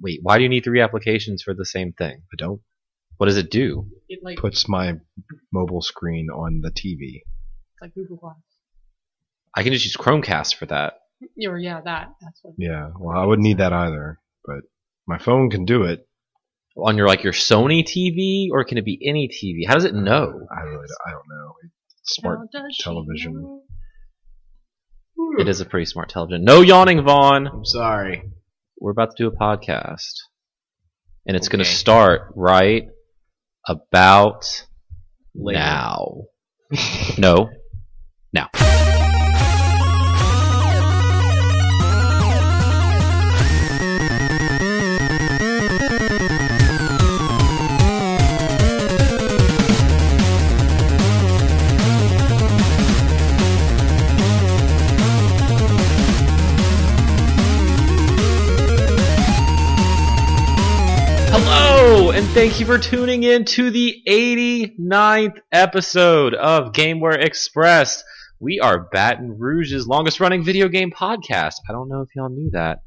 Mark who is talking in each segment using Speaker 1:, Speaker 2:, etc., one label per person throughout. Speaker 1: Wait, why do you need three applications for the same thing?
Speaker 2: I don't.
Speaker 1: What does it do?
Speaker 3: It like
Speaker 2: Puts my mobile screen on the TV.
Speaker 3: it's like Google Glass.
Speaker 1: I can just use Chromecast for that.
Speaker 3: Yeah, Or yeah, that. That's what.
Speaker 2: Yeah. Well, I wouldn't need that either. But my phone can do it.
Speaker 1: On your like your Sony TV, or can it be any TV? How does it know?
Speaker 2: I really. I don't know. It's smart.
Speaker 3: How does she
Speaker 2: television.
Speaker 3: know?
Speaker 1: It is a pretty smart television. No yawning, Vaughn.
Speaker 2: I'm sorry.
Speaker 1: We're about to do a podcast, and it's going to
Speaker 2: Okay.
Speaker 1: start right about
Speaker 2: Later.
Speaker 1: now. no, now. Hello, and thank you for tuning in to the 89th episode of Gameware Express. We are Baton Rouge's longest running video game podcast. I don't know if y'all knew that.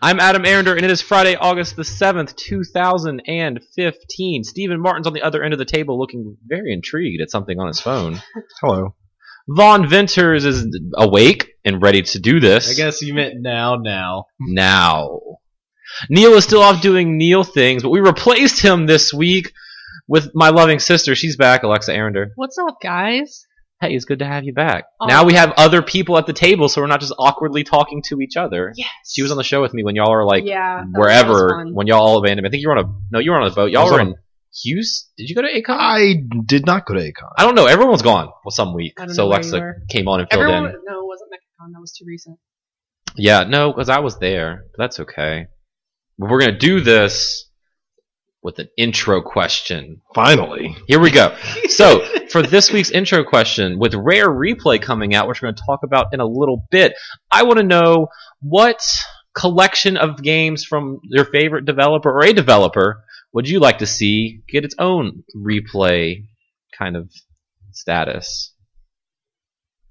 Speaker 1: I'm Adam Arender, and it is Friday, August the 7th, 2015. Stephen Martin's on the other end of the table looking very intrigued at something on his phone.
Speaker 2: Hello.
Speaker 1: Vaughn Venters is awake and ready to do this
Speaker 4: I guess you meant now, now.
Speaker 1: now. Neil is still off doing Neil things, but we replaced him this week with my loving sister. She's back, Alexa Arender.
Speaker 3: What's up, guys?
Speaker 1: Hey, it's good to have you back.
Speaker 3: Aw.
Speaker 1: Now we have other people at the table, so we're not just awkwardly talking to each other.
Speaker 3: Yes.
Speaker 1: She was on the show with me when y'all are like
Speaker 3: yeah, that was
Speaker 1: wherever
Speaker 3: fun.
Speaker 1: when y'all all abandoned. Me. I think you were on a no, you were on a boat. Y'all
Speaker 2: was
Speaker 1: were
Speaker 2: on a-
Speaker 1: in Hughes. Did you go to ACON?
Speaker 3: Uh,
Speaker 2: I did not go to Acon.
Speaker 1: I don't know. Everyone's gone well, some week,
Speaker 3: I don't
Speaker 1: so
Speaker 3: know where you
Speaker 1: Alexa
Speaker 3: were.
Speaker 1: came on and filled
Speaker 3: Everyone,
Speaker 1: in.
Speaker 3: no, it wasn't MechaCon. That was too recent.
Speaker 1: Yeah, no, because I was there. But that's okay. But we're gonna do this with an intro question.
Speaker 2: Finally.
Speaker 1: Here we go. So for this week's intro question, with Rare Replay coming out, which we're gonna talk about in a little bit, I want to know what collection of games from your favorite developer or a developer would you like to see get its own replay kind of status?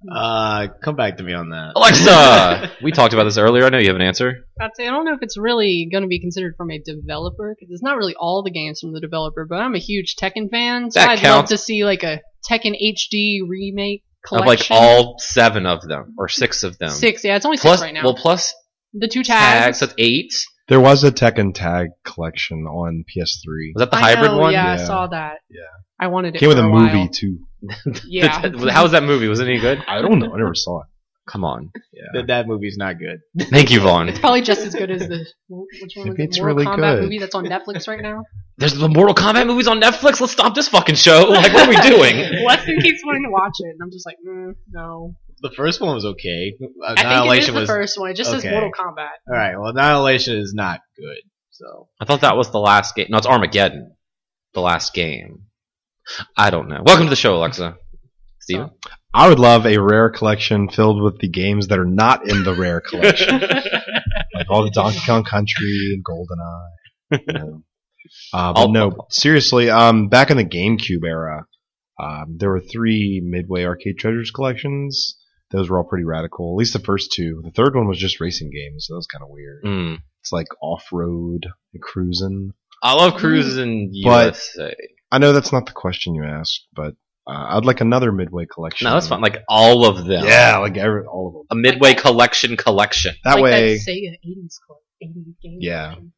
Speaker 4: Uh, come back to me on that.
Speaker 1: Alexa, we talked about this earlier. I know you have an answer.
Speaker 3: I'd say I don't know if it's really going to be considered from a developer because it's not really all the games from the developer. But I'm a huge Tekken fan, so
Speaker 1: That
Speaker 3: I'd
Speaker 1: counts.
Speaker 3: love to see like a Tekken HD remake
Speaker 1: Of like
Speaker 3: collection.
Speaker 1: all seven of them or six of them.
Speaker 3: six. Yeah, it's only
Speaker 1: plus
Speaker 3: six right now.
Speaker 1: well plus
Speaker 3: the two
Speaker 1: tags.
Speaker 3: tags.
Speaker 1: That's eight.
Speaker 2: There was a Tekken Tag collection on PS3.
Speaker 1: Was that the
Speaker 3: I
Speaker 1: hybrid
Speaker 3: know,
Speaker 1: one?
Speaker 3: Yeah, I
Speaker 2: Yeah.
Speaker 3: saw that.
Speaker 2: Yeah.
Speaker 3: I wanted it.
Speaker 2: Came with
Speaker 3: for
Speaker 2: a
Speaker 3: a
Speaker 2: movie
Speaker 3: while.
Speaker 2: too.
Speaker 3: Yeah.
Speaker 1: How was that movie? Was it any good?
Speaker 2: I don't know. I never saw it.
Speaker 1: Come on.
Speaker 4: That, that movie's not good.
Speaker 1: Thank you, Vaughn.
Speaker 3: It's probably just as good as the which one was
Speaker 2: Maybe
Speaker 3: it?
Speaker 2: it's
Speaker 3: Mortal
Speaker 2: really
Speaker 3: Kombat
Speaker 2: good.
Speaker 3: movie that's on Netflix right now.
Speaker 1: There's the Mortal Kombat movies on Netflix. Let's stop this fucking show. Like, what are we doing?
Speaker 3: Weston keeps wanting to watch it, and I'm just like, mm, no.
Speaker 4: The first one was okay.
Speaker 3: I think it is
Speaker 4: Annihilation
Speaker 3: the
Speaker 4: was
Speaker 3: first one. It just says
Speaker 4: okay.
Speaker 3: Mortal Kombat.
Speaker 4: all right. Well, Annihilation is not good. So
Speaker 1: I thought that was the last game. No, it's Armageddon. The last game. I don't know. Welcome to the show, Alexa. Steven?
Speaker 2: I would love a rare collection filled with the games that are not in the rare collection, like all the Donkey Kong Country and GoldenEye. You know. Uh, but
Speaker 1: I'll-
Speaker 2: no, seriously. Um, back in the GameCube era, um, there were three Midway Arcade Treasures collections. Those were all pretty radical. At least the first two. The third one was just racing games. So that was kind of weird.
Speaker 1: Mm.
Speaker 2: It's like off road and cruising.
Speaker 1: I love cruises in
Speaker 2: But-
Speaker 1: USA.
Speaker 2: I know that's not the question you asked, but uh, I'd like another Midway collection.
Speaker 1: No, that's fine. Like, all of them.
Speaker 2: yeah, like every, all of them.
Speaker 1: A Midway collection collection.
Speaker 2: That
Speaker 3: like
Speaker 2: way.
Speaker 3: that Sega 80s club, 80s game.
Speaker 2: Yeah.
Speaker 3: collection.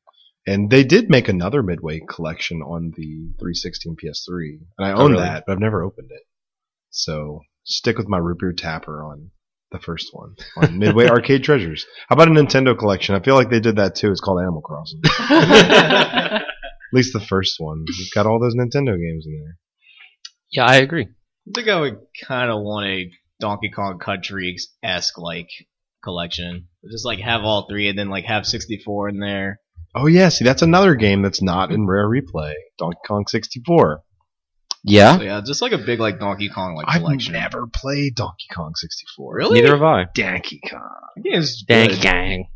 Speaker 2: And they did make another Midway collection on the 316 PS3, and I
Speaker 1: Oh,
Speaker 2: own
Speaker 1: really?
Speaker 2: that, but I've never opened it. So stick with my root beer tapper on the first one on Midway Arcade Treasures. How about a Nintendo collection? I feel like they did that too. It's called Animal Crossing. At least the first one. You've got all those Nintendo games in there.
Speaker 1: Yeah, I agree.
Speaker 4: I think I would kind of want a Donkey Kong Country esque like collection. Just like have all three, and then like have 64 in there.
Speaker 2: Oh yeah, see that's another game that's not in rare replay. Donkey Kong 64.
Speaker 1: Yeah?
Speaker 4: So, yeah, just like a big like Donkey Kong like
Speaker 2: I've
Speaker 4: collection.
Speaker 2: never played Donkey Kong 64.
Speaker 4: Really?
Speaker 1: Neither have I.
Speaker 2: Donkey Kong.
Speaker 4: The game's
Speaker 1: Dang
Speaker 4: good.
Speaker 1: gang.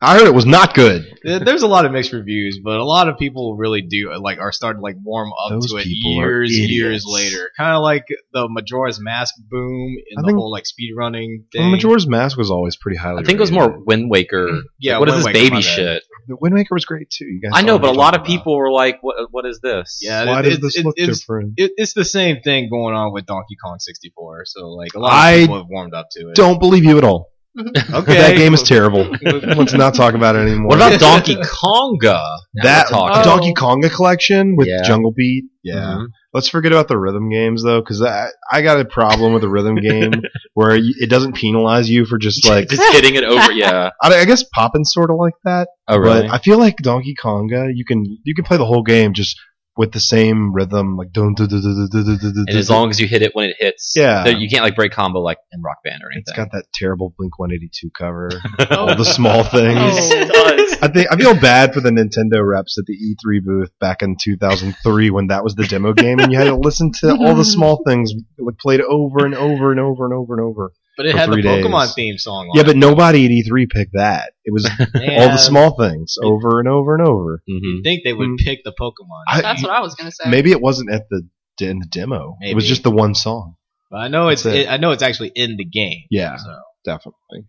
Speaker 2: I heard it was not good.
Speaker 4: There- There's a lot of mixed reviews, but a lot of people really do like are starting to like warm up
Speaker 2: Those
Speaker 4: to it
Speaker 2: people are
Speaker 4: years, years
Speaker 2: idiots.
Speaker 4: later. Kind of like the Majora's Mask boom and
Speaker 2: I
Speaker 4: the
Speaker 2: think-
Speaker 4: whole like speedrunning thing.
Speaker 2: Well, Majora's Mask was always pretty highly.
Speaker 1: I think it was more
Speaker 2: rated.
Speaker 1: Wind Waker.
Speaker 4: yeah,
Speaker 1: what is
Speaker 4: Wind
Speaker 1: this
Speaker 4: Waker, my
Speaker 1: baby
Speaker 4: bad.
Speaker 1: shit?
Speaker 2: The Wind Waker was great too. You guys
Speaker 1: I know,
Speaker 2: don't
Speaker 1: but a
Speaker 2: what
Speaker 1: lot
Speaker 2: I'm
Speaker 1: of
Speaker 2: talking
Speaker 1: people were like, "What? What is this?"
Speaker 4: Yeah,
Speaker 2: about. Why
Speaker 4: it-
Speaker 2: does
Speaker 4: it-
Speaker 2: this
Speaker 4: it-
Speaker 2: look
Speaker 4: it's-
Speaker 2: different?
Speaker 4: It, it's the same thing going on with Donkey Kong 64. So like a lot of
Speaker 2: I
Speaker 4: people have warmed up to it.
Speaker 2: Don't believe you at all.
Speaker 4: okay,
Speaker 2: That game is terrible. Let's not talk about it anymore.
Speaker 1: What about Donkey Konga? Now
Speaker 2: that
Speaker 1: we're talking.
Speaker 3: Oh.
Speaker 2: Donkey Konga collection with
Speaker 1: Yeah.
Speaker 2: Jungle Beat? Yeah.
Speaker 1: Mhm.
Speaker 2: Let's forget about the rhythm games though, because I, I got a problem with a rhythm game where you, it doesn't penalize you for just like
Speaker 1: just hitting it over. Yeah.
Speaker 2: I, I guess Poppin's sort of like that,
Speaker 1: Oh
Speaker 2: but I feel like Donkey Konga you can you can play the whole game just with the same rhythm like dun dun dun dun dun dun dun dun.
Speaker 1: and as long as you hit it when it hits,
Speaker 2: Yeah.
Speaker 1: that you can't like break combo like in Rock Band or
Speaker 2: it's
Speaker 1: anything.
Speaker 2: got that terrible Blink One Eighty Two cover, all
Speaker 3: Oh.
Speaker 2: the small things.
Speaker 3: Oh.
Speaker 1: It
Speaker 2: I think I feel bad for the Nintendo reps at the E3 booth back in 2003 when that was the demo game, and you had to listen to all the small things like played over and over and over and over and over.
Speaker 4: but it
Speaker 2: for
Speaker 4: had the
Speaker 2: three days.
Speaker 4: Pokemon theme song. On
Speaker 2: Yeah, but nobody at E3 picked that. It was
Speaker 4: it.
Speaker 2: all
Speaker 4: Man,
Speaker 2: the small things over and over and over.
Speaker 1: Mhm.
Speaker 4: you'd think they would
Speaker 2: Mm.
Speaker 4: pick the Pokemon.
Speaker 2: I-
Speaker 3: That's what I was gonna say.
Speaker 2: Maybe it wasn't at the in the demo. It was
Speaker 4: Maybe.
Speaker 2: just the one song.
Speaker 4: But I know it's.
Speaker 2: That's it.
Speaker 4: It, I know it's actually in the game.
Speaker 2: Yeah.
Speaker 4: So.
Speaker 2: Definitely.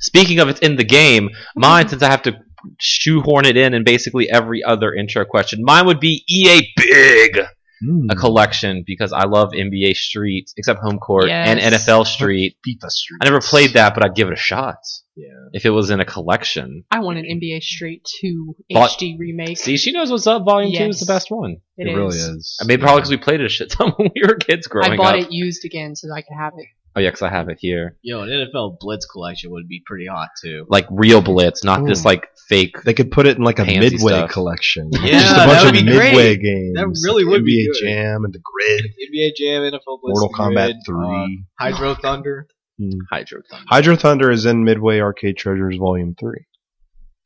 Speaker 1: Speaking of it's in the game, mine since I have to shoehorn it in in basically every other intro question, mine would be EA Big.
Speaker 2: Mm.
Speaker 1: a collection because I love NBA Street, except Home Court
Speaker 3: Yes.
Speaker 1: and NFL Street.
Speaker 2: FIFA Street.
Speaker 1: I never played that, but I'd give it a shot.
Speaker 2: Yeah.
Speaker 1: If it was in a collection.
Speaker 3: I want an NBA Street 2
Speaker 1: Thought-
Speaker 3: HD remake.
Speaker 1: See, she knows what's up. Volume two is the
Speaker 3: Yes.
Speaker 1: best one.
Speaker 2: It,
Speaker 3: It
Speaker 2: really
Speaker 3: is.
Speaker 2: is.
Speaker 1: I mean, probably because we played it a shit ton when we were kids growing
Speaker 3: I bought
Speaker 1: up.
Speaker 3: it used again so that I could have it.
Speaker 1: Oh yeah, because I have it here.
Speaker 4: Yo, an NFL Blitz collection would be pretty hot too.
Speaker 1: Like real Blitz, not
Speaker 2: Ooh.
Speaker 1: this like fake.
Speaker 2: They could put it in like a
Speaker 1: Pansy
Speaker 2: midway
Speaker 1: stuff.
Speaker 2: collection.
Speaker 4: Yeah,
Speaker 2: just a
Speaker 4: that
Speaker 2: bunch
Speaker 4: would
Speaker 2: of
Speaker 4: be
Speaker 2: midway
Speaker 4: great.
Speaker 2: games.
Speaker 4: That really would
Speaker 2: NBA
Speaker 4: be good.
Speaker 2: Jam and the Grid.
Speaker 4: NBA Jam, NFL Blitz,
Speaker 2: Mortal
Speaker 4: the
Speaker 2: Kombat
Speaker 4: Grid, uh,
Speaker 2: Three.
Speaker 4: Hydro Thunder.
Speaker 1: Hydro Thunder.
Speaker 2: Hydro Thunder is in Midway Arcade Treasures Volume Three.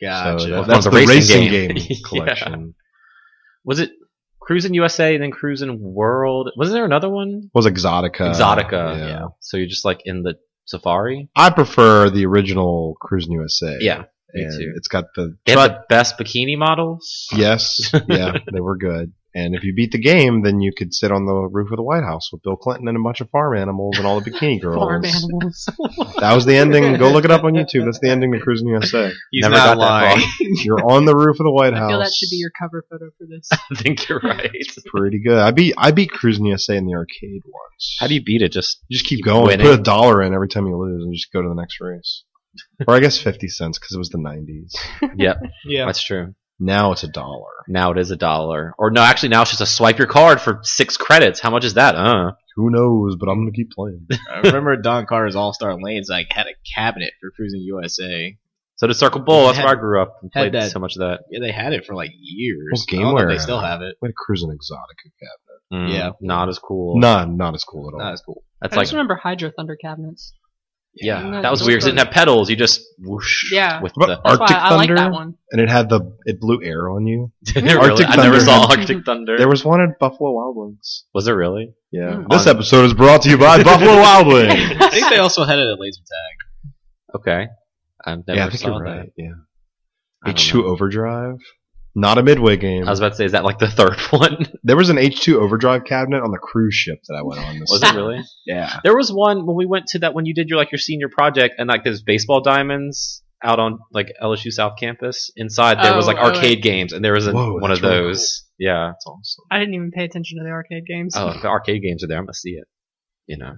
Speaker 4: Gotcha.
Speaker 2: So that-
Speaker 1: Well,
Speaker 2: that's the
Speaker 1: the racing
Speaker 2: racing game,
Speaker 1: game. Yeah.
Speaker 2: collection.
Speaker 1: Was it Cruising USA and then Cruising World? Wasn't there another one?
Speaker 2: Was Exotica.
Speaker 1: Exotica.
Speaker 2: Uh, Yeah.
Speaker 1: yeah. So you're just like in the safari.
Speaker 2: I prefer the original Cruising USA.
Speaker 1: Yeah. Me
Speaker 2: and
Speaker 1: too.
Speaker 2: It's got the
Speaker 1: They have the best bikini models.
Speaker 2: yes, yeah, they were good. And if you beat the game, then you could sit on the roof of the White House with Bill Clinton and a bunch of farm animals and all the bikini girls.
Speaker 3: Farm animals.
Speaker 2: That was the ending. Go look it up on YouTube. That's the ending to Cruising USA.
Speaker 4: He's
Speaker 1: Never
Speaker 4: not
Speaker 1: got that
Speaker 4: lying.
Speaker 2: You're on the roof of the White
Speaker 3: I
Speaker 2: House.
Speaker 3: feel that should be your cover photo for this.
Speaker 1: I think you're right.
Speaker 2: pretty good. I beat I beat Cruising USA in the arcade once.
Speaker 1: How do you beat it? Just
Speaker 2: You just keep going?
Speaker 1: winning?
Speaker 2: Put a dollar in every time you lose, and just go to the next race. or I guess fifty cents because it was the nineties.
Speaker 4: yeah.
Speaker 1: that's true.
Speaker 2: Now it's a dollar.
Speaker 1: Now it is a dollar, or no, actually now it's just a swipe your card for six credits. How much is that? Uh,
Speaker 2: Who knows? But I'm gonna keep playing.
Speaker 4: I remember Don Carter's All Star Lanes like had a cabinet for Cruising USA.
Speaker 1: so the Circle Bowl. That's
Speaker 4: Had-
Speaker 1: where I grew up and
Speaker 4: had
Speaker 1: played
Speaker 4: that.
Speaker 1: so much of that.
Speaker 4: Yeah, they had it for like years.
Speaker 2: Well,
Speaker 4: I don't know if
Speaker 2: GameWare
Speaker 4: they still have it.
Speaker 2: Way to cruise an Exotica cabinet.
Speaker 1: Mm,
Speaker 4: Yeah.
Speaker 1: not as cool.
Speaker 2: Nah, not as cool at all.
Speaker 4: Not as cool.
Speaker 1: that's
Speaker 3: I
Speaker 1: like
Speaker 3: just remember Hydro Thunder cabinets.
Speaker 1: yeah,
Speaker 3: Not
Speaker 1: that was
Speaker 3: as
Speaker 1: weird. 'cause It
Speaker 3: cool.
Speaker 1: didn't have pedals. You just whoosh.
Speaker 3: Yeah.
Speaker 1: With
Speaker 2: What
Speaker 1: the
Speaker 2: about
Speaker 3: That's
Speaker 2: Arctic
Speaker 3: why I like that
Speaker 2: Thunder?
Speaker 3: one.
Speaker 2: and it had the it blew air on you.
Speaker 1: really,
Speaker 2: Arctic
Speaker 1: I never
Speaker 2: Thunder.
Speaker 1: saw Arctic Thunder.
Speaker 2: There was one at Buffalo Wild Wings.
Speaker 1: was there really?
Speaker 2: Yeah.
Speaker 3: Hmm.
Speaker 2: This episode is brought to you by Buffalo Wild Wings.
Speaker 4: I think they also had it at Laser Tag.
Speaker 1: Okay, I've never
Speaker 2: yeah, I think
Speaker 1: saw
Speaker 2: you're
Speaker 1: that.
Speaker 2: right. Yeah.
Speaker 1: I don't
Speaker 2: H2
Speaker 1: know.
Speaker 2: Overdrive. Not a midway game.
Speaker 1: I was about to say, is that like the third one?
Speaker 2: There was an H2 Overdrive cabinet on the cruise ship that I went on. This
Speaker 1: was it really?
Speaker 4: Yeah.
Speaker 1: There was one when we went to that when you did your like your senior project and like there's baseball diamonds out on like LSU South campus. Inside there was
Speaker 3: Oh,
Speaker 1: like
Speaker 3: oh,
Speaker 1: arcade games and there was a,
Speaker 2: Whoa,
Speaker 1: one of
Speaker 2: that's really
Speaker 1: those. Yeah.
Speaker 2: That's awesome.
Speaker 3: I didn't even pay attention to the arcade games.
Speaker 1: Oh, if the arcade games are there. I'm gonna see it. You know.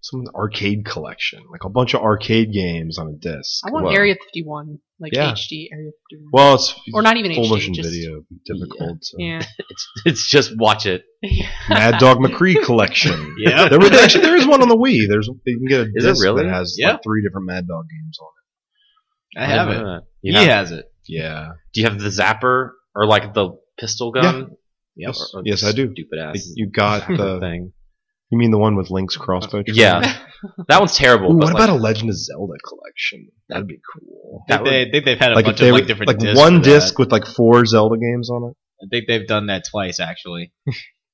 Speaker 2: Some arcade collection, like a bunch of arcade games on a disc.
Speaker 3: I want
Speaker 2: Wow.
Speaker 3: Area 51, like
Speaker 2: Yeah.
Speaker 3: HD Area 51.
Speaker 2: Well, it's
Speaker 3: or not even
Speaker 2: full
Speaker 3: HD,
Speaker 2: motion
Speaker 3: just,
Speaker 2: video, It'd be difficult. to-
Speaker 3: Yeah.
Speaker 1: It's it's just watch it.
Speaker 2: Mad Dog McCree collection.
Speaker 4: Yeah.
Speaker 2: There was actually there is one on the Wii. There's you can get a
Speaker 1: Is it
Speaker 2: disc
Speaker 1: really?
Speaker 2: that has
Speaker 4: Yeah.
Speaker 2: like three different Mad Dog games on
Speaker 4: I have it.
Speaker 1: Uh,
Speaker 4: He
Speaker 1: You have-
Speaker 4: has it.
Speaker 2: it. Yeah.
Speaker 1: Do you have the zapper or like the pistol gun?
Speaker 4: Yep.
Speaker 2: Yes. Yes, I do.
Speaker 1: Stupid
Speaker 2: Like,
Speaker 1: ass
Speaker 2: You got the
Speaker 1: thing.
Speaker 2: you mean the one with Link's crossbow? tree?
Speaker 1: Yeah. That one's terrible.
Speaker 2: Ooh,
Speaker 1: but,
Speaker 2: what
Speaker 1: like,
Speaker 2: about a Legend of Zelda collection? That'd be cool.
Speaker 1: That
Speaker 4: I think, they, I think they've had a
Speaker 2: like if
Speaker 4: bunch
Speaker 2: they
Speaker 4: of
Speaker 2: were-
Speaker 4: like different
Speaker 2: like
Speaker 4: discs
Speaker 2: one
Speaker 4: for that.
Speaker 2: disc with like four Zelda games on it.
Speaker 4: I think they've done that twice actually.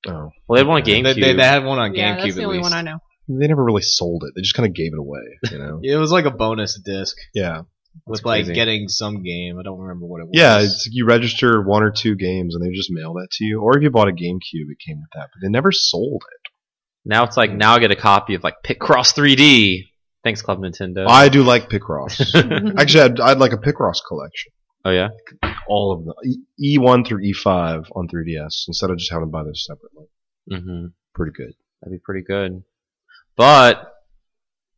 Speaker 2: Oh,
Speaker 1: well, they had one on
Speaker 4: They,
Speaker 1: GameCube.
Speaker 4: they, they had one on
Speaker 3: yeah,
Speaker 4: GameCube
Speaker 3: that's the
Speaker 4: at
Speaker 3: only
Speaker 4: least.
Speaker 3: one I know.
Speaker 2: they never really sold it. They just kind of gave it away. You know?
Speaker 4: It was like a bonus disc.
Speaker 2: yeah.
Speaker 4: with
Speaker 1: That's
Speaker 4: like
Speaker 1: crazy.
Speaker 4: getting some game. I don't remember what it was.
Speaker 2: Yeah, it's, you register one or two games and they just mail that to you. Or if you bought a GameCube, it came with that, but they never sold it.
Speaker 1: Now it's like now I get a copy of like Picross 3D. Thanks, Club Nintendo.
Speaker 2: I do like Picross. Actually, I'd, I'd like a Picross collection.
Speaker 1: oh yeah,
Speaker 2: All of them. E- E1 through E5 on 3DS instead of just having to buy those separately.
Speaker 1: mm-hmm.
Speaker 2: Pretty good.
Speaker 1: that'd be pretty good. But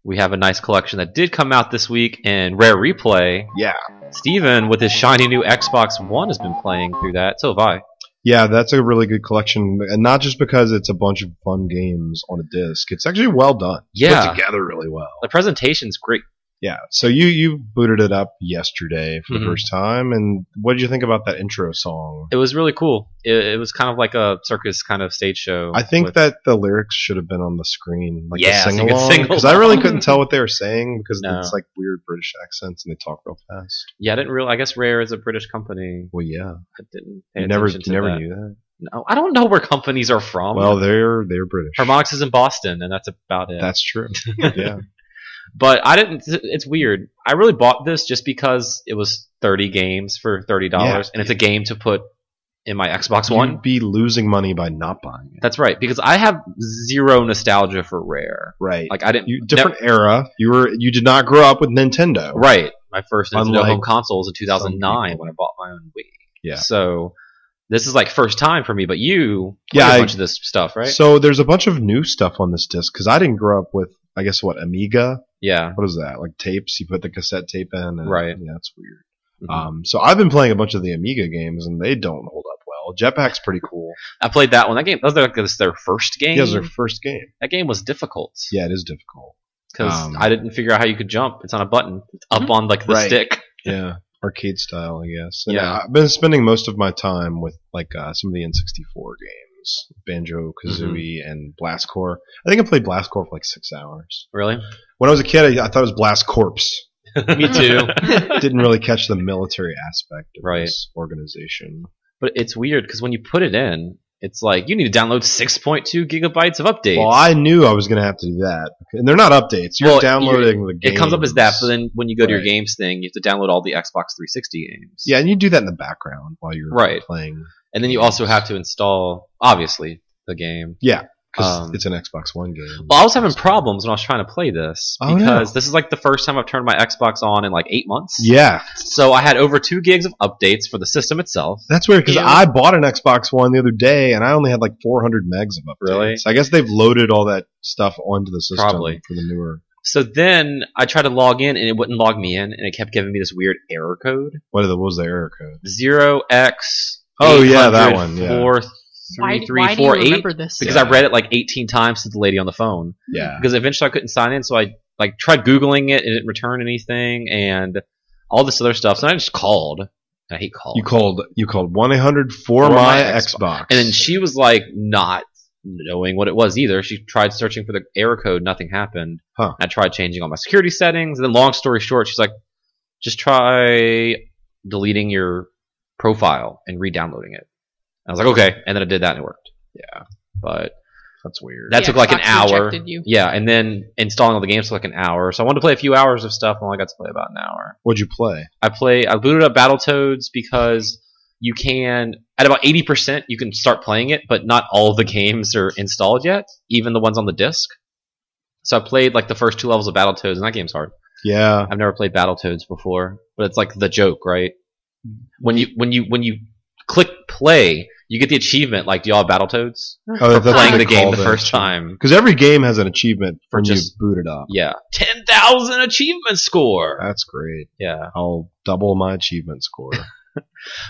Speaker 1: we have a nice collection that did come out this week in Rare Replay.
Speaker 2: Yeah.
Speaker 1: Steven, with his shiny new Xbox One, has been playing through that. So have I.
Speaker 2: Yeah, that's a really good collection. And not just because it's a bunch of fun games on a disc, it's actually well done. It's
Speaker 1: Yeah.
Speaker 2: Put together really well.
Speaker 1: The presentation's great.
Speaker 2: Yeah. So you you booted it up yesterday for
Speaker 1: Mhm.
Speaker 2: the first time, and what did you think about that intro song?
Speaker 1: It was really cool. It, it was kind of like a circus kind of stage show.
Speaker 2: I think
Speaker 1: with-
Speaker 2: that the lyrics should have been on the screen, like
Speaker 1: Yeah, so
Speaker 2: the
Speaker 1: you
Speaker 2: sing
Speaker 1: could
Speaker 2: along,
Speaker 1: sing
Speaker 2: because I really
Speaker 1: along.
Speaker 2: couldn't tell what they were saying because
Speaker 1: No.
Speaker 2: it's like weird British accents and they talk real fast.
Speaker 1: Yeah, I didn't real. I guess Rare is a British company.
Speaker 2: Well, yeah,
Speaker 1: I didn't. Pay
Speaker 2: you never
Speaker 1: attention to
Speaker 2: you never
Speaker 1: that.
Speaker 2: knew that.
Speaker 1: No, I don't know where companies are from.
Speaker 2: well, they're they're British.
Speaker 1: Harmonix is in Boston, and that's about it.
Speaker 2: That's true. yeah,
Speaker 1: but I didn't. It's weird. I really bought this just because it was thirty games for thirty dollars, and it's a game to put in my Xbox One.
Speaker 2: you'd be losing money by not buying it.
Speaker 1: That's right, because I have zero nostalgia for Rare.
Speaker 2: right.
Speaker 1: Like I didn't.
Speaker 2: you, different era. You were you did not grow up with Nintendo.
Speaker 1: nev- right. My first Nintendo
Speaker 2: Unlike
Speaker 1: home console was in two thousand nine
Speaker 2: people.
Speaker 1: when I bought my own Wii.
Speaker 2: Yeah.
Speaker 1: So this is like first time for me, but you
Speaker 2: Yeah,
Speaker 1: played a
Speaker 2: I-
Speaker 1: bunch of this stuff, right?
Speaker 2: So there's a bunch of new stuff on this disc because I didn't grow up with I guess what Amiga.
Speaker 1: yeah.
Speaker 2: What is that? Like tapes? You put the cassette tape in. And,
Speaker 1: Right.
Speaker 2: Yeah, that's weird.
Speaker 1: Mhm.
Speaker 2: Um, so I've been playing a bunch of the Amiga games, and they don't hold up well. Jetpack's pretty cool.
Speaker 1: I played that one. That game. That was like this- their first game.
Speaker 2: Yeah, it's their first game.
Speaker 1: that game was difficult.
Speaker 2: Yeah, it is difficult.
Speaker 1: because
Speaker 2: Um, Mm-hmm.
Speaker 1: I didn't figure out how you could jump. It's on a button. It's up on like the
Speaker 2: Right.
Speaker 1: stick.
Speaker 2: Yeah, arcade style, I guess. And
Speaker 1: Yeah.
Speaker 2: I've been spending most of my time with like uh, some of the N64 games, Banjo Kazooie
Speaker 1: Mm-hmm.
Speaker 2: and Blast Corps. I think I played Blast Corps for like six hours.
Speaker 1: Really?
Speaker 2: When I was a kid, I, I thought it was Blast Corpse.
Speaker 1: Me too.
Speaker 2: Didn't really catch the military aspect of
Speaker 1: Right.
Speaker 2: this organization.
Speaker 1: but it's weird because when you put it in, it's like you need to download 6.2 gigabytes of updates.
Speaker 2: Well, I knew I was going to have to do that, and they're not updates. You're
Speaker 1: Well,
Speaker 2: downloading the game.
Speaker 1: it comes up as that, but then when you go to your
Speaker 2: Right.
Speaker 1: games thing, you have to download all the Xbox 360 games.
Speaker 2: Yeah, and you do that in the background while you're
Speaker 1: Right.
Speaker 2: playing
Speaker 1: And then you also have to install, obviously, the game.
Speaker 2: because
Speaker 1: Um,
Speaker 2: it's an Xbox One game.
Speaker 1: Well, I was having problems when I was trying to play this
Speaker 2: Oh, no.
Speaker 1: because this is like the first time I've turned my Xbox on in like eight months.
Speaker 2: Yeah,
Speaker 1: So I had over two gigs of updates for the system itself.
Speaker 2: that's weird because
Speaker 3: Yeah.
Speaker 2: I bought an Xbox One the other day and I only had like 400 megs of updates.
Speaker 1: Really?
Speaker 2: I guess they've loaded all that stuff onto the system
Speaker 1: Probably.
Speaker 2: for the newer.
Speaker 1: So then I tried to log in and it wouldn't log me in, and it kept giving me this weird error code
Speaker 2: What, are the, what was the error code?
Speaker 1: zero x.
Speaker 2: Oh, yeah, that one, yeah.
Speaker 3: why,
Speaker 1: three three
Speaker 3: why do you
Speaker 1: four eight.
Speaker 3: remember this?
Speaker 1: Because
Speaker 2: Yeah.
Speaker 1: I read it like eighteen times to the lady on the phone.
Speaker 2: Yeah.
Speaker 1: Because eventually I couldn't sign in, so I like tried googling it. It didn't return anything, and all this other stuff. So I just called. I hate calling.
Speaker 2: You called you called 1 800 for
Speaker 1: For
Speaker 2: my
Speaker 1: my
Speaker 2: Xbox.
Speaker 1: and then she was like not knowing what it was either. She tried searching for the error code, nothing happened.
Speaker 2: Huh.
Speaker 1: I tried changing all my security settings, and then long story short, she's like, just try deleting your profile and re-downloading it. I was like, okay, and then I did that and it worked. Yeah, but
Speaker 2: That's weird.
Speaker 1: that
Speaker 3: The
Speaker 1: took like an
Speaker 3: Xbox
Speaker 1: hour.
Speaker 3: rejected you.
Speaker 1: Yeah, and then installing all the games took like an hour. So I wanted to play a few hours of stuff, and I only got to play about an hour.
Speaker 2: What'd you play?
Speaker 1: I play. I booted up Battletoads because you can at about eighty percent you can start playing it, but not all the games are installed yet, even the ones on the disc. So I played like the first two levels of Battletoads, and that game's hard.
Speaker 2: Yeah.
Speaker 1: I've never played Battletoads before, but it's like the joke, right? When you when you when you click play, you get the achievement like do y'all have Battletoads
Speaker 2: Oh,
Speaker 1: for playing the game the first time.
Speaker 2: Because every game has an achievement
Speaker 1: For
Speaker 2: when
Speaker 1: just-
Speaker 2: you boot it up.
Speaker 1: Yeah, ten thousand achievement score.
Speaker 2: That's great.
Speaker 1: Yeah.
Speaker 2: I'll double my achievement score.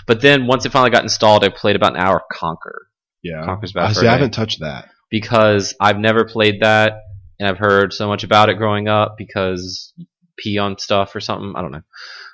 Speaker 1: But then once it finally got installed, I played about an hour of Conquer.
Speaker 2: Yeah.
Speaker 1: Conquer's Bad
Speaker 2: I
Speaker 1: Fur
Speaker 2: see. I
Speaker 1: Day.
Speaker 2: haven't touched that.
Speaker 1: because I've never played that and I've heard so much about it growing up because pee on stuff or something. I don't know.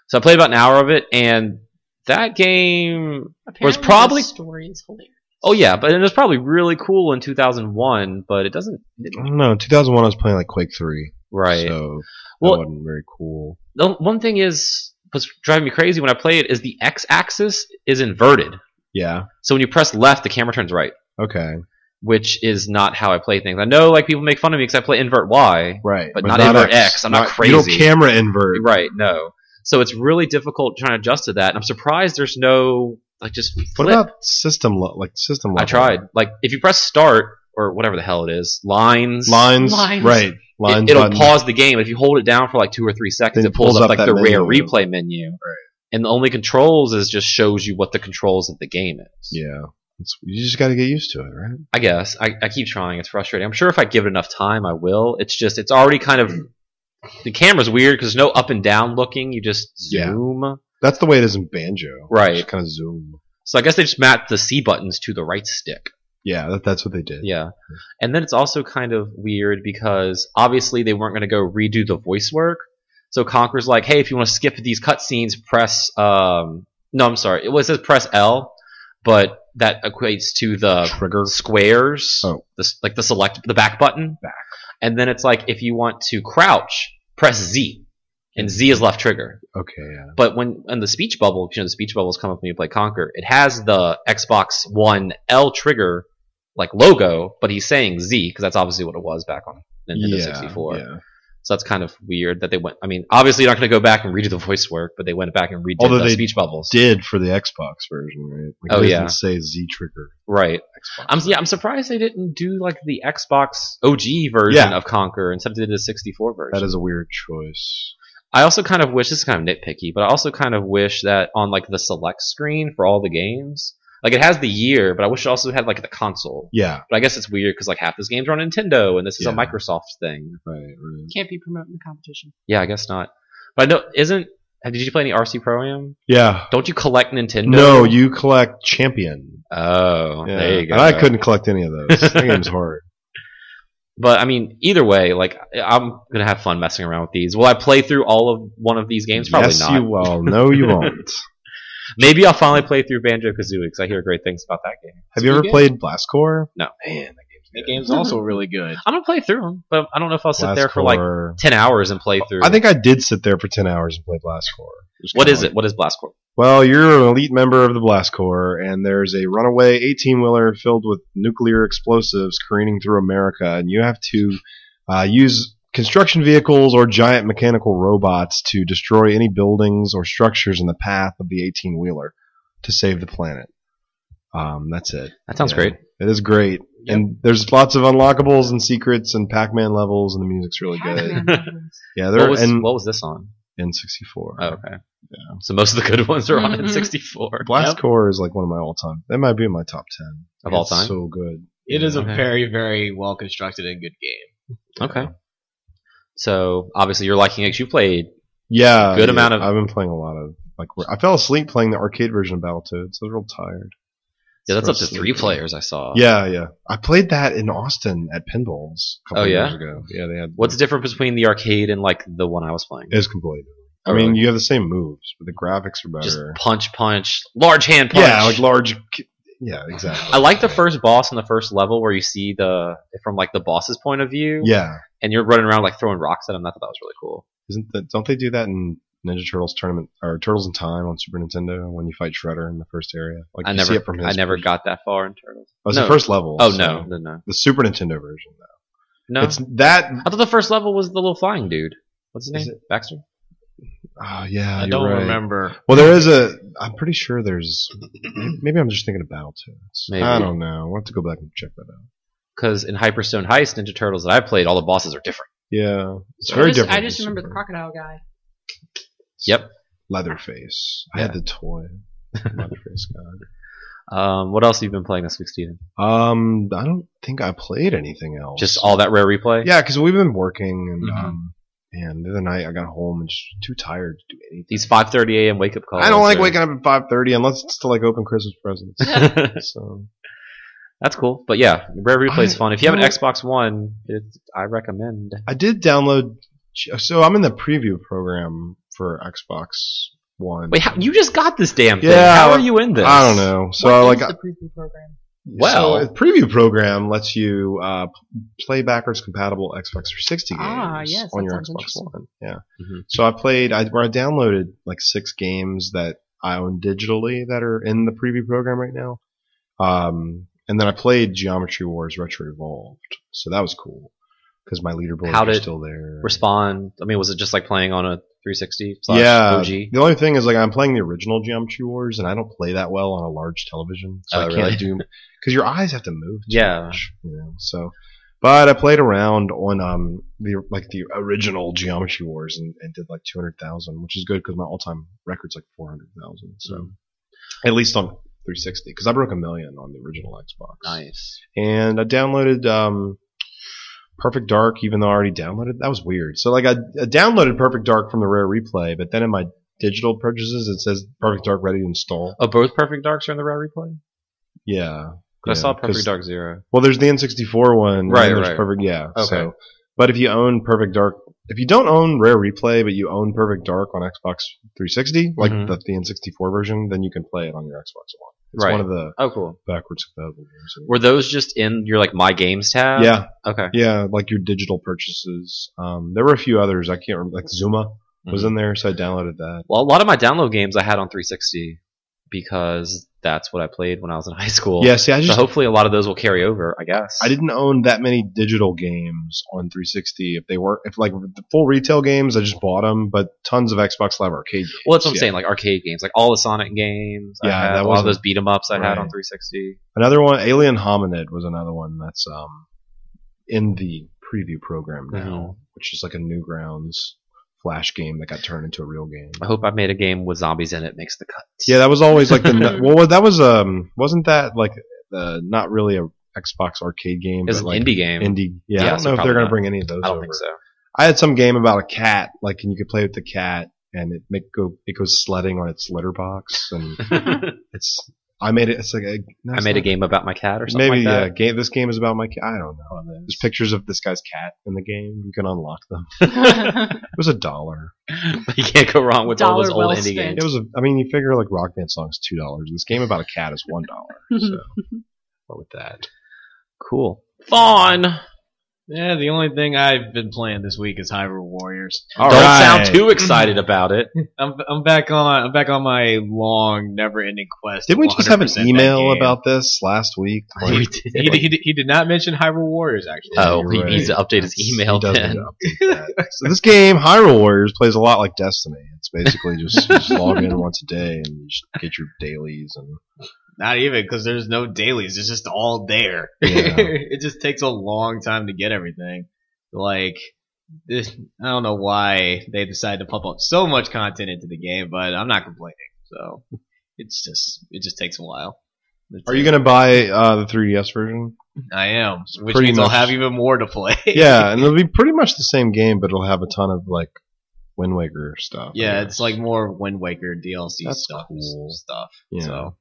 Speaker 1: So I played about an hour of it and that game
Speaker 3: Apparently
Speaker 1: was probably-
Speaker 3: the story is hilarious.
Speaker 1: oh yeah, but it was probably really cool in two thousand one, but it doesn't it-
Speaker 2: I don't know. 2001, I was playing like Quake 3.
Speaker 1: right.
Speaker 2: So
Speaker 1: Well-
Speaker 2: that wasn't very cool.
Speaker 1: The one thing is what's driving me crazy when I play it is the X axis is inverted.
Speaker 2: Yeah.
Speaker 1: So when you press left the camera turns right,
Speaker 2: Okay.
Speaker 1: which is not how I play things. I know like people make fun of me because I play invert Y.
Speaker 2: Right.
Speaker 1: But not invert X. I'm not
Speaker 2: You don't
Speaker 1: crazy.
Speaker 2: camera invert.
Speaker 1: Right, no. So it's really difficult trying to adjust to that. And I'm surprised there's no like just
Speaker 2: What
Speaker 1: flip.
Speaker 2: about system lo- like system level?
Speaker 1: I tried. Like if you press start or whatever the hell it is, lines,
Speaker 2: Lines,
Speaker 3: Lines.
Speaker 2: right. Lines
Speaker 1: it, will
Speaker 2: button.
Speaker 1: pause the game. If you hold it down for like two or three seconds,
Speaker 2: Then
Speaker 1: it pulls,
Speaker 2: pulls
Speaker 1: up
Speaker 2: up
Speaker 1: like
Speaker 2: that
Speaker 1: the rare
Speaker 2: menu.
Speaker 1: replay menu.
Speaker 2: Right.
Speaker 1: And the only controls is just shows you what the controls of the game is.
Speaker 2: Yeah. It's, you just gotta get used to it, right?
Speaker 1: I guess. I, I keep trying. It's frustrating. I'm sure if I give it enough time, I will. It's just, it's already kind of. The camera's weird because no up and down looking. You just
Speaker 2: Yeah.
Speaker 1: zoom.
Speaker 2: That's the way it is in banjo.
Speaker 1: Right.
Speaker 2: Just kind of zoom.
Speaker 1: So I guess they just mapped the C buttons to the right stick.
Speaker 2: Yeah, that, that's what they did.
Speaker 1: Yeah. And then it's also kind of weird because obviously they weren't going to go redo the voice work. So Conker's like, hey, if you want to skip these cutscenes, press. Um, no, I'm sorry. It was it says press L, but that equates to the
Speaker 2: Trigger.
Speaker 1: squares,
Speaker 2: Oh.
Speaker 1: the s like the select, the back button. Back. And then it's like if you want to crouch, press Z, and Z is left trigger.
Speaker 2: Okay, yeah.
Speaker 1: But when and the speech bubble, 'cause, you know, the speech bubbles come up when you play Conquer. It has the Xbox One L trigger like logo, but he's saying Z because that's obviously what it was back on Nintendo
Speaker 2: yeah,
Speaker 1: 64.
Speaker 2: yeah.
Speaker 1: So that's kind of weird that they went. I mean, obviously you're not going to go back and redo the voice work, but they went back and redid
Speaker 2: Although
Speaker 1: the
Speaker 2: they
Speaker 1: speech bubbles.
Speaker 2: Did for the Xbox version, right? Like,
Speaker 1: Oh,
Speaker 2: it doesn't
Speaker 1: yeah.
Speaker 2: say Z trigger
Speaker 1: right.
Speaker 2: Xbox.
Speaker 1: I'm yeah. I'm surprised they didn't do like the Xbox OG version
Speaker 2: Yeah.
Speaker 1: of Conquer instead they did the 64 version.
Speaker 2: that is a weird choice.
Speaker 1: I also kind of wish this is kind of nitpicky, but I also kind of wish that on like the select screen for all the games, like it has the year, but I wish it also had like the console.
Speaker 2: Yeah.
Speaker 1: But I guess it's weird because like half these games are on Nintendo and this is a
Speaker 2: Yeah.
Speaker 1: Microsoft thing.
Speaker 2: Right, right.
Speaker 3: Can't be promoting the competition.
Speaker 1: Yeah, I guess not. But I know isn't. Did you play any RC Pro Am?
Speaker 2: Yeah.
Speaker 1: Don't you collect Nintendo?
Speaker 2: No, you collect champion.
Speaker 1: Oh,
Speaker 2: Yeah.
Speaker 1: there you go.
Speaker 2: And I couldn't collect any of those. that game's hard.
Speaker 1: But I mean, either way, like I'm gonna have fun messing around with these. Will I play through all of one of these games? Probably
Speaker 2: yes,
Speaker 1: not.
Speaker 2: you will. No, you won't.
Speaker 1: Maybe I'll finally play through Banjo Kazooie because I hear great things about that game.
Speaker 2: Have you ever played
Speaker 4: Speaking-
Speaker 2: Blastcore?
Speaker 4: Man, that game's also really good.
Speaker 1: I'm gonna play through them, but I don't know if I'll sit there for like
Speaker 2: Blastcore.
Speaker 1: ten hours and play through.
Speaker 2: I think I did sit there for ten hours and play Blastcore. Just
Speaker 1: What
Speaker 2: kinda
Speaker 1: is
Speaker 2: like-
Speaker 1: it? What is Blast Corps?
Speaker 2: Well, you're an elite member of the Blast Corps, and there's a runaway 18 wheeler filled with nuclear explosives careening through America, and you have to uh, use construction vehicles or giant mechanical robots to destroy any buildings or structures in the path of the 18 wheeler to save the planet. Um, that's it.
Speaker 1: That sounds
Speaker 2: Yeah.
Speaker 1: great.
Speaker 2: It is great.
Speaker 4: Yep.
Speaker 2: And there's lots of unlockables and secrets and Pac Man levels, and the music's really good.
Speaker 3: Pac-Man levels.
Speaker 2: Yeah,
Speaker 1: What
Speaker 2: they're
Speaker 1: was,
Speaker 2: in
Speaker 1: what was this on?
Speaker 2: N64.
Speaker 1: Oh, okay. So most of the good ones are on
Speaker 3: Mhm.
Speaker 1: N64.
Speaker 2: Blast
Speaker 4: Yep.
Speaker 2: Core is like one of my all time. That might be in my top ten
Speaker 1: Of all
Speaker 2: It's
Speaker 1: time?
Speaker 2: So good.
Speaker 4: It is a
Speaker 1: Okay.
Speaker 4: very, very well constructed and good game.
Speaker 1: Okay. So obviously you're liking it 'cause you played.
Speaker 2: Yeah.
Speaker 1: Good
Speaker 2: yeah,
Speaker 1: amount of-
Speaker 2: I've been playing a lot of like I fell asleep playing the arcade version of Battletoads. I was real tired.
Speaker 1: Yeah, that's up to
Speaker 2: First
Speaker 1: three
Speaker 2: sleep.
Speaker 1: players. I saw.
Speaker 2: Yeah, yeah. I played that in Austin at Pinballs. A couple
Speaker 1: Oh, yeah?
Speaker 2: Years ago. Yeah, they had.
Speaker 1: What's the difference between the arcade and like the one I was playing?
Speaker 2: It's completely. different.
Speaker 1: Oh,
Speaker 2: I mean,
Speaker 1: really?
Speaker 2: you have the same moves, but the graphics are
Speaker 1: just
Speaker 2: better.
Speaker 1: punch, punch, large hand punch.
Speaker 2: yeah, like large. Yeah, exactly.
Speaker 1: I like the first boss in the first level where you see the from like the boss's point of view.
Speaker 2: Yeah,
Speaker 1: and you're running around like throwing rocks at him. I thought that was really cool.
Speaker 2: isn't that? Don't they do that in Ninja Turtles tournament or Turtles in Time on Super Nintendo when you fight Shredder in the first area? Like
Speaker 1: I
Speaker 2: you
Speaker 1: never,
Speaker 2: see it from his
Speaker 1: I never got
Speaker 2: perspective.
Speaker 1: that far in Turtles.
Speaker 2: That was
Speaker 1: No.
Speaker 2: the first level.
Speaker 1: Oh
Speaker 2: so-
Speaker 1: no, no, no,
Speaker 2: The Super Nintendo version, though.
Speaker 1: no.
Speaker 2: It's that.
Speaker 1: I thought the first level was the little flying dude. What's his
Speaker 2: Is
Speaker 1: name? Baxter.
Speaker 2: Oh yeah,
Speaker 4: I
Speaker 2: you're
Speaker 4: don't
Speaker 2: right.
Speaker 4: remember.
Speaker 2: Well, there is a. I'm pretty sure there's. Maybe I'm just thinking of Battletoads.
Speaker 1: Maybe.
Speaker 2: I don't know. We'll have to go back and check that out.
Speaker 1: Because in Hyperstone Heist, Ninja Turtles that I played, all the bosses are different.
Speaker 2: Yeah, it's
Speaker 3: I
Speaker 2: very
Speaker 3: just-
Speaker 2: different.
Speaker 3: I just
Speaker 2: from
Speaker 3: remember the
Speaker 2: Super.
Speaker 3: crocodile guy.
Speaker 1: Yep.
Speaker 2: Leatherface. I had the toy. Leatherface guy.
Speaker 1: Um, what else have you been playing this week, Steven?
Speaker 2: Um, I don't think I played anything else.
Speaker 1: Just all that rare replay.
Speaker 2: Yeah, because we've been working, and
Speaker 1: Mhm.
Speaker 2: um, and the other night I got home and just too tired to do anything.
Speaker 1: These 5:30 a.m. wake up calls.
Speaker 2: I don't like
Speaker 1: are-
Speaker 2: waking up at 5:30 unless it's to like open Christmas presents. so
Speaker 1: That's cool, but yeah, rare replay is
Speaker 2: I-
Speaker 1: fun. If you have an
Speaker 2: no.
Speaker 1: Xbox One, it, I recommend.
Speaker 2: I did download. So I'm in the preview program for Xbox One.
Speaker 1: Wait, how, you just got this damn thing.
Speaker 2: Yeah,
Speaker 1: how
Speaker 2: I-
Speaker 1: are you in this?
Speaker 2: I don't know. So
Speaker 3: What
Speaker 2: I,
Speaker 3: is
Speaker 2: like,
Speaker 3: the preview program?
Speaker 1: Well-
Speaker 2: so the preview program lets you uh, p- play backwards compatible Xbox 360 games
Speaker 3: Ah, yes,
Speaker 2: on
Speaker 3: that
Speaker 2: your
Speaker 3: sounds
Speaker 2: Xbox
Speaker 3: interesting.
Speaker 2: One. Yeah.
Speaker 1: Mhm.
Speaker 2: So I played. I where I downloaded like six games that I own digitally that are in the preview program right now. Um, and then I played Geometry Wars Retro Evolved. So that was cool. because my leaderboards
Speaker 1: How
Speaker 2: are
Speaker 1: did-
Speaker 2: still there.
Speaker 1: Respond. I mean, was it just like playing on a 360 slash
Speaker 2: yeah.
Speaker 1: OG?
Speaker 2: The only thing is, like, I'm playing the original Geometry Wars, and I don't play that well on a large television, so
Speaker 1: Oh,
Speaker 2: I can't
Speaker 1: really?
Speaker 2: do because your eyes have to move. Too
Speaker 1: Yeah.
Speaker 2: much, you know. So, but I played around on um the like the original Geometry Wars and, and did like 200,000, which is good because my all-time record's like 400,000. So,
Speaker 1: Hmm.
Speaker 2: at least on 360, because I broke a million on the original Xbox.
Speaker 1: Nice.
Speaker 2: and I downloaded um, Perfect Dark, even though I already downloaded. That was weird. So like I, I downloaded Perfect Dark from the Rare Replay, but then in my digital purchases it says Perfect Dark ready to install.
Speaker 1: Oh, both Perfect Darks are in the raw replay. 'Cause
Speaker 2: Yeah,
Speaker 1: I
Speaker 2: Yeah,
Speaker 1: saw
Speaker 2: 'cause-
Speaker 1: Perfect Dark Zero.
Speaker 2: Well, there's the N64 one. and
Speaker 1: Right,
Speaker 2: then there's
Speaker 1: right.
Speaker 2: Perfect, yeah.
Speaker 1: Okay.
Speaker 2: So, but if you own Perfect Dark, if you don't own Rare Replay, but you own Perfect Dark on Xbox 360, like
Speaker 1: Mhm.
Speaker 2: the, the N64 version, then you can play it on your Xbox One. It's
Speaker 1: Right.
Speaker 2: one of the
Speaker 1: Oh, cool.
Speaker 2: backwards compatible games.
Speaker 1: Were those just in your like My Games tab?
Speaker 2: yeah,
Speaker 1: Okay.
Speaker 2: Yeah, like your digital purchases. Um, there were a few others I can't remember. Like Zuma was
Speaker 1: Mhm.
Speaker 2: in there, so I downloaded that.
Speaker 1: Well, a lot of my download games I had on 360 because that's what I played when I was in high school.
Speaker 2: Yeah, see, I
Speaker 1: So
Speaker 2: just
Speaker 1: hopefully a lot of those will carry over. I guess.
Speaker 2: I didn't own that many digital games on 360. If they were, if like the full retail games, I just bought them. But tons of Xbox Live Arcade. Games.
Speaker 1: Well, that's what I'm
Speaker 2: yeah.
Speaker 1: saying. Like arcade games, like all the Sonic games.
Speaker 2: Yeah,
Speaker 1: I had,
Speaker 2: that
Speaker 1: a lot of
Speaker 2: wasn't-
Speaker 1: those beat 'em ups I
Speaker 2: Right.
Speaker 1: had on 360.
Speaker 2: Another one, Alien Hominid was another one that's um in the preview program now,
Speaker 1: Mm-hmm.
Speaker 2: which is like a Newgrounds flash game that got turned into a real game.
Speaker 1: I hope I made a game with zombies in it makes the cut.
Speaker 2: Yeah, that was always like the nu- well. That was um, wasn't that like uh, not really a Xbox arcade game?
Speaker 1: it's
Speaker 2: but
Speaker 1: an
Speaker 2: like
Speaker 1: indie game.
Speaker 2: Indie. Yeah,
Speaker 1: Yeah,
Speaker 2: I don't
Speaker 1: so
Speaker 2: know if
Speaker 1: probably
Speaker 2: they're gonna
Speaker 1: not.
Speaker 2: bring any of those.
Speaker 1: I don't
Speaker 2: over.
Speaker 1: think so.
Speaker 2: I had some game about a cat, like, and you could play with the cat, and it make go it goes sledding on its litter box, and it's I made it. It's like a, no,
Speaker 1: I
Speaker 2: it's
Speaker 1: made a
Speaker 2: not-
Speaker 1: game about my cat or something
Speaker 2: Maybe
Speaker 1: like
Speaker 2: yeah.
Speaker 1: that.
Speaker 2: Game. This game is about my cat. I don't know. There's pictures of this guy's cat in the game. You can unlock them. It was a dollar.
Speaker 1: But you can't go wrong with all
Speaker 3: Dollar
Speaker 1: those old
Speaker 3: well
Speaker 1: indie
Speaker 3: spent.
Speaker 1: games.
Speaker 2: It was a. I mean, you figure like Rock Band songs two dollars. This game about a cat is one dollar. So what with that?
Speaker 1: Cool. Fawn.
Speaker 4: Yeah, the only thing I've been playing this week is Hyrule Warriors.
Speaker 2: All
Speaker 1: don't
Speaker 2: right.
Speaker 1: sound too excited about it.
Speaker 4: I'm, I'm back on I'm back on my long, never-ending quest.
Speaker 2: Didn't we just have an
Speaker 4: 100% that
Speaker 2: email
Speaker 4: game.
Speaker 2: about this last week?
Speaker 1: We
Speaker 2: Like,
Speaker 1: did.
Speaker 4: He, he, he did not mention Hyrule Warriors actually.
Speaker 1: Oh,
Speaker 2: you're
Speaker 1: he needs to update his
Speaker 2: He
Speaker 1: email
Speaker 2: does
Speaker 1: then.
Speaker 2: need to update that. so this game, Hyrule Warriors, plays a lot like Destiny. It's basically just, you just log in once a day and you just get your dailies and
Speaker 4: Not even because there's no dailies. It's just all there.
Speaker 2: Yeah.
Speaker 4: it just takes a long time to get everything. Like, this, I don't know why they decided to pump up so much content into the game, but I'm not complaining. So it's just it just takes a while. That's
Speaker 2: Are you
Speaker 4: it.
Speaker 2: gonna buy uh, the 3DS version?
Speaker 4: I am, which
Speaker 2: pretty
Speaker 4: means I'll
Speaker 2: much-
Speaker 4: have even more to play.
Speaker 2: Yeah, and it'll be pretty much the same game, but it'll have a ton of like Wind Waker stuff. I
Speaker 4: yeah,
Speaker 2: guess.
Speaker 4: it's like more Wind Waker DLC
Speaker 2: That's
Speaker 4: stuff
Speaker 2: cool.
Speaker 4: stuff.
Speaker 2: Yeah.
Speaker 4: So,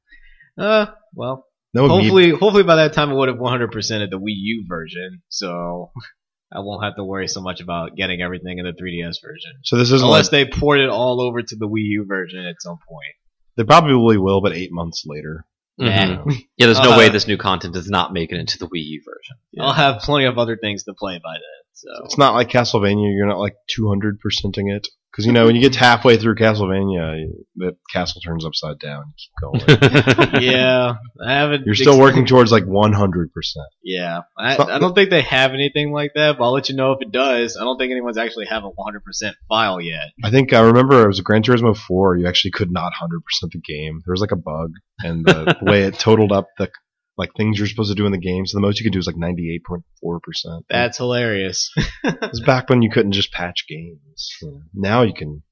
Speaker 4: uh, well,
Speaker 2: no hopefully.
Speaker 4: hopefully, hopefully by that time I would have 100 percent of the Wii U version, so I won't have to worry so much about getting everything in the 3DS version.
Speaker 2: So this isn't
Speaker 4: Unless
Speaker 2: like,
Speaker 4: they port it all over to the Wii U version at some point.
Speaker 2: they probably will, but eight months later.
Speaker 1: Mhm.
Speaker 2: You know.
Speaker 1: Yeah, there's no
Speaker 4: Uh,
Speaker 1: way this new content does not make it into the Wii U version.
Speaker 4: I'll have plenty of other things to play by then. So
Speaker 2: It's not like Castlevania. You're not like 200 percenting it because you know when you get halfway through Castlevania, the castle turns upside down. You keep going.
Speaker 4: yeah, I haven't.
Speaker 2: You're still working towards like 100 percent.
Speaker 4: Yeah, I,
Speaker 2: It's not-
Speaker 4: I don't think they have anything like that, but I'll let you know if it does. I don't think anyone's actually have a 100% file yet.
Speaker 2: I think I remember it was Gran Turismo 4. You actually could not 100 percent the game. There was like a bug, and the way it totaled up the like things you're supposed to do in the game. So the most you could do is like 98.4 percent.
Speaker 4: That's hilarious.
Speaker 2: It was back when you couldn't just patch games. you know. Now you can.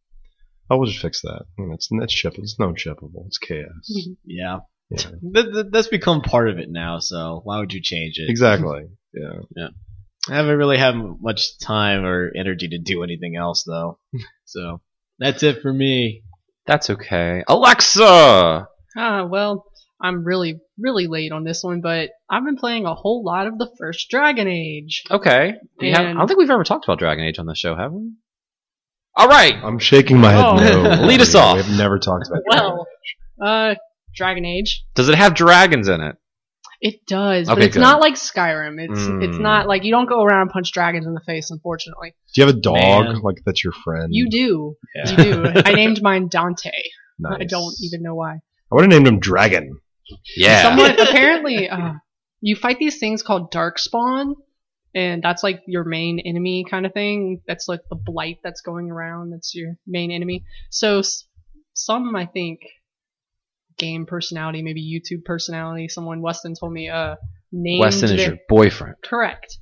Speaker 2: Oh, we'll just fix that. You know, it's it's ship. It's non shippable. It's chaos.
Speaker 4: Mm-hmm. yeah.
Speaker 2: Yeah.
Speaker 4: Th- th- that's become part of it now, so why would you change it?
Speaker 2: Exactly. Yeah.
Speaker 4: I haven't really had much time or energy to do anything else, though. so that's it for me.
Speaker 1: That's okay. Alexa!
Speaker 3: Ah, well, I'm really, really late on this one, but I've been playing a whole lot of the first Dragon Age.
Speaker 2: Oh,
Speaker 1: Okay. We have- I
Speaker 3: And-
Speaker 1: don't think we've ever talked about Dragon Age on this show, have we? All right.
Speaker 2: I'm shaking my head.
Speaker 3: Oh.
Speaker 2: No.
Speaker 1: Lead us
Speaker 2: Yeah,
Speaker 1: off.
Speaker 2: We've never talked about.
Speaker 3: Well, uh, Dragon Age.
Speaker 1: Does it have dragons in it?
Speaker 3: It does, but
Speaker 1: Okay,
Speaker 3: it's
Speaker 1: good.
Speaker 3: not like Skyrim. It's it's
Speaker 1: Mm.
Speaker 3: not like you don't go around and punch dragons in the face. Unfortunately,
Speaker 2: Do you have a dog
Speaker 4: Man.
Speaker 2: like that's your
Speaker 1: Hmm.
Speaker 2: friend?
Speaker 3: you do.
Speaker 4: Yeah.
Speaker 3: You do. I named mine Dante.
Speaker 2: Nice.
Speaker 3: I don't even know why.
Speaker 2: I would have named him Dragon.
Speaker 1: Yeah.
Speaker 3: Someone apparently uh, you fight these things called darkspawn, and that's like your main enemy kind of thing. That's like the blight that's going around. That's your main enemy. So s- some, I think, game personality, maybe YouTube personality. Someone Weston told me, uh, named
Speaker 1: Weston is
Speaker 3: their-
Speaker 1: your boyfriend.
Speaker 3: correct.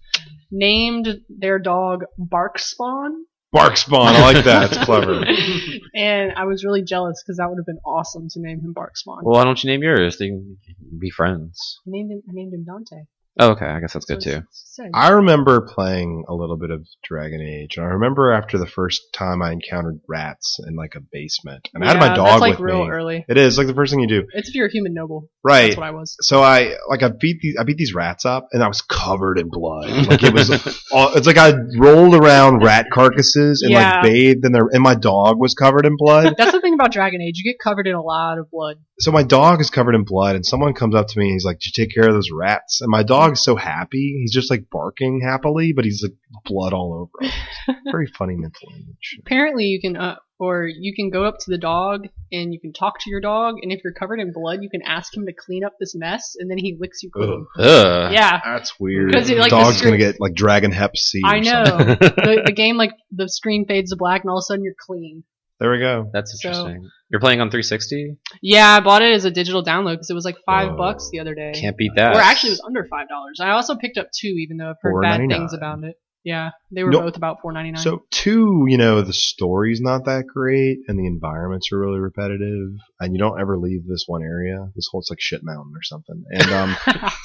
Speaker 3: Named their dog Bark Spawn,
Speaker 2: Bark spawn. I like that. It's clever.
Speaker 3: and I was really jealous because that would have been awesome to name him Bark Spawn.
Speaker 1: Well, why don't you name yours? They can be friends.
Speaker 3: I named him. I named him Dante.
Speaker 1: Oh, okay, I guess that's good
Speaker 3: So
Speaker 1: too.
Speaker 3: it's- it's sad.
Speaker 2: I remember playing a little bit of Dragon Age, and I remember after the first time I encountered rats in like a basement, and I had my
Speaker 3: Yeah,
Speaker 2: dog
Speaker 3: That's like
Speaker 2: with
Speaker 3: real
Speaker 2: me.
Speaker 3: early.
Speaker 2: It is like the first thing you do,
Speaker 3: It's if you're a human noble.
Speaker 2: right?
Speaker 3: That's what I was.
Speaker 2: so I like I beat these I beat these rats up, and I was covered in blood. Like it was, all, it's like I rolled around rat carcasses and
Speaker 3: Yeah.
Speaker 2: like bathed in their, and my dog was covered in blood.
Speaker 3: That's the thing about Dragon Age. You get covered in a lot of blood.
Speaker 2: so my dog is covered in blood, and someone comes up to me and he's like, "Did you take care of those rats?" And my dog's so happy, he's just like barking happily, but he's like blood all over. Him. It's Very funny mental image.
Speaker 3: Apparently, you can uh, or you can go up to the dog and you can talk to your dog. And if you're covered in blood, you can ask him to clean up this mess, and then he licks you clean.
Speaker 1: Ugh.
Speaker 3: Yeah,
Speaker 2: That's weird.
Speaker 3: 'Cause he, like, the
Speaker 2: Dog's
Speaker 3: screw-
Speaker 2: gonna get like dragon hep C. or
Speaker 3: I know.
Speaker 2: something.
Speaker 3: the, the game like the screen fades to black, and all of a sudden you're clean.
Speaker 2: There we go.
Speaker 1: That's
Speaker 3: So-
Speaker 1: interesting. You're playing on 360.
Speaker 3: Yeah, I bought it as a digital download because it was like five
Speaker 2: Whoa.
Speaker 3: bucks the other day.
Speaker 1: Can't beat that.
Speaker 3: or actually, it was under five dollars. I also picked up two, even though I've heard bad
Speaker 2: $4.99.
Speaker 3: things about it. Yeah, they were
Speaker 2: No.
Speaker 3: both about four ninety nine.
Speaker 2: So two, you know, the story's not that great, and the environments are really repetitive, and you don't ever leave this one area. This whole it's like shit mountain or something. And um,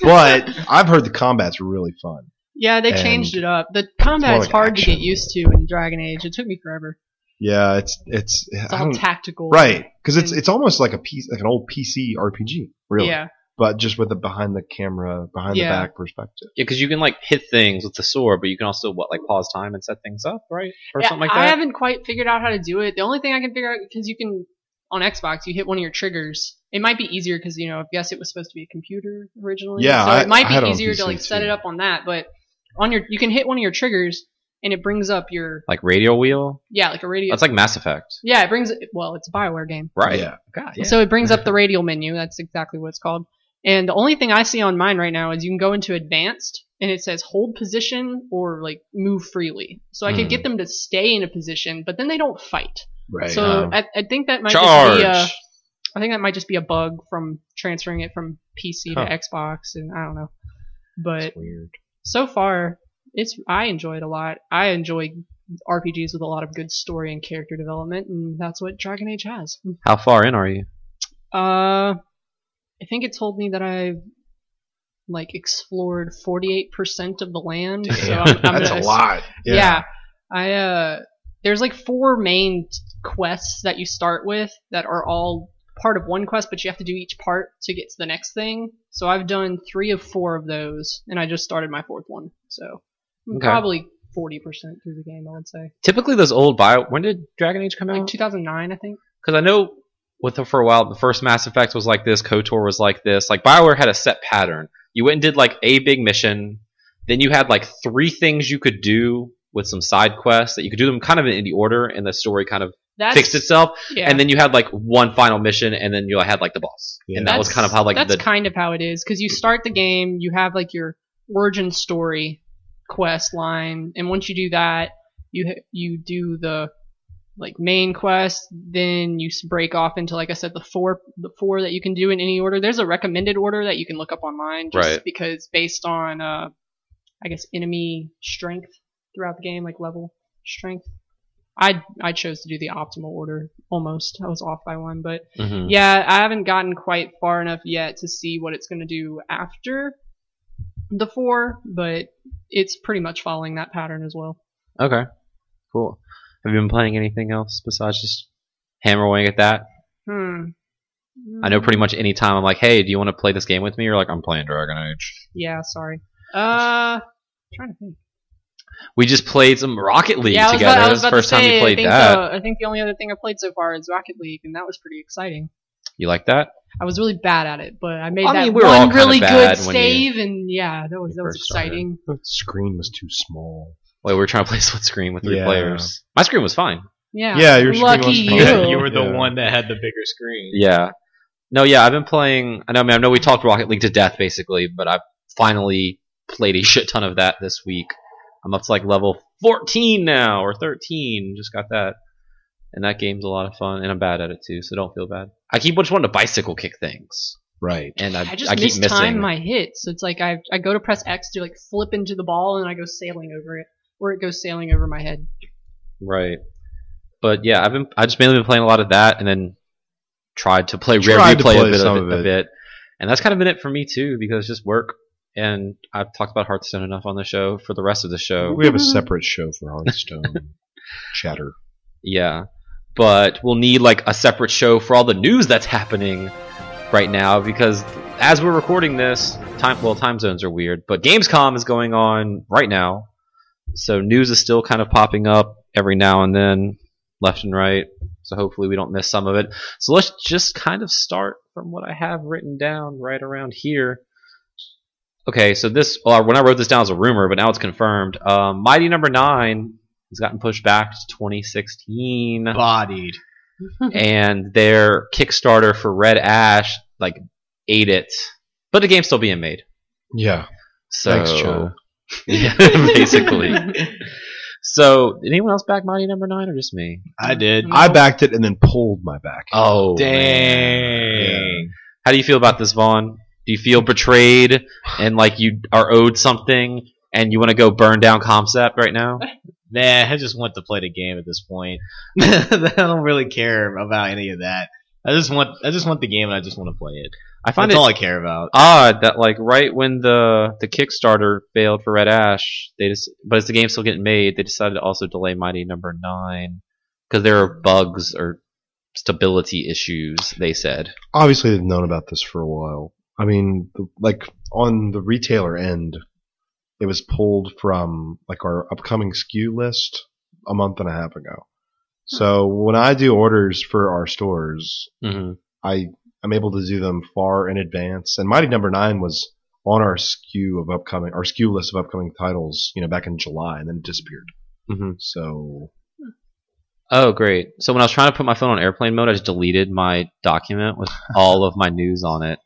Speaker 2: but I've heard the combat's really fun.
Speaker 3: yeah, they
Speaker 2: and
Speaker 3: changed it up. The combat
Speaker 2: more
Speaker 3: is
Speaker 2: like
Speaker 3: hard to
Speaker 2: action.
Speaker 3: get used to in Dragon Age. It took me forever.
Speaker 2: Yeah, it's it's,
Speaker 3: It's
Speaker 2: I
Speaker 3: all
Speaker 2: don't-
Speaker 3: tactical.
Speaker 2: right because it's it's almost like a piece like an old PC RPG, really.
Speaker 3: Yeah.
Speaker 2: But just with the behind the camera, behind
Speaker 3: Yeah.
Speaker 2: the back perspective.
Speaker 1: Yeah, because you can like hit things with the sword, but you can also what like pause time and set things up, right, or
Speaker 3: Yeah,
Speaker 1: something like
Speaker 3: I
Speaker 1: that.
Speaker 3: haven't quite figured out how to do it. The only thing I can figure out because you can on Xbox, you hit one of your triggers. It might be easier because you know, I guess it was supposed to be a computer originally.
Speaker 2: Yeah,
Speaker 3: so
Speaker 2: I-
Speaker 3: it might
Speaker 2: I had it
Speaker 3: be
Speaker 2: on
Speaker 3: easier to
Speaker 2: PC
Speaker 3: like set
Speaker 2: too.
Speaker 3: it up on that. But on your, you can hit one of your triggers and it brings up your
Speaker 1: Like radio wheel.
Speaker 3: yeah, like a radio.
Speaker 1: That's like Mass Effect,
Speaker 3: yeah, it brings well, it's a Bioware game,
Speaker 1: right?
Speaker 2: Yeah.
Speaker 1: God, yeah.
Speaker 3: so it brings up the radial menu. That's exactly what it's called. And the only thing I see on mine right now is you can go into advanced and it says hold position or like move freely. So I
Speaker 1: Hmm.
Speaker 2: Mm.
Speaker 3: could get them to stay in a position, but then they don't fight.
Speaker 2: Right. um,
Speaker 3: So I, I think that might
Speaker 1: Charge.
Speaker 3: just be a, I think that might just be a bug from transferring it from PC
Speaker 2: Huh.
Speaker 3: to Xbox, and I don't know. But
Speaker 2: It's weird.
Speaker 3: so far, it's I enjoy it a lot. I enjoy RPGs with a lot of good story and character development, and that's what Dragon Age has.
Speaker 1: How far in are you?
Speaker 3: Uh, I think it told me that I like explored 48% of the land. So I'm, I'm
Speaker 2: That's a
Speaker 3: gonna-
Speaker 2: lot.
Speaker 3: yeah. I uh there's like four main quests that you start with that are all part of one quest, but you have to do each part to get to the next thing. So I've done three of four of those, and I just started my fourth one. So I'm
Speaker 1: Okay.
Speaker 3: probably forty percent through the game, I would say.
Speaker 1: Typically, those old bio. When did Dragon Age come
Speaker 3: Like
Speaker 1: out?
Speaker 3: 2009, I think.
Speaker 1: Because I know with the, for a while, the first Mass Effect was like this. Kotor was like this. Like Bioware had a set pattern. You went and did like a big mission. Then you had like three things you could do with some side quests that you could do them kind of in any order, and the story kind of
Speaker 3: That's
Speaker 1: fixed itself.
Speaker 3: yeah.
Speaker 1: And then you had like one final mission, and then you had like the boss,
Speaker 2: Yeah.
Speaker 1: and that was
Speaker 3: That's-
Speaker 1: kind of how like
Speaker 3: that's
Speaker 1: the
Speaker 3: kind of how it is because you start the game, you have like your origin story quest line, and once you do that, you ha- you do the like main quest, then you s- break off into like I said the four the four that you can do in any order. There's a recommended order that you can look up online, just
Speaker 1: Right.
Speaker 3: because based on uh, I guess enemy strength throughout the game, like level strength. I I chose to do the optimal order almost. I was off by one, but
Speaker 1: Mhm.
Speaker 3: yeah, I haven't gotten quite far enough yet to see what it's going to do after the four, but it's pretty much following that pattern as well.
Speaker 1: Okay. Cool. Have you been playing anything else besides just hammering at that?
Speaker 3: Hmm.
Speaker 1: I know pretty
Speaker 3: Mm-hmm.
Speaker 1: much any time I'm like, hey, do you want to play this game with me? You're like, I'm playing Dragon Age.
Speaker 3: Yeah, sorry. Uh, trying to think.
Speaker 1: We just played some Rocket League
Speaker 3: yeah, I was
Speaker 1: together.
Speaker 3: about, I
Speaker 1: That
Speaker 3: was
Speaker 1: was the
Speaker 3: about
Speaker 1: first
Speaker 3: to say,
Speaker 1: time you played
Speaker 3: I think
Speaker 1: that.
Speaker 3: The, I think the only other thing I played so far is Rocket League, and that was pretty exciting.
Speaker 1: You like that?
Speaker 3: I was really bad at it, but I made
Speaker 1: I
Speaker 3: that
Speaker 1: mean, we were all
Speaker 3: one
Speaker 1: kinda
Speaker 3: really
Speaker 1: bad
Speaker 3: good
Speaker 1: when you-
Speaker 3: save, and yeah, that was
Speaker 1: you
Speaker 3: that was
Speaker 1: first started.
Speaker 3: exciting.
Speaker 2: The screen was too small.
Speaker 1: Wait, we were trying to play split screen with three
Speaker 2: Yeah.
Speaker 1: players. My screen was fine.
Speaker 3: Yeah,
Speaker 2: Yeah, your screen
Speaker 3: lucky
Speaker 2: was
Speaker 3: you.
Speaker 2: fine.
Speaker 4: you were the
Speaker 2: Yeah.
Speaker 4: one that had the bigger screen.
Speaker 1: Yeah. No, yeah, I've been playing. I know, I mean, I know we talked Rocket League to death basically, but I finally played a shit ton of that this week. I'm up to like level 14 now or 13. Just got that, and that game's a lot of fun. And I'm bad at it too, so don't feel bad. I keep just wanting to bicycle kick things,
Speaker 2: Right.
Speaker 1: and I,
Speaker 3: I just
Speaker 1: keep
Speaker 3: mistime
Speaker 1: missing.
Speaker 3: my hits. So it's like I I go to press X to like flip into the ball and I go sailing over it, or it goes sailing over my head.
Speaker 1: Right. But yeah, I've been I just mainly been playing a lot of that, and then tried to play rare
Speaker 2: Tried to
Speaker 1: replay
Speaker 2: play
Speaker 1: a, bit,
Speaker 2: some
Speaker 1: of it,
Speaker 2: of
Speaker 1: a
Speaker 2: it.
Speaker 1: bit, and that's kind of been it for me too because just work. And I've talked about Hearthstone enough on the show for the rest of the show.
Speaker 2: We have a separate show for Hearthstone chatter.
Speaker 1: Yeah. But we'll need like a separate show for all the news that's happening right now because as we're recording this, time well time zones are weird, but Gamescom is going on right now. So news is still kind of popping up every now and then, left and right. So hopefully we don't miss some of it. So let's just kind of start from what I have written down right around here. Okay, so this or when I wrote this down as a rumor, but now it's confirmed. Um, Mighty Number Nine has gotten pushed back to 2016
Speaker 4: Bodied.
Speaker 1: and their Kickstarter for Red Ash like ate it, but the game's still being made.
Speaker 2: Yeah.
Speaker 1: So
Speaker 2: Thanks, China.
Speaker 1: yeah, basically. so did anyone else back Mighty Number Nine or just me?
Speaker 4: I did.
Speaker 3: No.
Speaker 2: I backed it and then pulled my back.
Speaker 1: Oh
Speaker 4: Dang.
Speaker 1: How do you feel about this, Vaughn? Do you feel betrayed and like you are owed something and you want to go burn down Concept right now?
Speaker 4: Nah, I just want to play the game at this point. I don't really care about any of that. I just want I just want the game and I just want to play it.
Speaker 1: I find
Speaker 4: That's
Speaker 1: it
Speaker 4: all I care about.
Speaker 1: odd that like right when the the Kickstarter failed for Red Ash, they just but as the game's still getting made, they decided to also delay Mighty Number Nine because there are bugs or stability issues. They said
Speaker 2: Obviously, they've known about this for a while. I mean, the- like on the retailer end, it was pulled from like our upcoming SKU list a month and a half ago. So when I do orders for our stores,
Speaker 1: mm-hmm.
Speaker 2: I am able to do them far in advance. And Mighty Number Nine was on our skew of upcoming, our skew list of upcoming titles, you know, back in July, and then it disappeared.
Speaker 1: Mm-hmm.
Speaker 2: So
Speaker 1: Oh, great! So when I was trying to put my phone on airplane mode, I just deleted my document with all of my news on it.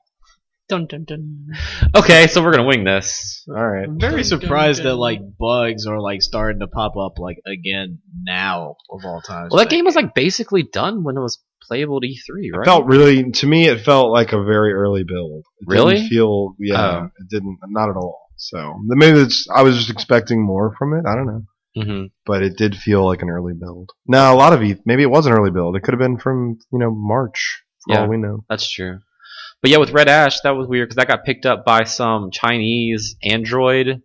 Speaker 3: Dun dun dun.
Speaker 1: Okay, so we're gonna wing this.
Speaker 2: all right,
Speaker 4: I'm very
Speaker 3: Dun, dun,
Speaker 4: surprised
Speaker 3: dun.
Speaker 4: that like bugs are like starting to pop up like again now of all times.
Speaker 1: Well, that game was like basically done when it was playable at E3, right?
Speaker 2: felt really to me it felt like a very early build. It
Speaker 1: Really?
Speaker 2: didn't feel yeah,
Speaker 1: Oh.
Speaker 2: it didn't not at all. So maybe it's I was just expecting more from it. I don't know,
Speaker 1: Mhm.
Speaker 2: but it did feel like an early build. Now a lot of you maybe it was an early build. It could have been from you know March for
Speaker 1: Yeah.
Speaker 2: all we know.
Speaker 1: That's true. But yeah, with Red Ash, that was weird because that got picked up by some Chinese Android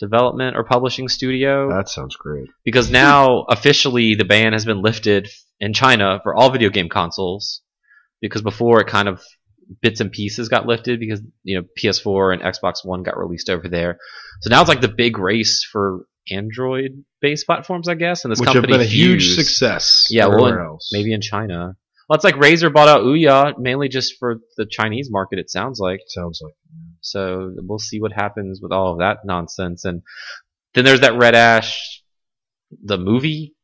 Speaker 1: development or publishing studio.
Speaker 2: That sounds great.
Speaker 1: Because now officially the ban has been lifted in China for all video game consoles. Because before it kind of bits and pieces got lifted because you know PS4 and Xbox One got released over there. So now it's like the big race for Android-based platforms, I guess. And this
Speaker 2: Which have
Speaker 1: company
Speaker 2: been a huge
Speaker 1: Fuse-
Speaker 2: success.
Speaker 1: Yeah, well,
Speaker 2: everywhere
Speaker 1: and
Speaker 2: else.
Speaker 1: maybe in China. Well, it's like Razer bought out Ouya mainly just for the Chinese market. It sounds like
Speaker 2: sounds like.
Speaker 1: so. We'll see what happens with all of that nonsense. And then there's that Red Ash, the movie,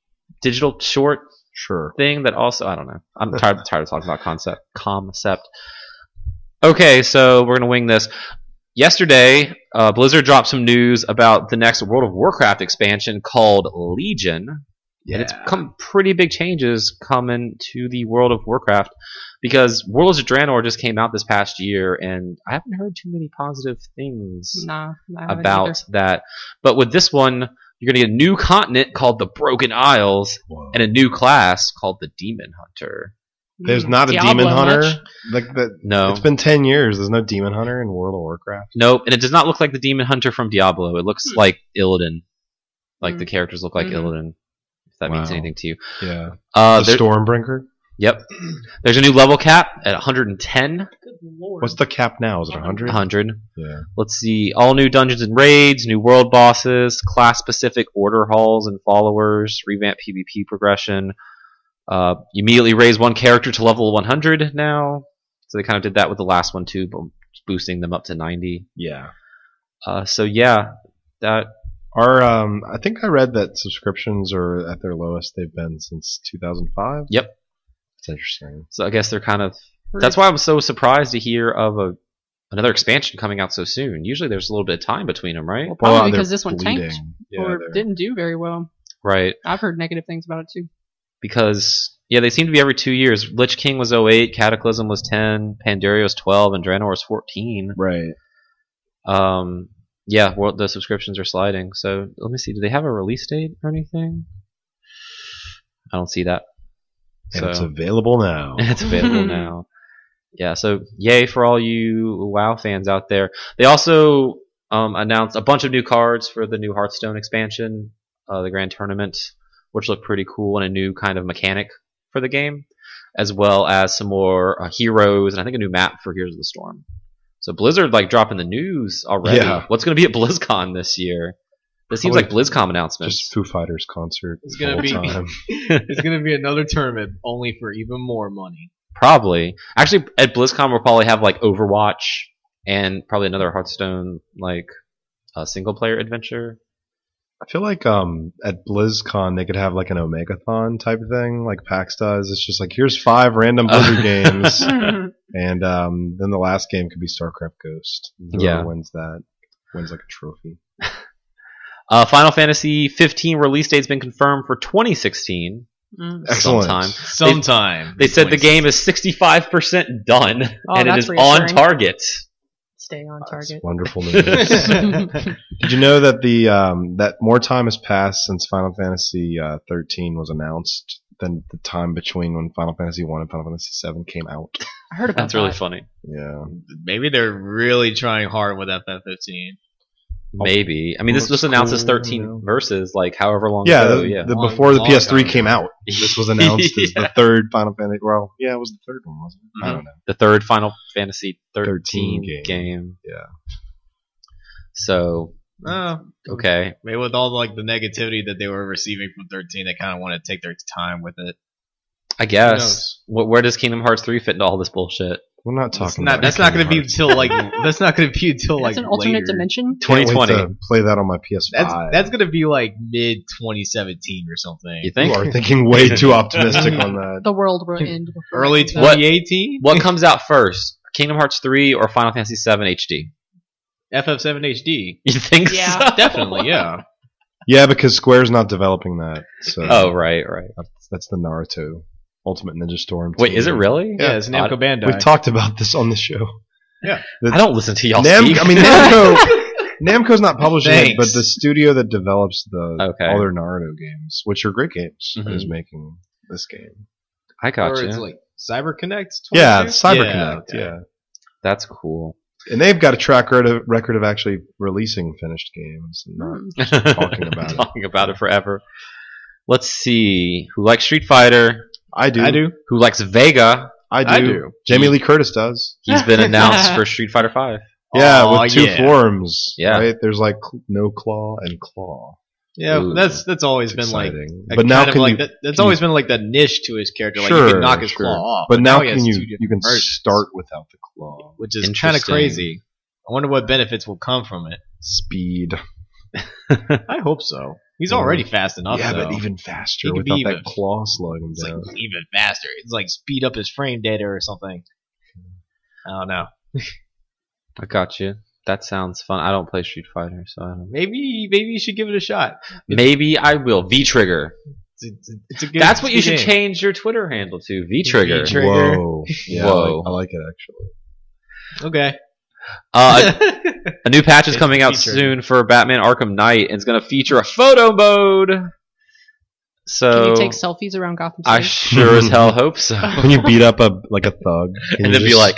Speaker 1: digital short
Speaker 2: Sure.
Speaker 1: thing that also I don't know. I'm tired tired of talking about concept concept. Okay, so we're gonna wing this. Yesterday, uh, Blizzard dropped some news about the next World of Warcraft expansion called Legion. And it's come pretty big changes coming to the World of Warcraft because Worlds of Draenor just came out this past year, and I haven't heard too many positive things
Speaker 3: Nah, I haven't
Speaker 1: about
Speaker 3: either.
Speaker 1: that. But with this one, you're going to get a new continent called the Broken Isles,
Speaker 2: Whoa.
Speaker 1: and a new class called the Demon Hunter.
Speaker 2: There's
Speaker 3: Mm,
Speaker 2: not a
Speaker 3: Diablo
Speaker 2: demon hunter.
Speaker 3: much?
Speaker 2: Like that.
Speaker 1: No,
Speaker 2: It's been ten years. There's no demon hunter in World of Warcraft.
Speaker 1: nope, and it does not look like the Demon Hunter from Diablo. It looks
Speaker 3: Hmm.
Speaker 1: like Illidan, like the
Speaker 3: Hmm.
Speaker 1: characters look like
Speaker 3: Mhm.
Speaker 1: Illidan. If that means
Speaker 2: Wow.
Speaker 1: anything to you,
Speaker 2: Yeah.
Speaker 1: uh,
Speaker 2: the
Speaker 1: there-
Speaker 2: Stormbringer.
Speaker 1: yep. There's a new level cap at 110,
Speaker 3: Good lord.
Speaker 2: What's the cap now? Is it hundred?
Speaker 1: 100.
Speaker 2: Yeah.
Speaker 1: Let's see, all new dungeons and raids, new world bosses, class-specific order halls and followers, revamp PvP progression. Uh, you immediately raise one character to level 100 now, so they kind of did that with the last one too, but boosting them up to 90.
Speaker 2: Yeah.
Speaker 1: Uh, so yeah, that
Speaker 2: Our um, I think I read that subscriptions are at their lowest they've been since 2005.
Speaker 1: Yep.
Speaker 2: It's interesting.
Speaker 1: so I guess they're kind of
Speaker 3: Heard-
Speaker 1: that's why I'm so surprised to hear of a another expansion coming out so soon. Usually there's a little bit of time between them, right?
Speaker 3: Well, probably
Speaker 2: they're
Speaker 3: Oh, because this one
Speaker 2: bleeding.
Speaker 3: tanked
Speaker 2: Yeah,
Speaker 3: or
Speaker 2: they're-
Speaker 3: didn't do very well.
Speaker 1: Right.
Speaker 3: I've heard negative things about it too.
Speaker 1: Because yeah, they seem to be every two years. Lich King was 08, Cataclysm was 10, Pandaria was 12, and Draenor was 14.
Speaker 2: right.
Speaker 1: Um, yeah, well, the subscriptions are sliding. So let me see. Do they have a release date or anything? I don't see that.
Speaker 2: And
Speaker 1: so
Speaker 2: it's available now.
Speaker 1: it's available now. Yeah, so yay for all you WoW fans out there. They also um, announced a bunch of new cards for the new Hearthstone expansion, uh, the Grand Tournament, which look pretty cool and a new kind of mechanic for the game, as well as some more uh, heroes and I think a new map for Heroes of the Storm. So Blizzard like dropping the news already.
Speaker 2: Yeah.
Speaker 1: What's going to be at BlizzCon this year? This seems like
Speaker 2: Probably
Speaker 1: BlizzCon announcements.
Speaker 2: Just Foo Fighters concert.
Speaker 4: It's gonna
Speaker 2: full
Speaker 4: be-
Speaker 2: time.
Speaker 4: it's gonna be another tournament only for even more money.
Speaker 1: Probably. Actually, at BlizzCon, we'll probably have like Overwatch and probably another Hearthstone like uh, single player adventure.
Speaker 2: I feel like um at BlizzCon they could have like an Omegathon type thing, like PAX does. It's just like here's five random
Speaker 1: Oh.
Speaker 2: Blizzard games, and um then the last game could be StarCraft Ghost. Whoever
Speaker 1: Yeah.
Speaker 2: wins that wins like a trophy.
Speaker 1: Uh, Final Fantasy 15 release date's been confirmed for 2016.
Speaker 3: Mm.
Speaker 2: Excellent.
Speaker 1: Sometime.
Speaker 4: Sometime
Speaker 1: They said the game is 65% done
Speaker 3: Oh,
Speaker 1: and it
Speaker 3: that's
Speaker 1: is on
Speaker 3: reassuring.
Speaker 1: target.
Speaker 3: Stay on
Speaker 2: That's
Speaker 3: target.
Speaker 2: wonderful news. Did you know that the um, that more time has passed since Final Fantasy uh, 13 was announced than the time between when Final Fantasy 1 and Final Fantasy 7 came out?
Speaker 3: I heard about
Speaker 1: That's really
Speaker 3: that.
Speaker 1: funny.
Speaker 2: Yeah,
Speaker 4: Maybe they're really trying hard with FF15.
Speaker 1: Maybe. I mean, this was
Speaker 2: Looks
Speaker 1: announced as
Speaker 2: cool,
Speaker 1: 13
Speaker 2: you know.
Speaker 1: verses, like however long
Speaker 2: yeah.
Speaker 1: ago.
Speaker 2: the,
Speaker 1: yeah.
Speaker 2: the-
Speaker 4: Long-
Speaker 2: before the
Speaker 4: long
Speaker 2: PS3
Speaker 4: time.
Speaker 2: came out, this was announced as the third Final Fantasy. Well, yeah, it was the third one, wasn't it? I don't know.
Speaker 1: the third Final Fantasy 13,
Speaker 2: 13
Speaker 1: game.
Speaker 2: game. Yeah.
Speaker 1: So,
Speaker 4: Oh,
Speaker 1: okay.
Speaker 4: maybe with all like the negativity that they were receiving from 13, they kind of want to take their time with it.
Speaker 1: I
Speaker 4: Who
Speaker 1: guess.
Speaker 4: knows?
Speaker 1: Wh- where does Kingdom Hearts 3 fit into all this bullshit?
Speaker 2: We're not
Speaker 4: That's
Speaker 2: talking.
Speaker 4: not,
Speaker 2: about
Speaker 4: that's not going to
Speaker 2: Kingdom
Speaker 4: be
Speaker 2: Hearts.
Speaker 4: until like that's not going to be until like
Speaker 3: That's an alternate
Speaker 4: later.
Speaker 3: dimension.
Speaker 2: Can't wait
Speaker 4: uh,
Speaker 1: 2020.
Speaker 2: to play that on my PS5.
Speaker 4: That's that's going to be like mid 2017 or something.
Speaker 1: You
Speaker 2: you
Speaker 1: think?
Speaker 2: are thinking way too optimistic on that.
Speaker 3: The world will end before
Speaker 4: Early
Speaker 3: it does.
Speaker 4: 2018,
Speaker 1: what comes out first? Kingdom Hearts 3 or Final Fantasy 7 HD?
Speaker 4: FF7 HD,
Speaker 1: You think
Speaker 3: Yeah.
Speaker 1: so?
Speaker 4: definitely, yeah.
Speaker 2: Yeah, because Square's not developing that. So
Speaker 1: Oh, right, right.
Speaker 2: that's, that's the Naruto Ultimate Ninja Storm.
Speaker 1: Wait,
Speaker 2: team.
Speaker 1: is it really?
Speaker 4: Yeah, it's
Speaker 1: Odd.
Speaker 4: Namco Bandai.
Speaker 2: We've talked about this on the show.
Speaker 1: I don't listen to y'all
Speaker 2: Nam-
Speaker 1: speak.
Speaker 2: I mean, Namco. Namco's not publishing it,
Speaker 4: Thanks.
Speaker 2: but the studio that develops the
Speaker 1: Okay.
Speaker 2: all their Naruto games, which are great games,
Speaker 4: Mm-hmm.
Speaker 1: Mhm.
Speaker 2: is making this game.
Speaker 1: I
Speaker 4: Or
Speaker 1: gotcha.
Speaker 4: it's like CyberConnect.
Speaker 2: Yeah,
Speaker 4: 22?
Speaker 2: it's CyberConnect. Yeah,
Speaker 4: okay.
Speaker 1: That's cool.
Speaker 2: and they've got a track record of, record of actually releasing finished games. And
Speaker 4: Hmm.
Speaker 2: not,
Speaker 3: Mm.
Speaker 1: Talking
Speaker 2: about it.
Speaker 1: Talking about it forever. Let's see. Who likes Street Fighter?
Speaker 2: I do,
Speaker 4: I do.
Speaker 1: Who likes Vega?
Speaker 2: I do,
Speaker 4: I do.
Speaker 2: Jamie Lee Curtis does.
Speaker 1: He's been announced for Street Fighter 5.
Speaker 2: Yeah,
Speaker 4: Aw,
Speaker 2: with two
Speaker 4: yeah.
Speaker 2: forms.
Speaker 1: Yeah.
Speaker 2: right? there's like cl- no claw and claw.
Speaker 4: Yeah,
Speaker 1: Ooh.
Speaker 4: that's that's always
Speaker 2: It's
Speaker 4: been like
Speaker 2: exciting.
Speaker 4: a
Speaker 2: but now
Speaker 4: kind of
Speaker 2: can
Speaker 4: like
Speaker 2: you?
Speaker 4: that, that's
Speaker 2: can
Speaker 4: always been like the niche to his character. Like you
Speaker 2: Sure,
Speaker 4: can knock his
Speaker 2: sure.
Speaker 4: claw off,
Speaker 2: but now
Speaker 4: he has
Speaker 2: can
Speaker 4: two
Speaker 2: you?
Speaker 4: different
Speaker 2: You can
Speaker 4: versions,
Speaker 2: start without the claw.
Speaker 4: which is kind of
Speaker 1: Interesting.
Speaker 4: crazy. I wonder what benefits will come from it.
Speaker 2: Speed.
Speaker 4: I hope so. He's
Speaker 2: Yeah.
Speaker 4: already fast enough.
Speaker 2: yeah, but
Speaker 4: though.
Speaker 2: even faster
Speaker 4: He could be
Speaker 2: without that
Speaker 4: even-
Speaker 2: claw slowing him
Speaker 4: it's like
Speaker 2: down.
Speaker 4: even faster. It's like speed up his frame data or something. I don't know.
Speaker 1: I got you. That sounds fun. I don't play Street Fighter, so I don't.
Speaker 4: Maybe maybe you should give it a shot.
Speaker 1: Maybe I will. V Trigger.
Speaker 4: It's, it's, it's a good.
Speaker 1: That's what you should
Speaker 4: game.
Speaker 1: change your Twitter handle to. V Trigger.
Speaker 4: V-Trigger. trigger.
Speaker 2: Whoa, yeah,
Speaker 1: Whoa.
Speaker 2: I, like, I like it actually.
Speaker 4: Okay.
Speaker 1: Uh, a new patch is
Speaker 4: It's
Speaker 1: coming out
Speaker 4: featured.
Speaker 1: soon for Batman Arkham Knight, and it's going to feature a photo mode.
Speaker 3: Can
Speaker 1: So
Speaker 3: you take selfies around Gotham City?
Speaker 1: I sure as hell hope so.
Speaker 2: When you beat up a like a thug, can
Speaker 1: and
Speaker 2: you
Speaker 1: then be
Speaker 2: just-
Speaker 1: like,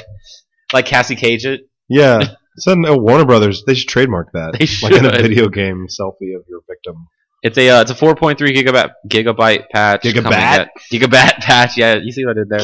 Speaker 1: like Cassie Cage it.
Speaker 2: yeah. Sudden, oh, Warner Brothers, they should trademark that.
Speaker 1: They
Speaker 2: Like in a
Speaker 1: should.
Speaker 2: video game selfie of your victim.
Speaker 1: It's a uh, it's a 4.3 gigabyte gigabyte patch.
Speaker 2: Gigabat?
Speaker 1: coming at- gigabat patch. Yeah, you see what I did there.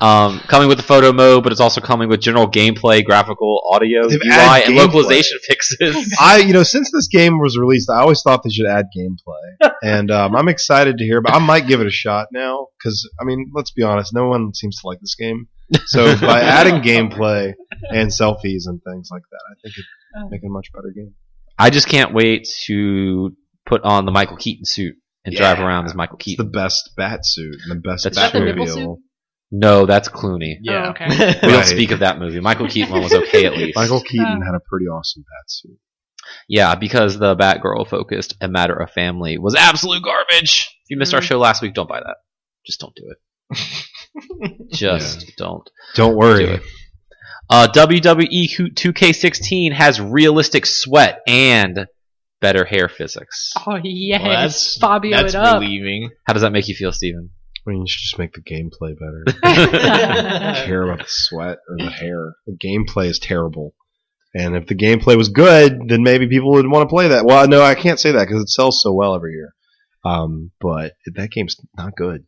Speaker 1: Um, coming with the photo mode, but it's also coming with general gameplay, graphical, audio,
Speaker 2: They've
Speaker 1: UI,
Speaker 2: added
Speaker 1: and
Speaker 2: gameplay.
Speaker 1: localization fixes.
Speaker 2: I, you know, since this game was released, I always thought they should add gameplay, and um, I'm excited to hear. But I might give it a shot now because, I mean, let's be honest, no one seems to like this game. So by adding gameplay and selfies and things like that, I think
Speaker 1: Oh.
Speaker 2: it'd make it a much better game.
Speaker 1: I just can't wait to put on the Michael Keaton suit and drive
Speaker 4: Yeah.
Speaker 1: around as Michael
Speaker 2: It's the
Speaker 1: Keaton.
Speaker 2: best bat suit and the best
Speaker 1: That's
Speaker 2: bat
Speaker 1: true. Is
Speaker 3: that the nipple
Speaker 2: reveal.
Speaker 1: No, that's Clooney.
Speaker 4: Yeah.
Speaker 3: Oh, okay.
Speaker 1: We
Speaker 2: Right.
Speaker 1: don't speak of that movie. Michael Keaton one was okay at least.
Speaker 2: Michael Keaton had a pretty awesome bat suit.
Speaker 1: Yeah, because the Batgirl focused A Matter of Family was absolute garbage. If you missed our
Speaker 2: Mm.
Speaker 3: Mhm.
Speaker 1: show last week, don't buy that. Just don't do it. Just don't.
Speaker 2: Don't
Speaker 1: Do
Speaker 2: worry.
Speaker 1: it. Uh, WWE 2K16 has realistic sweat and better hair physics.
Speaker 3: Oh yes,
Speaker 4: Well, that's
Speaker 3: Fabio
Speaker 4: that's
Speaker 3: it up.
Speaker 4: relieving.
Speaker 1: How does that make you feel, Steven?
Speaker 2: I mean, you should just make the gameplay better. I don't care about the sweat or the hair. The gameplay is terrible. And if the gameplay was good, then maybe people would want to play that. Well, no, I can't say that because it sells so well every year. Um, but that game's not good.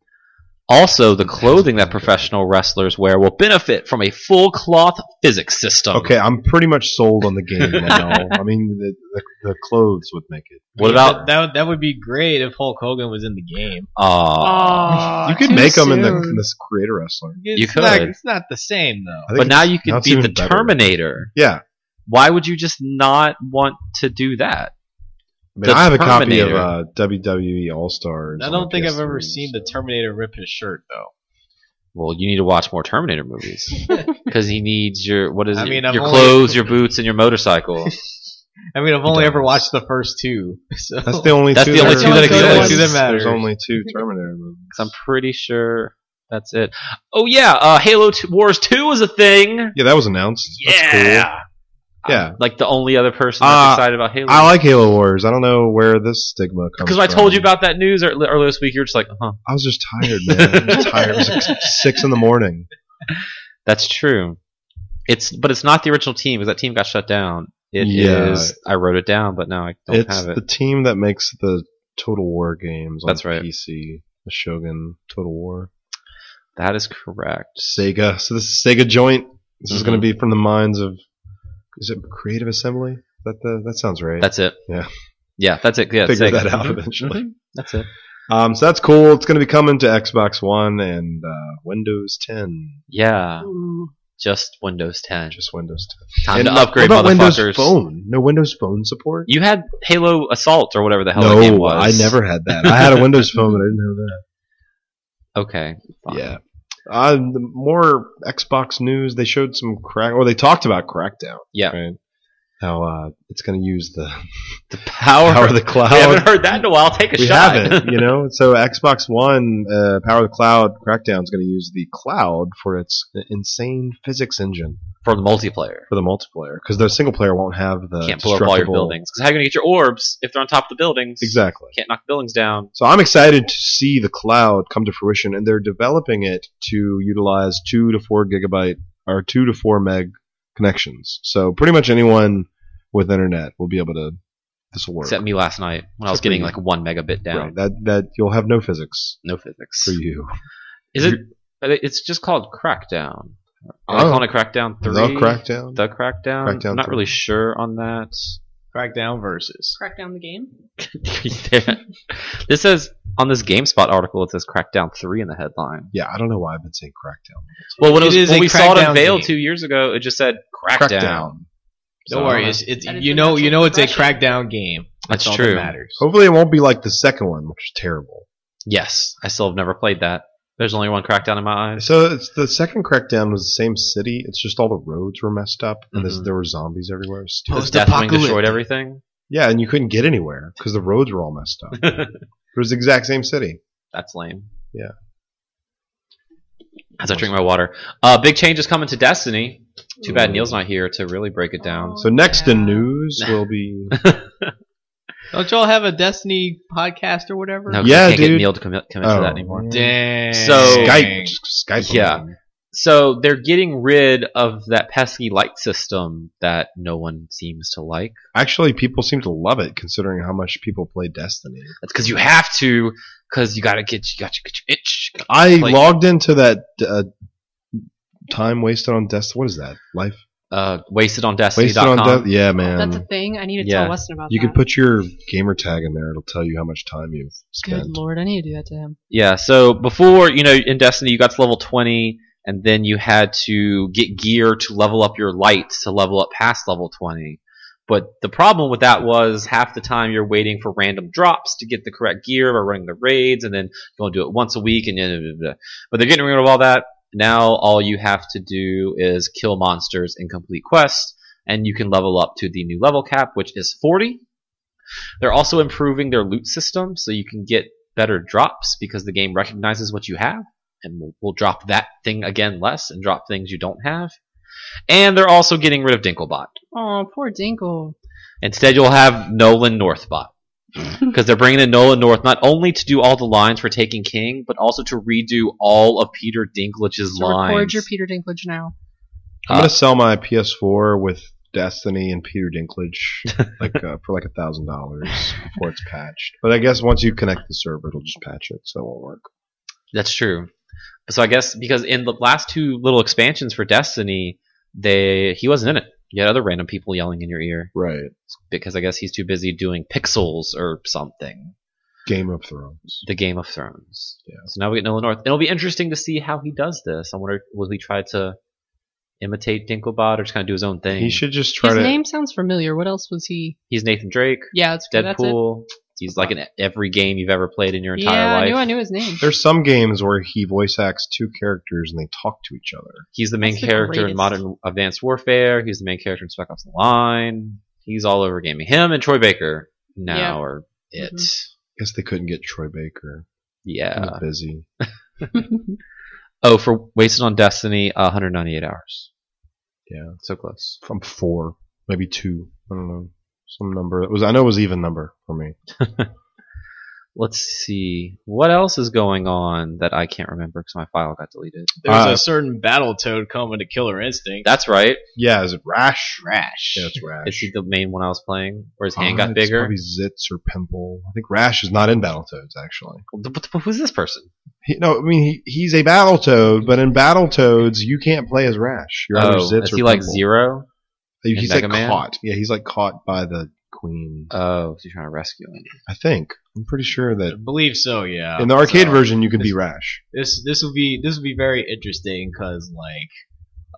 Speaker 1: Also, the clothing that professional wrestlers wear will benefit from a full cloth physics system.
Speaker 2: Okay, I'm pretty much sold on the game now. I mean, the, the, the clothes would make it.
Speaker 1: What
Speaker 4: Yeah,
Speaker 1: about-
Speaker 4: that, that? That would be great if Hulk Hogan was in the game.
Speaker 1: Aw.
Speaker 3: Aw,
Speaker 2: you could
Speaker 3: too
Speaker 2: make them in the,
Speaker 3: soon.
Speaker 2: in this creator wrestler.
Speaker 4: It's
Speaker 1: You
Speaker 4: Not,
Speaker 1: could.
Speaker 4: it's not the same though.
Speaker 2: I think
Speaker 1: but now
Speaker 2: it's-
Speaker 1: you
Speaker 2: now
Speaker 1: can
Speaker 2: it's
Speaker 1: be
Speaker 2: even
Speaker 1: the
Speaker 2: better.
Speaker 1: Terminator.
Speaker 2: Yeah,
Speaker 1: Why would you just not want to do that?
Speaker 2: I, mean, I have a copy of
Speaker 1: Terminator.
Speaker 2: uh, WWE All Stars.
Speaker 4: I don't think I've ever seen the Terminator rip his shirt though.
Speaker 1: Well, you need to watch more Terminator movies because he needs your what is
Speaker 4: I
Speaker 1: it?
Speaker 4: mean, I've
Speaker 1: your
Speaker 4: only-
Speaker 1: clothes, your boots, and your motorcycle.
Speaker 4: I mean, I've only
Speaker 2: does.
Speaker 4: ever watched the first two. So.
Speaker 2: That's the only.
Speaker 1: That's
Speaker 2: two
Speaker 1: the only
Speaker 2: are-
Speaker 3: two that
Speaker 2: there's
Speaker 3: exist.
Speaker 2: only-
Speaker 3: Two
Speaker 4: that matter.
Speaker 2: There's only two Terminator movies.
Speaker 1: 'Cause I'm pretty sure that's it. Oh yeah, uh, Halo 2, Wars Two is a thing.
Speaker 2: Yeah, that was announced. That's cool.
Speaker 1: Yeah,
Speaker 2: Yeah.
Speaker 1: like the only other person that's
Speaker 2: Uh,
Speaker 1: excited about Halo.
Speaker 2: I like Halo Wars. I don't know where this stigma comes
Speaker 1: because when I
Speaker 2: from.
Speaker 1: told you about that news ear- earlier this week, you were just like, huh,
Speaker 2: I was just tired, man. I was tired. It was like six in the morning.
Speaker 1: that's true. It's but it's not the original team because that team got shut down. It is.
Speaker 2: Yeah.
Speaker 1: I wrote it down, but now I don't
Speaker 2: it's
Speaker 1: have it.
Speaker 2: the team that makes the Total War games on
Speaker 1: That's right.
Speaker 2: PC. The Shogun Total War.
Speaker 1: that is correct.
Speaker 2: Sega. So this is Sega joint. This is
Speaker 1: Mhm.
Speaker 2: going to be from the minds of. Is it Creative Assembly? Is That the, that sounds right.
Speaker 1: That's it.
Speaker 2: Yeah.
Speaker 1: Yeah, that's it. Yeah,
Speaker 2: Figure
Speaker 1: Sega.
Speaker 2: that out
Speaker 1: Mhm.
Speaker 2: eventually.
Speaker 1: Mhm. That's it.
Speaker 2: Um, so that's cool. It's going to be coming to Xbox One and uh, Windows 10.
Speaker 1: Yeah,
Speaker 3: Ooh.
Speaker 1: just Windows 10.
Speaker 2: Just Windows 10.
Speaker 1: Time
Speaker 2: And
Speaker 1: to
Speaker 2: what
Speaker 1: upgrade,
Speaker 2: about
Speaker 1: motherfuckers.
Speaker 2: Windows Phone. No Windows Phone support.
Speaker 1: You had Halo Assault or whatever the hell
Speaker 2: no,
Speaker 1: that game was.
Speaker 2: I never had that. I had a Windows phone, but I didn't
Speaker 1: Okay. fine.
Speaker 2: have that. Yeah. Uh, the more Xbox news. They showed some crack, or they talked about Crackdown.
Speaker 1: Yeah.
Speaker 2: Right? How uh, it's going to use the
Speaker 1: The power.
Speaker 2: power of the
Speaker 1: I haven't
Speaker 2: cloud.
Speaker 1: heard that in a while. Take a
Speaker 2: We
Speaker 1: shot.
Speaker 2: haven't, you know. So Xbox One, uh, power of the cloud, Crackdown is going to use the cloud for its uh, insane physics engine
Speaker 1: For the multiplayer.
Speaker 2: for the multiplayer because the single player won't have the
Speaker 1: Can't blow up all your
Speaker 2: destructible-
Speaker 1: buildings. Because how are you going to get your orbs if they're on top of the buildings?
Speaker 2: Exactly.
Speaker 1: Can't knock buildings down.
Speaker 2: So I'm excited to see the cloud come to fruition, and they're developing it to utilize two to four gigabyte or two to four meg connections. So pretty much anyone with internet will be able to. This will work.
Speaker 1: Except me last night when I was
Speaker 2: Except for
Speaker 1: getting
Speaker 2: you.
Speaker 1: like one megabit down.
Speaker 2: Right, that that you'll have no physics
Speaker 1: No physics.
Speaker 2: for you.
Speaker 1: Is it? but it- It's just called Crackdown. Are
Speaker 2: Oh.
Speaker 1: they calling it Crackdown Three?
Speaker 2: The crackdown.
Speaker 1: The Crackdown.
Speaker 2: Crackdown
Speaker 1: I'm not
Speaker 2: three.
Speaker 1: really sure on that.
Speaker 4: Crackdown versus.
Speaker 3: Crack down the game.
Speaker 1: this says on this GameSpot article. It says Crackdown Three in the headline.
Speaker 2: yeah, I don't know why I've been saying crackdown.
Speaker 1: Well, when, it
Speaker 4: It
Speaker 1: was,
Speaker 4: is
Speaker 1: when
Speaker 4: a
Speaker 1: we saw it
Speaker 4: Crackdown
Speaker 1: unveiled
Speaker 4: game.
Speaker 1: two years ago, it just said Crackdown.
Speaker 4: Don't
Speaker 1: So,
Speaker 4: worry,
Speaker 1: uh,
Speaker 4: it's, it's
Speaker 3: That is
Speaker 4: you
Speaker 3: a
Speaker 4: know you
Speaker 3: natural
Speaker 4: know it's a
Speaker 3: progression.
Speaker 4: Crackdown game. That's,
Speaker 1: That's
Speaker 4: all
Speaker 1: true.
Speaker 4: that matters.
Speaker 2: Hopefully, it won't be like the second one, which is terrible.
Speaker 1: Yes, I still have never played that. There's only one Crackdown in my eyes.
Speaker 2: So it's the second crackdown was the same city. It's just all the roads were messed up, and this,
Speaker 1: Mhm.
Speaker 2: there were zombies everywhere. It was stupid.
Speaker 1: Because
Speaker 4: Post
Speaker 1: Deathwing destroyed
Speaker 4: apocalyptic.
Speaker 1: everything.
Speaker 2: Yeah, and you couldn't get anywhere because the roads were all messed up. It was the exact same city.
Speaker 1: That's lame.
Speaker 2: Yeah.
Speaker 1: As I drink my water, uh, big changes coming to Destiny. Too bad Neil's not here to really break it down.
Speaker 2: So next in
Speaker 3: Yeah.
Speaker 2: news will be
Speaker 4: Don't y'all have a Destiny podcast or whatever?
Speaker 1: No, 'cause
Speaker 2: Yeah,
Speaker 1: I can't get
Speaker 2: dude.
Speaker 1: Neil to commit, commit to
Speaker 2: Oh.
Speaker 1: that anymore.
Speaker 4: Dang.
Speaker 1: So-
Speaker 2: Skype. Skype.
Speaker 1: Oh, Yeah. So they're getting rid of that pesky light system that no one seems to like.
Speaker 2: Actually, people seem to love it considering how much people play Destiny.
Speaker 1: That's because you have to, because you gotta get you got you get your itch.
Speaker 2: I
Speaker 1: Like-
Speaker 2: logged into that uh, time wasted on Destiny. What is that? Life
Speaker 1: Uh, wasted on Destiny.
Speaker 2: wasted on Destiny. Yeah, man.
Speaker 3: Oh, That's a thing. I need to
Speaker 1: Yeah.
Speaker 3: tell Weston about
Speaker 2: you
Speaker 3: that.
Speaker 2: can put your gamer tag in there. It'll tell you how much time you've
Speaker 3: Good
Speaker 2: spent.
Speaker 3: lord, I need to do that to him.
Speaker 1: Yeah, so before, you know, in Destiny, you got to level 20, and then you had to get gear to level up your light to level up past level 20. But the problem with that was half the time you're waiting for random drops to get the correct gear by running the raids, and then you going to do it once a week, and then. But they're getting rid of all that. Now all you have to do is kill monsters and complete quests, and you can level up to the new level cap, which is 40. They're also improving their loot system, so you can get better drops because the game recognizes what you have and will, will drop that thing again less and drop things you don't have. And they're also getting rid of Dinklebot.
Speaker 3: Oh, poor Dinkle.
Speaker 1: Instead, you'll have Nolan Northbot. Because they're bringing in Nolan North not only to do all the lines for Taking King, but also to redo all of Peter Dinklage's
Speaker 3: So
Speaker 1: lines.
Speaker 3: record your Peter Dinklage now.
Speaker 2: I'm gonna sell my PS4 with Destiny and Peter Dinklage, like uh, for like a thousand dollars before it's patched. But I guess once you connect the server, it'll just patch it, so it won't work.
Speaker 1: That's true. So I guess because in the last two little expansions for Destiny, they he wasn't in it. You had other random people yelling in your ear
Speaker 2: Right.
Speaker 1: because I guess he's too busy doing pixels or something.
Speaker 2: Game of Thrones.
Speaker 1: The Game of Thrones.
Speaker 2: Yeah.
Speaker 1: So now we get Nolan North. It'll be interesting to see how he does this. I wonder will he try to imitate Dinklebot or just kind of do his own thing.
Speaker 2: He should just try
Speaker 3: His
Speaker 2: to.
Speaker 3: name sounds familiar. What else was he?
Speaker 1: He's Nathan Drake,
Speaker 3: Yeah, that's That's it.
Speaker 1: Deadpool. He's like in every game you've ever played in your entire
Speaker 3: yeah, I
Speaker 1: life.
Speaker 3: knew I knew his name.
Speaker 2: There's some games where he voice acts two characters and they talk to each other.
Speaker 1: He's the main
Speaker 3: That's the
Speaker 1: character in
Speaker 3: greatest.
Speaker 1: Modern Advanced Warfare. He's the main character in Spec Ops: The Line. He's all over gaming. Him and Troy Baker now
Speaker 3: Yeah. Mm-hmm.
Speaker 1: are it.
Speaker 2: guess they couldn't get Troy Baker. Kinda
Speaker 1: Yeah.
Speaker 2: busy.
Speaker 1: Oh, for wasted on Destiny, 198 hours.
Speaker 2: Yeah.
Speaker 1: So close.
Speaker 2: From four, maybe two. I don't know. Some number. It was I know it was even number for me.
Speaker 1: Let's see what else is going on that I can't remember because my file got deleted.
Speaker 4: There's
Speaker 2: Uh,
Speaker 4: a certain battle toad coming to Killer Instinct.
Speaker 1: That's right.
Speaker 2: Yeah, is it Rash?
Speaker 4: Rash.
Speaker 2: Yeah, it's
Speaker 1: Is
Speaker 2: Rash.
Speaker 1: he the main one I was playing, or his hand
Speaker 2: Uh,
Speaker 1: got
Speaker 2: it's
Speaker 1: bigger?
Speaker 2: Probably Zitz or Pimple. I think Rash is not in Battletoads actually.
Speaker 1: What the- Who's this person?
Speaker 2: He, no, I mean he, he's a Battletoad, but in Battletoads you can't play as Rash. You're either
Speaker 1: Oh,
Speaker 2: Zitz
Speaker 1: is
Speaker 2: or
Speaker 1: he like
Speaker 2: Pimple.
Speaker 1: zero?
Speaker 2: He's
Speaker 1: in
Speaker 2: like
Speaker 1: Mega Man?
Speaker 2: caught. Yeah, he's like caught by the queen.
Speaker 1: Oh, he's trying to rescue him.
Speaker 2: I think. I'm pretty sure
Speaker 4: I
Speaker 2: that
Speaker 4: believe so.
Speaker 1: Oh,
Speaker 4: Yeah.
Speaker 2: in the arcade
Speaker 4: So,
Speaker 2: version you can be
Speaker 4: This-
Speaker 2: Rash.
Speaker 4: this this will be this will be very interesting because like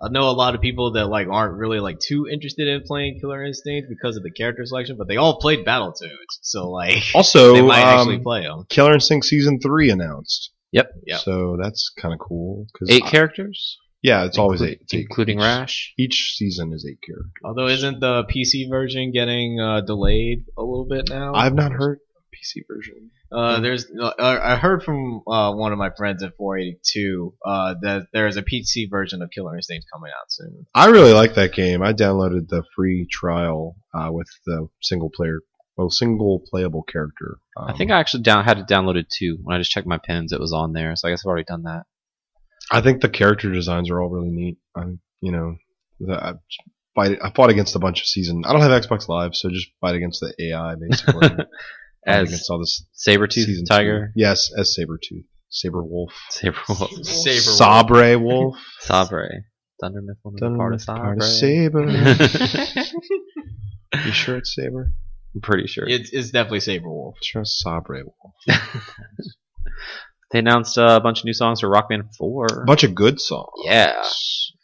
Speaker 4: I know a lot of people that like aren't really like too interested in playing Killer Instinct because of the character selection, but they all played Battletoads, so like
Speaker 2: Also,
Speaker 4: they might
Speaker 2: um,
Speaker 4: actually play them.
Speaker 2: Killer Instinct season three announced.
Speaker 1: Yep.
Speaker 4: Yep.
Speaker 2: So that's kind of cool. 'cause
Speaker 1: Eight
Speaker 2: I-
Speaker 1: characters,
Speaker 2: yeah, it's always
Speaker 1: Inclu-
Speaker 2: eight. It's eight.
Speaker 1: including
Speaker 2: Each-
Speaker 1: Rash.
Speaker 2: Each season is eight characters.
Speaker 4: Although isn't the PC version getting uh, delayed a little bit now?
Speaker 1: Oh,
Speaker 2: I've not heard PC version.
Speaker 4: Uh, there's uh, I I heard from uh, one of my friends at 482 uh, that there is a PC version of Killer Instinct coming out soon.
Speaker 2: I really like that game. I downloaded the free trial uh, with the single player, well, single playable character. Um,
Speaker 1: I think I actually down had it downloaded too. When I just checked my pins, it was on there. So I guess I've already done that.
Speaker 2: I think the character designs are all really neat. I, you know, the, I fight. I fought against a bunch of season. I don't have Xbox Live, so just fight against the AI basically. Fight
Speaker 1: As
Speaker 2: against all this
Speaker 1: Sabretooth
Speaker 2: two.
Speaker 1: Tiger,
Speaker 2: Yes, as Sabretooth. Saber Wolf.
Speaker 1: Saber Wolf,
Speaker 4: Saber
Speaker 2: Sabre Wolf.
Speaker 1: Sabre, Thunder Mifflin, and part of
Speaker 2: Part of
Speaker 1: Sabre.
Speaker 2: Saber. you sure it's Saber?
Speaker 1: I'm pretty sure
Speaker 4: It's, it's definitely Saber Wolf.
Speaker 2: Sure it's Sabre Wolf.
Speaker 1: they announced uh, a bunch of new songs for Rock Band Four.
Speaker 2: A bunch of good songs.
Speaker 1: yeah,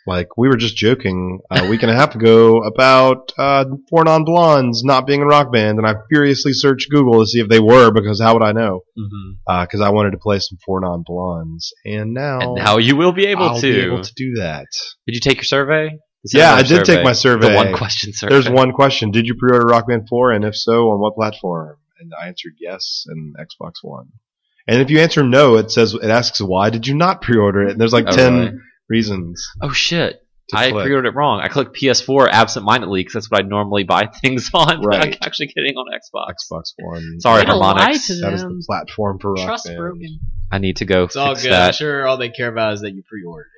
Speaker 2: Like we were just joking a week and a half ago about uh, Four Non Blondes not being in rock band, and I furiously searched Google to see if they were because how would I know? Because I wanted to play some Four Non Blondes, and now
Speaker 1: and now you will be able
Speaker 2: I'll
Speaker 1: to.
Speaker 2: be able to do that.
Speaker 1: Did you take your survey? They sent
Speaker 2: Yeah,
Speaker 1: out a
Speaker 2: I did take my survey.
Speaker 1: The one question survey.
Speaker 2: There's one question: Did you pre-order Rock Band 4, and if so, on what platform? And I answered yes, and Xbox One. And if you answer no, it says it asks why did you not pre-order it, and there's like
Speaker 1: Oh,
Speaker 2: ten
Speaker 1: really?
Speaker 2: reasons.
Speaker 1: Oh shit!
Speaker 2: To
Speaker 1: I
Speaker 2: click.
Speaker 1: pre-ordered it wrong. I clicked PS4 absentmindedly because that's what I normally buy things on. but I'm
Speaker 2: Right.
Speaker 1: actually getting on Xbox.
Speaker 2: Xbox One.
Speaker 1: Sorry,
Speaker 3: What a lie
Speaker 1: harmonics.
Speaker 3: to
Speaker 2: That is
Speaker 3: them.
Speaker 2: the platform for Rock
Speaker 3: Trust
Speaker 2: Band.
Speaker 3: broken.
Speaker 1: I need to go
Speaker 4: It's all
Speaker 1: fix
Speaker 4: good. I'm
Speaker 1: that,
Speaker 4: sure all they care about is that you pre-ordered.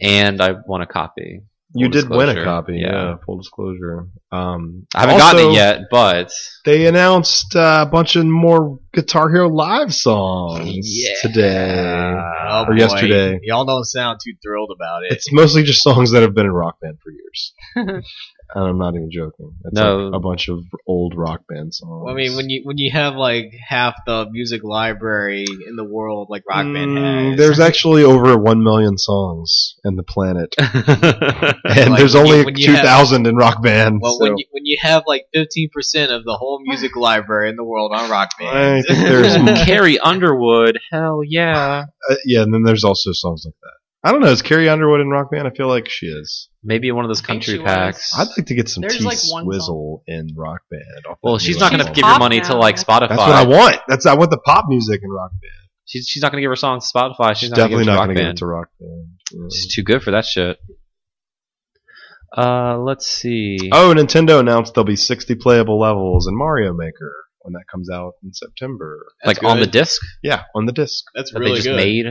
Speaker 1: and I want a copy.
Speaker 2: You
Speaker 1: Full
Speaker 2: did win a
Speaker 1: disclosure.
Speaker 2: copy. Yeah. full disclosure. Um,
Speaker 1: I haven't
Speaker 2: also,
Speaker 1: gotten it yet, but
Speaker 2: They announced uh, a bunch of more Guitar Hero live songs
Speaker 1: Yeah.
Speaker 2: today.
Speaker 4: Oh,
Speaker 2: Uh, or
Speaker 4: boy.
Speaker 2: yesterday.
Speaker 4: Y'all don't sound too thrilled about it.
Speaker 2: It's mostly just songs that have been in Rock Band for years. and I'm not even joking. It's
Speaker 1: No.
Speaker 2: like a bunch of old Rock Band songs.
Speaker 4: I mean, when you when you have like half the music library in the world, like Rock Band
Speaker 2: Mm,
Speaker 4: has,
Speaker 2: There's actually over 1 million songs in the planet. And
Speaker 4: Like,
Speaker 2: there's
Speaker 4: when you-
Speaker 2: only
Speaker 4: when you have-
Speaker 2: 2,000 in Rock Band.
Speaker 4: well,
Speaker 2: so.
Speaker 4: when you when you have like fifteen percent of the whole music library in the world on Rock
Speaker 2: I
Speaker 4: Band,
Speaker 2: think there's-
Speaker 1: Carrie Underwood, hell yeah!
Speaker 2: Uh, yeah, and then there's also songs like that. I don't know. Is Carrie Underwood in Rock Band? I feel like she is.
Speaker 1: Maybe in one of those
Speaker 3: I think
Speaker 1: country
Speaker 3: she was.
Speaker 1: packs.
Speaker 2: I'd like to get some
Speaker 3: There's,
Speaker 2: T
Speaker 3: like, one
Speaker 2: Swizzle in Rock Band. off
Speaker 1: well,
Speaker 2: that
Speaker 1: she's
Speaker 2: new
Speaker 1: not going to
Speaker 2: album.
Speaker 1: give your
Speaker 3: pop
Speaker 1: money to
Speaker 3: now.
Speaker 1: like Spotify.
Speaker 2: That's what I want. That's I want the pop music in Rock Band.
Speaker 1: She's, she's not going to give her songs to Spotify. She's
Speaker 2: She's
Speaker 1: not gonna give
Speaker 2: definitely
Speaker 1: it to
Speaker 2: not
Speaker 1: Rock
Speaker 2: going to give it
Speaker 1: Band.
Speaker 2: to Rock Band. Yeah.
Speaker 1: She's too good for that shit. Uh, let's see.
Speaker 2: Oh, Nintendo announced there'll be 60 playable levels in Mario Maker when that comes out in September.
Speaker 1: like
Speaker 4: That's
Speaker 1: on the
Speaker 4: good.
Speaker 1: disc
Speaker 2: Yeah, on the disc.
Speaker 4: That's
Speaker 1: that
Speaker 4: really
Speaker 1: they just
Speaker 4: good.
Speaker 1: made.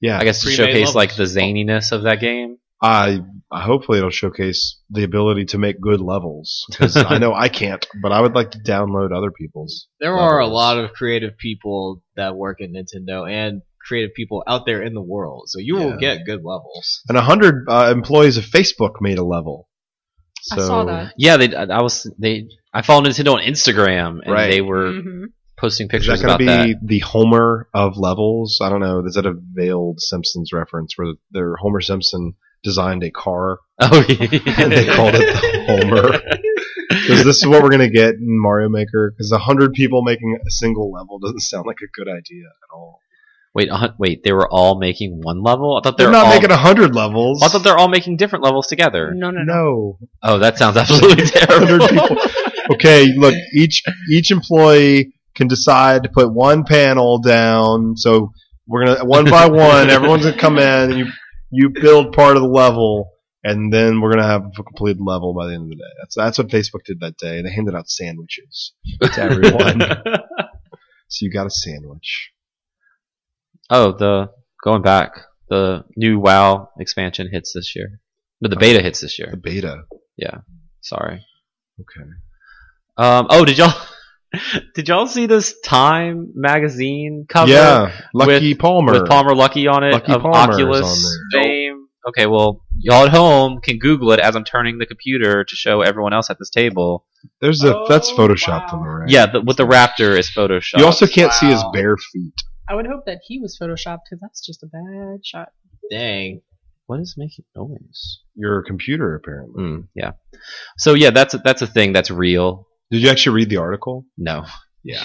Speaker 2: Yeah,
Speaker 1: I guess to
Speaker 4: Pre-made
Speaker 1: showcase like the
Speaker 4: levels.
Speaker 1: zaniness of that game.
Speaker 2: I, I hopefully it'll showcase the ability to make good levels because I know I can't, but I would like to download other people's.
Speaker 4: there are a
Speaker 2: levels.
Speaker 4: lot of creative people that work at Nintendo and creative people out there in the world. So you
Speaker 2: Yeah.
Speaker 4: will get good levels.
Speaker 2: And 100 uh, employees of Facebook made a level. So,
Speaker 3: I saw that.
Speaker 1: Yeah, they. I was they. I follow Nintendo on Instagram, and
Speaker 2: Right.
Speaker 1: they were
Speaker 4: Mm-hmm.
Speaker 3: hmm
Speaker 1: posting
Speaker 2: Is
Speaker 1: pictures
Speaker 2: that going
Speaker 1: about
Speaker 2: to be
Speaker 1: that.
Speaker 2: the Homer of levels? I don't know. Is that a veiled Simpsons reference where their Homer Simpson designed a car
Speaker 1: Oh,
Speaker 2: and they
Speaker 1: yeah.
Speaker 2: called it the Homer? Because this is what we're gonna get in Mario Maker. Because a hundred people making a single level doesn't sound like a good idea at all.
Speaker 1: wait, uh, wait. They were all making one level. I thought they
Speaker 2: They're,
Speaker 1: were
Speaker 2: not
Speaker 1: all,
Speaker 2: making a hundred levels.
Speaker 1: I thought they're all making different levels together.
Speaker 3: No, no, no.
Speaker 2: er. no.
Speaker 1: Oh, that sounds absolutely terrible.
Speaker 2: 100 people. Okay, look. Each each employee can decide to put one panel down. So we're gonna one by one. Everyone's gonna come in. And you you build part of the level, and then we're gonna have a complete level by the end of the day. That's that's what Facebook did that day. They handed out sandwiches to everyone. so you got a sandwich.
Speaker 1: oh, the going back. The new WoW expansion hits this year. No, the beta hits this
Speaker 2: The
Speaker 1: year.
Speaker 2: beta.
Speaker 1: Sorry.
Speaker 2: Okay.
Speaker 1: Um, oh, did y'all did y'all see this Time magazine cover?
Speaker 2: Yeah, Lucky Palmer.
Speaker 1: with Palmer Lucky on it
Speaker 2: Lucky
Speaker 1: of
Speaker 2: Palmer is
Speaker 1: Oculus
Speaker 2: on there.
Speaker 1: fame. Okay, well, y'all at home can Google it as I'm turning the computer to show everyone else at this table.
Speaker 2: There's a that's
Speaker 3: Oh,
Speaker 2: photoshopped
Speaker 3: wow.
Speaker 2: on the right.
Speaker 1: Yeah, the, with the raptor is photoshopped.
Speaker 2: You also can't see his
Speaker 4: Wow.
Speaker 2: bare feet.
Speaker 3: I would hope that he was photoshopped because that's just a bad shot.
Speaker 4: Dang.
Speaker 1: what is making noise?
Speaker 2: Your computer apparently.
Speaker 1: Mm, yeah. So yeah, that's a, that's a thing that's real.
Speaker 2: Did you actually read the article?
Speaker 1: No,
Speaker 2: Yeah.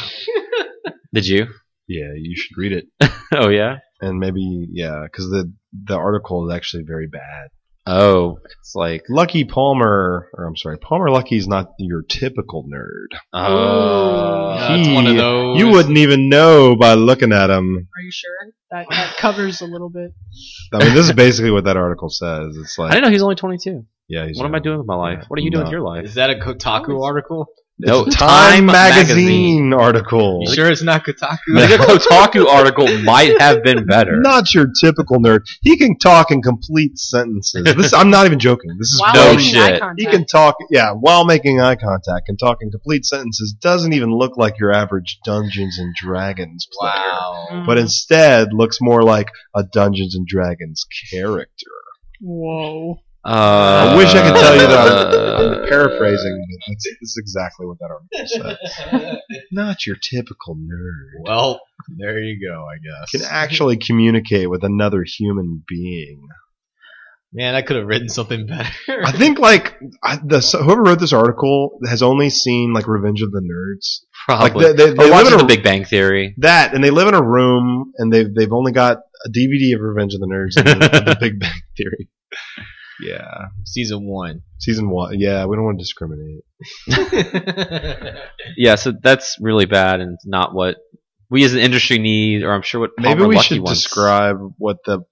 Speaker 1: did you?
Speaker 2: Yeah, you should read it.
Speaker 1: Oh yeah.
Speaker 2: And maybe yeah, because the the article is actually very bad.
Speaker 1: Oh, it's like
Speaker 2: Lucky Palmer, or I'm sorry, Palmer Lucky's not your typical nerd.
Speaker 1: oh,
Speaker 4: Yeah, Uh, it's one of
Speaker 2: He-
Speaker 4: those.
Speaker 2: You wouldn't even know by looking at him.
Speaker 3: Are you sure that that covers a little bit?
Speaker 2: I mean, this is basically what that article says. It's
Speaker 1: I
Speaker 2: like,
Speaker 1: didn't know he was only 22.
Speaker 2: yeah, he's
Speaker 1: What am I
Speaker 2: young.
Speaker 1: doing with my life?
Speaker 2: Yeah.
Speaker 1: What are you doing with
Speaker 2: No.
Speaker 1: your life?
Speaker 4: Is that a Kotaku article?
Speaker 1: No,
Speaker 2: It's a
Speaker 1: Time
Speaker 2: Time,
Speaker 1: magazine.
Speaker 2: magazine, article.
Speaker 4: You sure it's not Kotaku?
Speaker 1: I think a Kotaku article might have been better.
Speaker 2: Not your typical nerd. He can talk in complete sentences. This I'm not even joking. This is
Speaker 3: Wow,
Speaker 1: no
Speaker 3: I mean,
Speaker 2: bullshit.
Speaker 3: eye
Speaker 1: shit.
Speaker 3: contact.
Speaker 2: He can talk, yeah, while making eye contact and talk in complete sentences. Doesn't even look like your average Dungeons and Dragons player,
Speaker 4: wow.
Speaker 3: Mm.
Speaker 2: but instead looks more like a Dungeons and Dragons character.
Speaker 3: Whoa.
Speaker 1: Uh,
Speaker 2: I wish I could tell you that I'm,
Speaker 1: uh,
Speaker 2: I'm paraphrasing, but that's, that's exactly what that article said. Not your typical nerd.
Speaker 4: well, there you go, I
Speaker 2: Can
Speaker 4: guess.
Speaker 2: actually communicate with another human being.
Speaker 4: Man, I could have written something better.
Speaker 2: I think like I, the whoever wrote this article has only seen like Revenge of the Nerds. Like
Speaker 1: Probably.
Speaker 2: they,
Speaker 1: or
Speaker 2: they, they live in
Speaker 1: watching Oh, The
Speaker 2: a,
Speaker 1: Big Bang Theory.
Speaker 2: that, and they live in a room, and they've they've only got a DVD of Revenge of the Nerds and the, and the Big Bang Theory. Yeah,
Speaker 4: Season one.
Speaker 2: season one. Yeah, we don't want to discriminate.
Speaker 1: Yeah, so that's really bad and not what we as an industry need, or I'm sure what
Speaker 2: Maybe
Speaker 1: Palmer
Speaker 2: we
Speaker 1: Lucky
Speaker 2: should
Speaker 1: wants.
Speaker 2: describe what the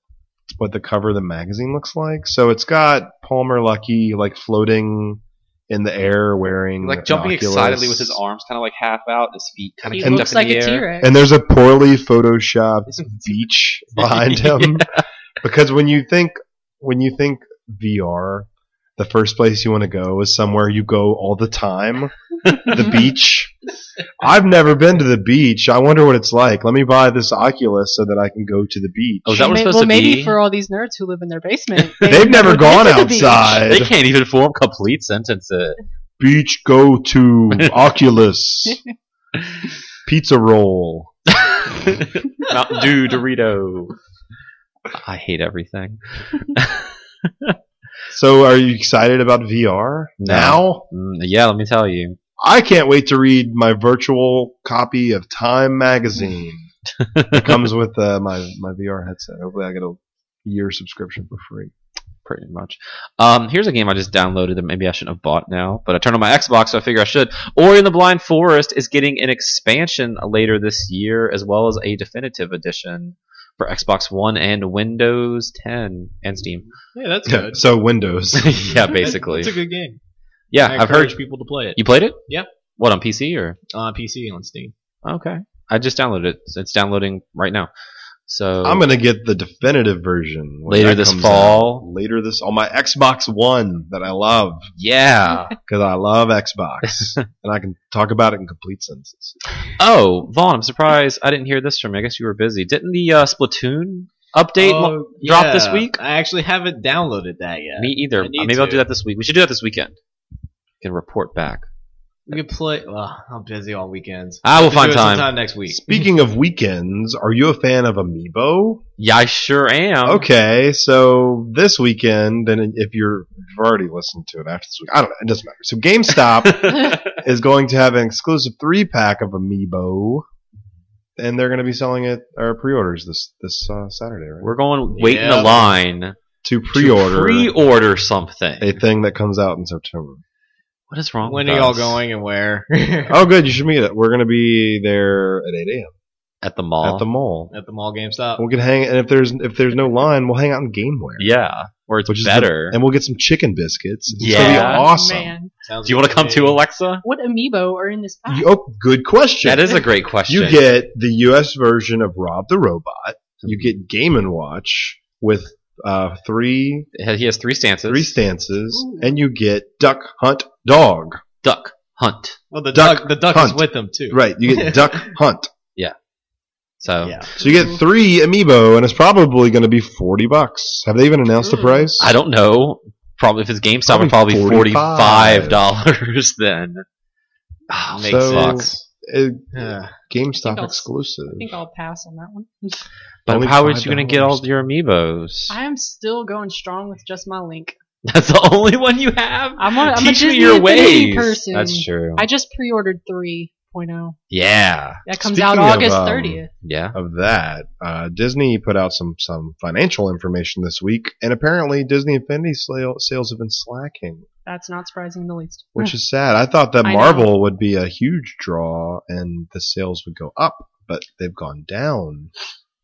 Speaker 2: what the cover of the magazine looks like. So it's got Palmer Lucky like floating in the air, wearing
Speaker 1: Like
Speaker 2: an
Speaker 1: jumping
Speaker 2: Oculus.
Speaker 1: excitedly with his arms kind of like half out, his feet kind of
Speaker 3: He
Speaker 1: kicked
Speaker 2: And-
Speaker 1: up
Speaker 3: looks
Speaker 1: in
Speaker 3: like
Speaker 1: the
Speaker 3: a
Speaker 1: air.
Speaker 3: T-Rex.
Speaker 2: and there's a poorly photoshopped beach behind him because when you think when you think VR the first place you want to go is somewhere you go all the time the beach I've never been to the beach I wonder what it's like let me buy this Oculus so that I can go to the beach
Speaker 1: Oh, is that what
Speaker 3: May-
Speaker 1: it's supposed
Speaker 3: well,
Speaker 1: to
Speaker 3: maybe
Speaker 1: be?
Speaker 3: for all these nerds who live in their basement,
Speaker 2: they've never gone
Speaker 3: been to the beach.
Speaker 2: outside
Speaker 1: They can't even form complete sentences.
Speaker 2: beach go to Oculus pizza roll
Speaker 1: Mountain Dew, Dorito. I hate everything.
Speaker 2: so are you excited about VR
Speaker 1: No.
Speaker 2: now
Speaker 1: Mm, yeah, let me tell you.
Speaker 2: I can't wait to read my virtual copy of Time magazine. it comes with uh, my my VR headset. Hopefully, I get a year subscription for free.
Speaker 1: pretty much. Um, here's a game I just downloaded that maybe I shouldn't have bought now, but I turned on my Xbox, so I figure I should. Ori and the Blind Forest is getting an expansion later this year, as well as a definitive edition for Xbox One and Windows 10 and Steam.
Speaker 4: Yeah, that's good.
Speaker 2: so Windows.
Speaker 1: yeah, basically.
Speaker 4: it's a good game.
Speaker 1: yeah,
Speaker 4: I
Speaker 1: I've heard.
Speaker 4: encourage people to play it
Speaker 1: You played it?
Speaker 4: Yeah.
Speaker 1: What on PC or?
Speaker 4: on PC on Steam.
Speaker 1: Okay, I just downloaded it. So It's downloading right now. So
Speaker 2: I'm gonna get the definitive version when
Speaker 1: Later
Speaker 2: that
Speaker 1: this
Speaker 2: comes
Speaker 1: fall.
Speaker 2: out. Later this on my Xbox One that I love
Speaker 1: yeah.
Speaker 2: because I love Xbox and I can talk about it in complete sentences.
Speaker 1: Oh, Vaughn, I'm surprised I didn't hear this from you. I guess you were busy. Didn't the uh, Splatoon update mo-
Speaker 4: Oh,
Speaker 1: drop
Speaker 4: yeah.
Speaker 1: this week?
Speaker 4: I actually haven't downloaded that yet.
Speaker 1: Me either.
Speaker 4: I
Speaker 1: Uh,
Speaker 4: need
Speaker 1: Maybe I'll
Speaker 4: to.
Speaker 1: do that this week. We should do that this weekend. Can report back.
Speaker 4: We can play. Well, I'm busy all weekends.
Speaker 1: I will
Speaker 4: We'll
Speaker 1: find
Speaker 4: do it
Speaker 1: time.
Speaker 4: sometime next week.
Speaker 2: Speaking of weekends, are you a fan of Amiibo?
Speaker 1: Yeah, I sure am.
Speaker 2: Okay, so this weekend, and if you're you've already listened to it after this week, I don't know, it doesn't matter. So GameStop is going to have an exclusive three pack of Amiibo, and they're going to be selling it or pre-orders this this uh, Saturday, right?
Speaker 1: We're going wait in
Speaker 4: Yeah.
Speaker 1: a line
Speaker 2: to pre-order
Speaker 1: pre order something.
Speaker 2: a thing that comes out in September.
Speaker 1: what is wrong?
Speaker 4: When
Speaker 1: with
Speaker 4: are y'all
Speaker 1: us?
Speaker 4: going and where?
Speaker 2: Oh, good, you should meet it. We're going to be there at 8 a.m.
Speaker 1: at the mall?
Speaker 2: at the mall.
Speaker 4: At the mall GameStop.
Speaker 2: We can hang, and if there's if there's no line, we'll hang out in GameWare.
Speaker 1: yeah, where it's
Speaker 2: Which is the-
Speaker 1: better.
Speaker 2: and we'll get some chicken biscuits. It's gonna be
Speaker 1: Yeah.
Speaker 2: awesome.
Speaker 3: Man.
Speaker 4: Sounds
Speaker 1: do you want to
Speaker 4: good
Speaker 1: come
Speaker 4: me.
Speaker 1: to Alexa?
Speaker 3: What amiibo are in this pack?
Speaker 2: You- oh, good question.
Speaker 1: That is a great question.
Speaker 2: You get the U.S. version of Rob the Robot. You
Speaker 1: Hmm.
Speaker 2: get Game and Watch with uh, three
Speaker 1: He has three stances.
Speaker 2: three stances,
Speaker 3: Ooh.
Speaker 2: and you get Duck Hunt Dog.
Speaker 1: Duck hunt.
Speaker 4: Well, the
Speaker 2: Duck
Speaker 4: duck. The duck
Speaker 2: Hunt.
Speaker 4: is with them too.
Speaker 2: Right, you get Duck Hunt.
Speaker 1: So
Speaker 4: Yeah.
Speaker 2: So
Speaker 3: Mm-hmm.
Speaker 2: you get three amiibo, and it's probably going to be forty bucks. Have they even announced the
Speaker 3: Ooh.
Speaker 2: price?
Speaker 1: I don't know. Probably if it's GameStop, it's probably
Speaker 2: Probably
Speaker 1: forty five dollars then. Ah,
Speaker 4: Makes
Speaker 2: So-
Speaker 4: sense.
Speaker 2: Uh,
Speaker 4: Yeah.
Speaker 3: I think
Speaker 2: GameStop
Speaker 3: I'll-
Speaker 2: exclusive.
Speaker 3: I think I'll pass on that one.
Speaker 1: But
Speaker 2: Only
Speaker 1: how is you going to get all
Speaker 2: $5.
Speaker 1: your amiibos?
Speaker 3: I am still going strong with just my Link.
Speaker 1: That's the only one you have.
Speaker 3: I'm a, I'm a
Speaker 1: Teach
Speaker 3: Disney
Speaker 1: me your
Speaker 3: Infinity
Speaker 1: ways.
Speaker 3: person.
Speaker 1: That's true.
Speaker 3: I just pre-ordered 3.0.
Speaker 1: yeah,
Speaker 3: That comes out
Speaker 2: Speaking of,
Speaker 3: August
Speaker 2: um,
Speaker 3: 30th.
Speaker 1: yeah.
Speaker 2: of that, uh, Disney put out some some financial information this week, and apparently Disney Infinity sale, sales have been slacking,
Speaker 3: That's not surprising in the least.
Speaker 2: which is sad. I thought that
Speaker 3: Hmm. I know.
Speaker 2: Marvel would be a huge draw and the sales would go up, but they've gone down.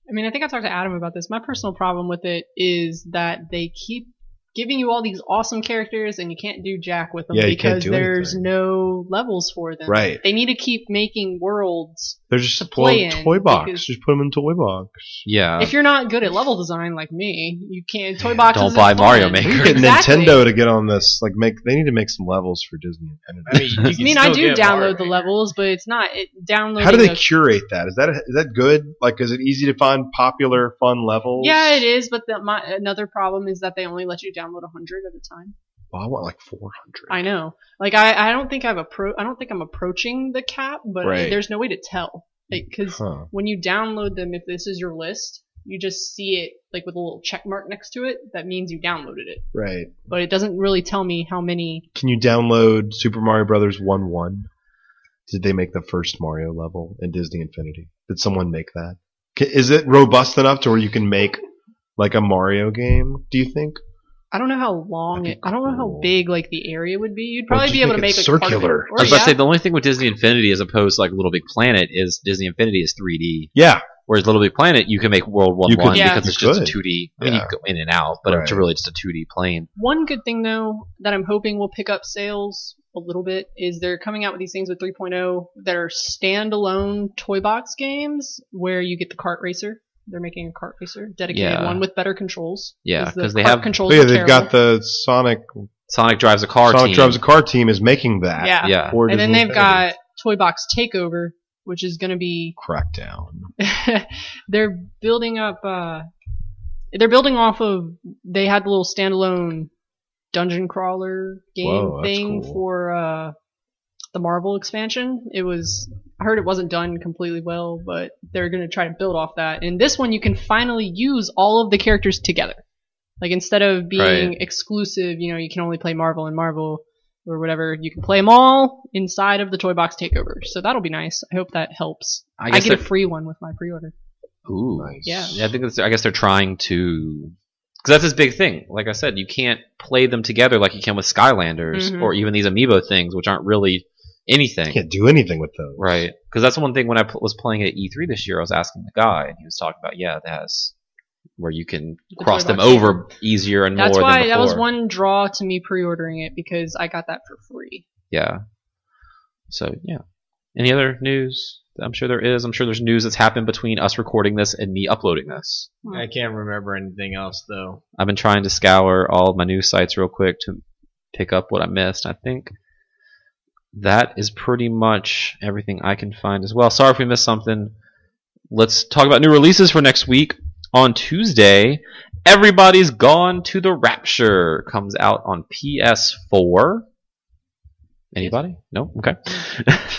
Speaker 3: I mean, I think I talked to Adam about this. My personal problem with it is that they keep giving you all these awesome characters and you can't do jack with them
Speaker 2: Yeah, you can't
Speaker 3: because
Speaker 2: do
Speaker 3: there's
Speaker 2: anything.
Speaker 3: no levels for them.
Speaker 2: Right?
Speaker 3: They need to keep making worlds.
Speaker 2: They're just
Speaker 3: To
Speaker 2: full of
Speaker 3: play in,
Speaker 2: toy box.
Speaker 3: because-
Speaker 2: just put them in toy box. Uh,
Speaker 1: Yeah.
Speaker 3: if you're not good at level design like me, you can't. Toy
Speaker 2: Don't
Speaker 3: boxes.
Speaker 1: Don't
Speaker 3: is
Speaker 1: buy
Speaker 3: fun.
Speaker 1: Mario
Speaker 2: We need
Speaker 1: Maker.
Speaker 2: to get
Speaker 3: Exactly.
Speaker 2: Nintendo to get on this. Like, make they need to make some levels for Disney Infinity.
Speaker 4: I mean, you
Speaker 3: I
Speaker 4: can
Speaker 3: mean, I
Speaker 4: still
Speaker 3: do
Speaker 4: get Mario
Speaker 3: download the
Speaker 4: Maker.
Speaker 3: levels, but it's not it, downloading.
Speaker 2: How do they
Speaker 3: a-
Speaker 2: curate that? Is that is that good? Like, is it easy to find popular, fun levels?
Speaker 3: yeah, it is, but the, my, another problem is that they only let you download 100 at a time.
Speaker 2: Well, I want like four hundred.
Speaker 3: I know. Like I, I don't think I've appro- I don't think I'm approaching the cap, but
Speaker 2: Right.
Speaker 3: there's no way to tell because
Speaker 2: Huh.
Speaker 3: when you download them, if this is your list, you just see it like with a little check mark next to it. That means you downloaded it,
Speaker 2: Right.
Speaker 3: but it doesn't really tell me how many.
Speaker 2: Can you download Super Mario Brothers one one? Did they make the first Mario level in Disney Infinity? Did someone make that? Ca- Is it robust enough to where you can make like a Mario game? Do you think?
Speaker 3: I don't know how long.
Speaker 2: That'd
Speaker 3: It,
Speaker 2: be
Speaker 3: I don't know how
Speaker 2: cool.
Speaker 3: big like the area would be. You'd
Speaker 2: Well,
Speaker 3: probably
Speaker 2: just
Speaker 3: be able to
Speaker 2: make
Speaker 3: make
Speaker 2: it
Speaker 3: like, part of it.
Speaker 2: circular.
Speaker 3: Or,
Speaker 1: I was about to
Speaker 3: yeah.
Speaker 1: say the only thing with Disney Infinity as opposed to like Little Big Planet is Disney Infinity is 3D.
Speaker 2: Yeah.
Speaker 1: Whereas Little Big Planet, you can make World One
Speaker 2: You could-
Speaker 1: One
Speaker 3: Yeah.
Speaker 1: because
Speaker 2: you
Speaker 1: it's just
Speaker 2: could.
Speaker 1: a 2D. I mean, you
Speaker 2: Yeah.
Speaker 1: can go in and out, but it's
Speaker 2: Right.
Speaker 1: really just a 2D plane.
Speaker 3: One good thing though that I'm hoping will pick up sales a little bit is they're coming out with these things with 3.0 that are standalone toy box games where you get the kart racer. They're making a kart racer dedicated
Speaker 1: Yeah.
Speaker 3: one with better controls.
Speaker 1: Yeah,
Speaker 3: 'cause the
Speaker 1: 'cause they
Speaker 3: kart
Speaker 1: have-
Speaker 3: controls.
Speaker 2: But yeah,
Speaker 3: are
Speaker 2: they've got
Speaker 3: terrible.
Speaker 2: the Sonic.
Speaker 1: Sonic drives a car.
Speaker 2: Sonic
Speaker 1: team.
Speaker 2: drives a car team is making that.
Speaker 3: yeah.
Speaker 1: Yeah.
Speaker 2: for
Speaker 3: And then
Speaker 2: Disney
Speaker 3: they've
Speaker 2: Infinity.
Speaker 3: got Toy Box Takeover, which is going to be
Speaker 2: Crackdown.
Speaker 3: they're building up uh they're building off of they had the little standalone dungeon crawler game
Speaker 2: Whoa, that's
Speaker 3: thing
Speaker 2: cool.
Speaker 3: for uh the Marvel expansion. It was I heard it wasn't done completely well, but they're going to try to build off that. And this one you can finally use all of the characters together. Like instead of being
Speaker 1: Right.
Speaker 3: exclusive, you know, you can only play Marvel and Marvel or whatever, you can play them all inside of the Toy Box Takeover. So that'll be nice. I hope that helps.
Speaker 1: I
Speaker 3: I,
Speaker 1: guess
Speaker 3: get a
Speaker 1: they're-
Speaker 3: free one with my pre-order.
Speaker 1: Ooh.
Speaker 2: Nice.
Speaker 3: Yeah.
Speaker 1: Yeah, I think it's, I guess they're trying to Because that's his big thing. Like I said, you can't play them together like you can with Skylanders
Speaker 3: Mhm.
Speaker 1: or even these amiibo things, which aren't really anything.
Speaker 2: Can't do anything with those.
Speaker 1: Right. Because that's one thing when I pl- was playing at E3 this year, I was asking the guy, and he was talking about, yeah, it has where you can
Speaker 3: play
Speaker 1: cross them
Speaker 3: boxing.
Speaker 1: over easier and
Speaker 3: That's
Speaker 1: more
Speaker 3: why
Speaker 1: than
Speaker 3: that
Speaker 1: before.
Speaker 3: was one draw to me pre-ordering it because I got that for free.
Speaker 1: Yeah. So, yeah. Any other news? I'm sure there is. I'm sure there's news that's happened between us recording this and me uploading this.
Speaker 4: I can't remember anything else though.
Speaker 1: I've been trying to scour all of my news sites real quick to pick up what I missed. I think that is pretty much everything I can find as well. Sorry if we missed something. Let's talk about new releases for next week. On Tuesday, Everybody's Gone to the Rapture comes out on PS4. Anybody? No? Okay.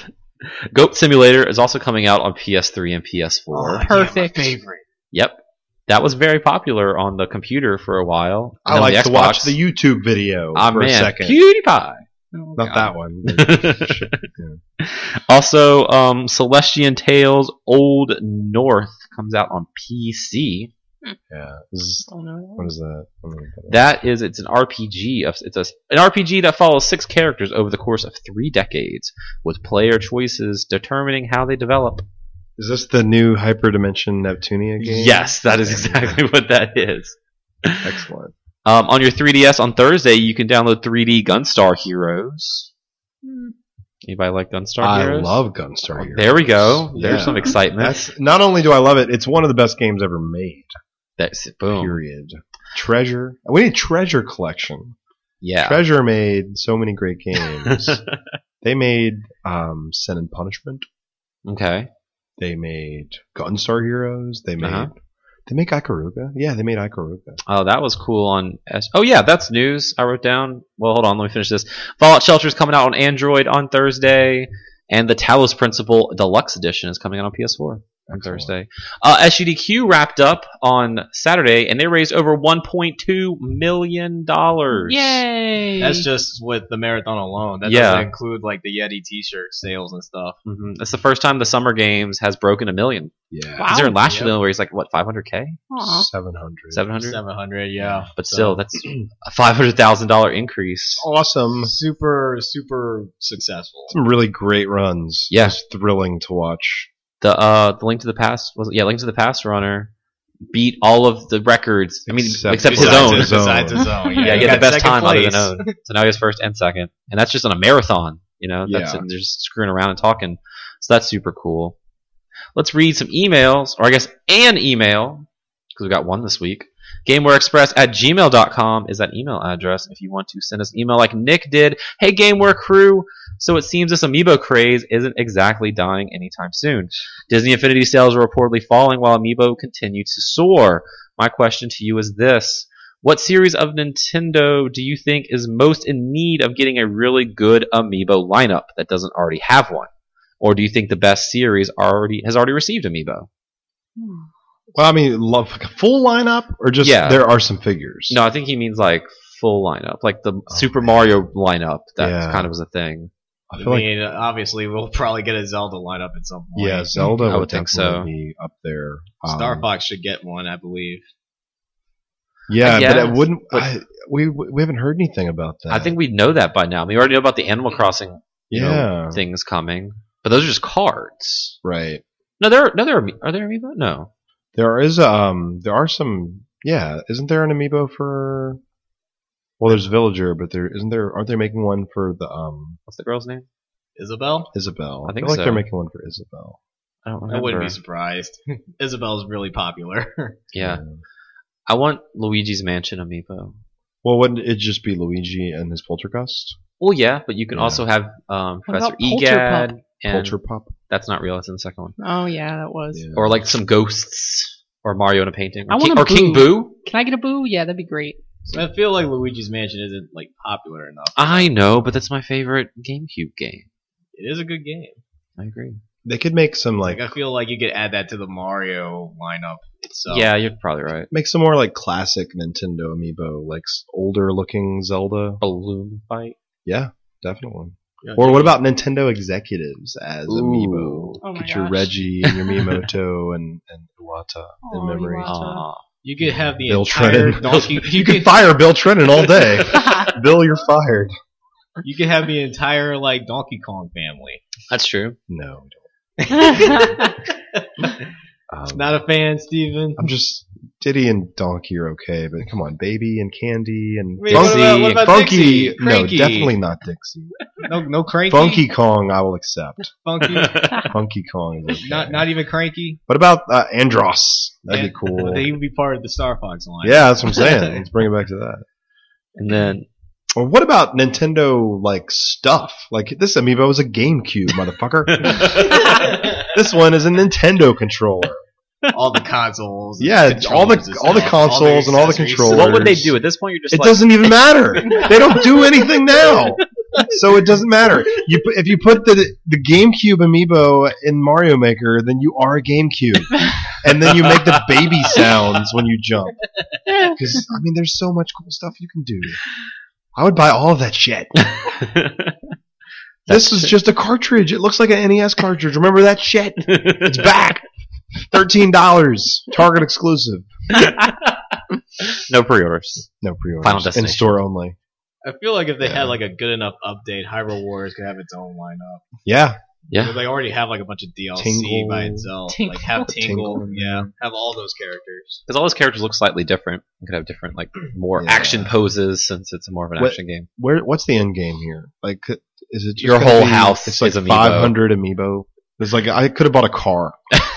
Speaker 1: Goat Simulator is also coming out on PS3 and PS4.
Speaker 3: Perfect.
Speaker 4: favorite.
Speaker 1: Yep. That was very popular on the computer for a while.
Speaker 2: I
Speaker 1: and on
Speaker 2: like to watch
Speaker 1: Xbox.
Speaker 2: the YouTube video
Speaker 1: Ah,
Speaker 2: for
Speaker 1: man.
Speaker 2: a second.
Speaker 1: PewDiePie.
Speaker 3: Oh,
Speaker 2: Not that one.
Speaker 1: also, um, Celestian Tales Old North comes out on PC.
Speaker 2: yeah. This is-
Speaker 3: Don't know.
Speaker 2: What is that? I don't know what that
Speaker 1: That is, it's an RPG. Of, it's a, an RPG that follows six characters over the course of three decades, with player choices determining how they develop.
Speaker 2: is. Is this the new Hyperdimension Neptunia game?
Speaker 1: Yes, that is exactly what that is.
Speaker 2: Excellent.
Speaker 1: Um, on your 3DS on Thursday, you can download 3D Gunstar Heroes.
Speaker 3: Hmm.
Speaker 1: Anybody like Gunstar
Speaker 2: I
Speaker 1: Heroes?
Speaker 2: love Gunstar Heroes.
Speaker 1: There we go. There's
Speaker 2: Yeah.
Speaker 1: some excitement.
Speaker 2: That's not only do I love it, it's one of the best games ever made.
Speaker 1: That's boom.
Speaker 2: Period. Treasure. We need treasure collection.
Speaker 1: Yeah.
Speaker 2: Treasure made so many great games. they made um, Sin and Punishment.
Speaker 1: Okay.
Speaker 2: They made Gunstar Heroes. They made
Speaker 1: Uh-huh.
Speaker 2: they make Ikaruga. Yeah, they made Ikaruga.
Speaker 1: Oh, that was cool on. S- oh yeah, that's news. I wrote down. Well, hold on. Let me finish this. Fallout Shelter is coming out on Android on Thursday, and the Talos Principle Deluxe Edition is coming out on PS4 on
Speaker 2: Excellent.
Speaker 1: Thursday. Uh, SUDQ wrapped up on Saturday, and they raised over 1.2 million dollars.
Speaker 3: Yay!
Speaker 4: That's just with the marathon alone. That
Speaker 1: Yeah.
Speaker 4: doesn't include like the Yeti T-shirt sales and stuff.
Speaker 1: hmm That's the first time the Summer Games has broken a million.
Speaker 2: Yeah.
Speaker 3: Wow.
Speaker 1: Is there last
Speaker 4: Yep.
Speaker 1: year where he's like what 500k,
Speaker 3: Aw.
Speaker 2: Seven hundred.
Speaker 1: 700?
Speaker 4: Seven hundred, yeah.
Speaker 1: But
Speaker 4: So,
Speaker 1: still, that's a five hundred thousand dollar increase.
Speaker 2: Awesome.
Speaker 4: super, super successful.
Speaker 2: Some really great runs.
Speaker 1: Yeah.
Speaker 2: Just thrilling to watch.
Speaker 1: The uh, the Link to the Past was it? yeah, Link to the Past runner beat all of the records. I mean,
Speaker 2: Except-
Speaker 1: except,
Speaker 2: That's
Speaker 1: his
Speaker 4: Besides
Speaker 1: own.
Speaker 4: his- besides his own,
Speaker 1: Yeah,
Speaker 4: he
Speaker 1: he had the
Speaker 4: got
Speaker 1: best
Speaker 4: second
Speaker 1: time
Speaker 4: place.
Speaker 1: other than own. So now he's first and second, and that's just on a marathon. You know, that's
Speaker 2: Yeah.
Speaker 1: and they're just screwing around and talking. So that's super cool. Let's read some emails, or I guess an email, because we got one this week. GamewareExpress at gmail.com is that email address if you want to send us an email like Nick did. Hey, Gameware crew. So it seems this amiibo craze isn't exactly dying anytime soon. Disney Infinity sales are reportedly falling while amiibo continue to soar. My question to you is this What series of Nintendo do you think is most in need of getting a really good amiibo lineup that doesn't already have one? Or do you think the best series already has already received amiibo?
Speaker 3: Hmm.
Speaker 2: Well, I mean, love like a full lineup or just
Speaker 1: Yeah.
Speaker 2: there are some figures.
Speaker 1: No, I think he means like full lineup, like the Super
Speaker 2: Oh, man.
Speaker 1: Mario lineup. That
Speaker 2: Yeah.
Speaker 1: kind of was a thing.
Speaker 2: I
Speaker 4: I
Speaker 2: feel like
Speaker 4: mean, obviously, we'll probably get a Zelda lineup at some point.
Speaker 2: yeah, Zelda
Speaker 1: I
Speaker 2: would,
Speaker 1: would think
Speaker 2: definitely
Speaker 1: so.
Speaker 2: be up there. Um,
Speaker 4: Star Fox should get one, I believe.
Speaker 2: Yeah,
Speaker 1: I
Speaker 2: but it
Speaker 1: guess,
Speaker 2: wouldn't.
Speaker 1: but-
Speaker 2: I, we we haven't heard anything about that.
Speaker 1: I think we know that by now. We already know about the Animal Crossing you
Speaker 2: Yeah.
Speaker 1: know, things coming, but those are just cards.
Speaker 2: right.
Speaker 1: No, there are no there are, are there amiibo? No,
Speaker 2: There is um. There are some. Yeah. Isn't there an amiibo for? Well, there's Villager, but there isn't there. Aren't they making one for the um
Speaker 1: what's the girl's name?
Speaker 4: Isabel?
Speaker 2: Isabel?
Speaker 1: I think
Speaker 2: feel like
Speaker 1: so.
Speaker 2: they're making one for Isabel.
Speaker 1: I don't remember.
Speaker 4: I wouldn't be surprised. Isabel's really popular.
Speaker 1: yeah, I want Luigi's Mansion amiibo.
Speaker 2: Well, wouldn't it just be Luigi and his Poltergust?
Speaker 1: Well, yeah, but you can
Speaker 2: Yeah.
Speaker 1: also have um,
Speaker 3: What
Speaker 1: Professor
Speaker 3: about
Speaker 1: Egad, and
Speaker 2: Polter Pop.
Speaker 1: that's not real. That's in the second one.
Speaker 3: Oh yeah, that was.
Speaker 2: Yeah.
Speaker 1: Or like some ghosts, or Mario in a painting, or,
Speaker 3: I
Speaker 1: King,
Speaker 3: want a
Speaker 1: or King
Speaker 3: Boo.
Speaker 1: Boo.
Speaker 3: Can I get a boo? Yeah, that'd be great.
Speaker 4: I feel like Luigi's Mansion isn't like popular enough.
Speaker 1: I know, but that's my favorite GameCube game.
Speaker 4: It is a good game.
Speaker 1: I agree.
Speaker 2: They could make some like
Speaker 4: Like I feel like you could add that to the Mario lineup itself.
Speaker 1: Yeah, you're probably right.
Speaker 2: make some more like classic Nintendo amiibo, like older looking Zelda.
Speaker 1: Balloon fight.
Speaker 2: Yeah, definitely.
Speaker 4: Yeah.
Speaker 2: Or what about Nintendo executives as
Speaker 1: Ooh.
Speaker 2: amiibo?
Speaker 3: Oh my
Speaker 2: Get your
Speaker 3: gosh.
Speaker 2: Reggie and your Miyamoto and, and Iwata
Speaker 3: Aw,
Speaker 2: in memory.
Speaker 3: Oh, Iwata.
Speaker 1: Aw.
Speaker 4: You could have the
Speaker 2: Bill
Speaker 4: entire
Speaker 2: Trennan.
Speaker 4: Donkey. You,
Speaker 2: You could
Speaker 4: could
Speaker 2: fire Bill Trennan all day. Bill, you're fired.
Speaker 4: you could have the entire like Donkey Kong family.
Speaker 1: That's true.
Speaker 2: No, we don't. Um,
Speaker 4: Not a fan, Steven.
Speaker 2: I'm just Diddy and Donkey are okay, but come on, Baby and Candy and
Speaker 4: I mean,
Speaker 1: what
Speaker 2: Funky.
Speaker 1: about- what
Speaker 4: about
Speaker 2: Funky,
Speaker 4: Dixie?
Speaker 2: no,
Speaker 4: Cranky.
Speaker 2: definitely not Dixie.
Speaker 4: No, no cranky.
Speaker 2: Funky Kong, I will accept.
Speaker 4: funky.
Speaker 2: Funky Kong is okay.
Speaker 4: Not not even cranky.
Speaker 2: what about uh, Andros? That'd
Speaker 4: Yeah.
Speaker 2: be cool.
Speaker 4: They would be part of the Star Fox line.
Speaker 2: yeah, that's what I'm saying. Let's bring it back to that.
Speaker 1: And then
Speaker 2: Or what about Nintendo like stuff? Like this amiibo is a GameCube, motherfucker. this one is a Nintendo controller.
Speaker 4: all the consoles. and
Speaker 2: Yeah, all the-
Speaker 4: controllers
Speaker 2: all the
Speaker 4: stuff,
Speaker 2: consoles and all the
Speaker 4: accessories.
Speaker 2: controllers.
Speaker 1: what would they do at this point? You're just
Speaker 2: It
Speaker 1: like,
Speaker 2: doesn't even matter. they don't do anything now, so it doesn't matter. You pu- if you put the the GameCube amiibo in Mario Maker, then you are a GameCube, and then you make the baby sounds when you jump.
Speaker 3: Oh,
Speaker 2: Because I mean, there's so much cool stuff you can do. I would buy all of that shit. this is just a cartridge. It looks like an NES cartridge. Remember that shit? It's back. Thirteen dollars, Target exclusive.
Speaker 1: no pre-orders.
Speaker 2: No pre-orders.
Speaker 1: Final
Speaker 2: in
Speaker 1: Destination.
Speaker 2: store only.
Speaker 4: I feel like if they
Speaker 2: Yeah.
Speaker 4: had like a good enough update, Hyrule Warriors could have its own lineup.
Speaker 2: Yeah,
Speaker 1: Yeah.
Speaker 4: They already have like a bunch of DLC
Speaker 2: Tingle.
Speaker 4: by itself. Like
Speaker 3: Tingle.
Speaker 4: have Tingle,
Speaker 2: Tingle.
Speaker 4: yeah, have all those characters.
Speaker 1: Because all those characters look slightly different. You could have different, like, more
Speaker 2: Yeah.
Speaker 1: action poses since it's more of an
Speaker 2: What-
Speaker 1: action game.
Speaker 2: where what's the end game here? Like, c- is it just
Speaker 1: Your
Speaker 2: gonna
Speaker 1: whole
Speaker 2: be-
Speaker 1: house
Speaker 2: It's like
Speaker 1: is amiibo.
Speaker 2: five hundred amiibo. It's like I could have bought a car.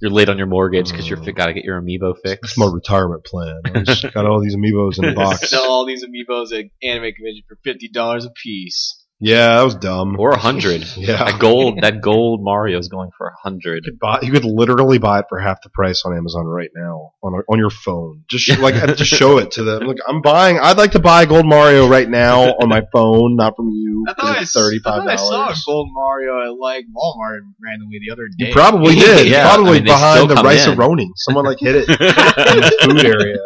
Speaker 1: you're late on your mortgage because you've
Speaker 2: Mm.
Speaker 1: got to get your amiibo
Speaker 2: That's
Speaker 1: fixed.
Speaker 2: my retirement plan. I just got all these amiibos in a box.
Speaker 4: Sell all these amiibos at anime convention for fifty dollars a piece.
Speaker 2: Yeah, that was dumb.
Speaker 1: or a hundred.
Speaker 2: yeah,
Speaker 1: That gold, that gold Mario's going for a hundred.
Speaker 2: you could, buy, you could literally buy it for half the price on Amazon right now on on your phone. Just sh- like just show it to them. Look, I'm buying. I'd like to buy Gold Mario right now on my phone, not from you.
Speaker 4: I
Speaker 2: because
Speaker 4: thought I,
Speaker 2: it's
Speaker 4: s- I
Speaker 2: thirty five
Speaker 4: thought I saw a
Speaker 2: dollars.
Speaker 4: Gold Mario at like Walmart randomly the other day.
Speaker 2: You probably did.
Speaker 1: Yeah, I
Speaker 2: probably
Speaker 1: mean, they still
Speaker 2: behind the
Speaker 1: come
Speaker 2: rice
Speaker 1: in.
Speaker 2: aroni. Someone like hit it. in the food area.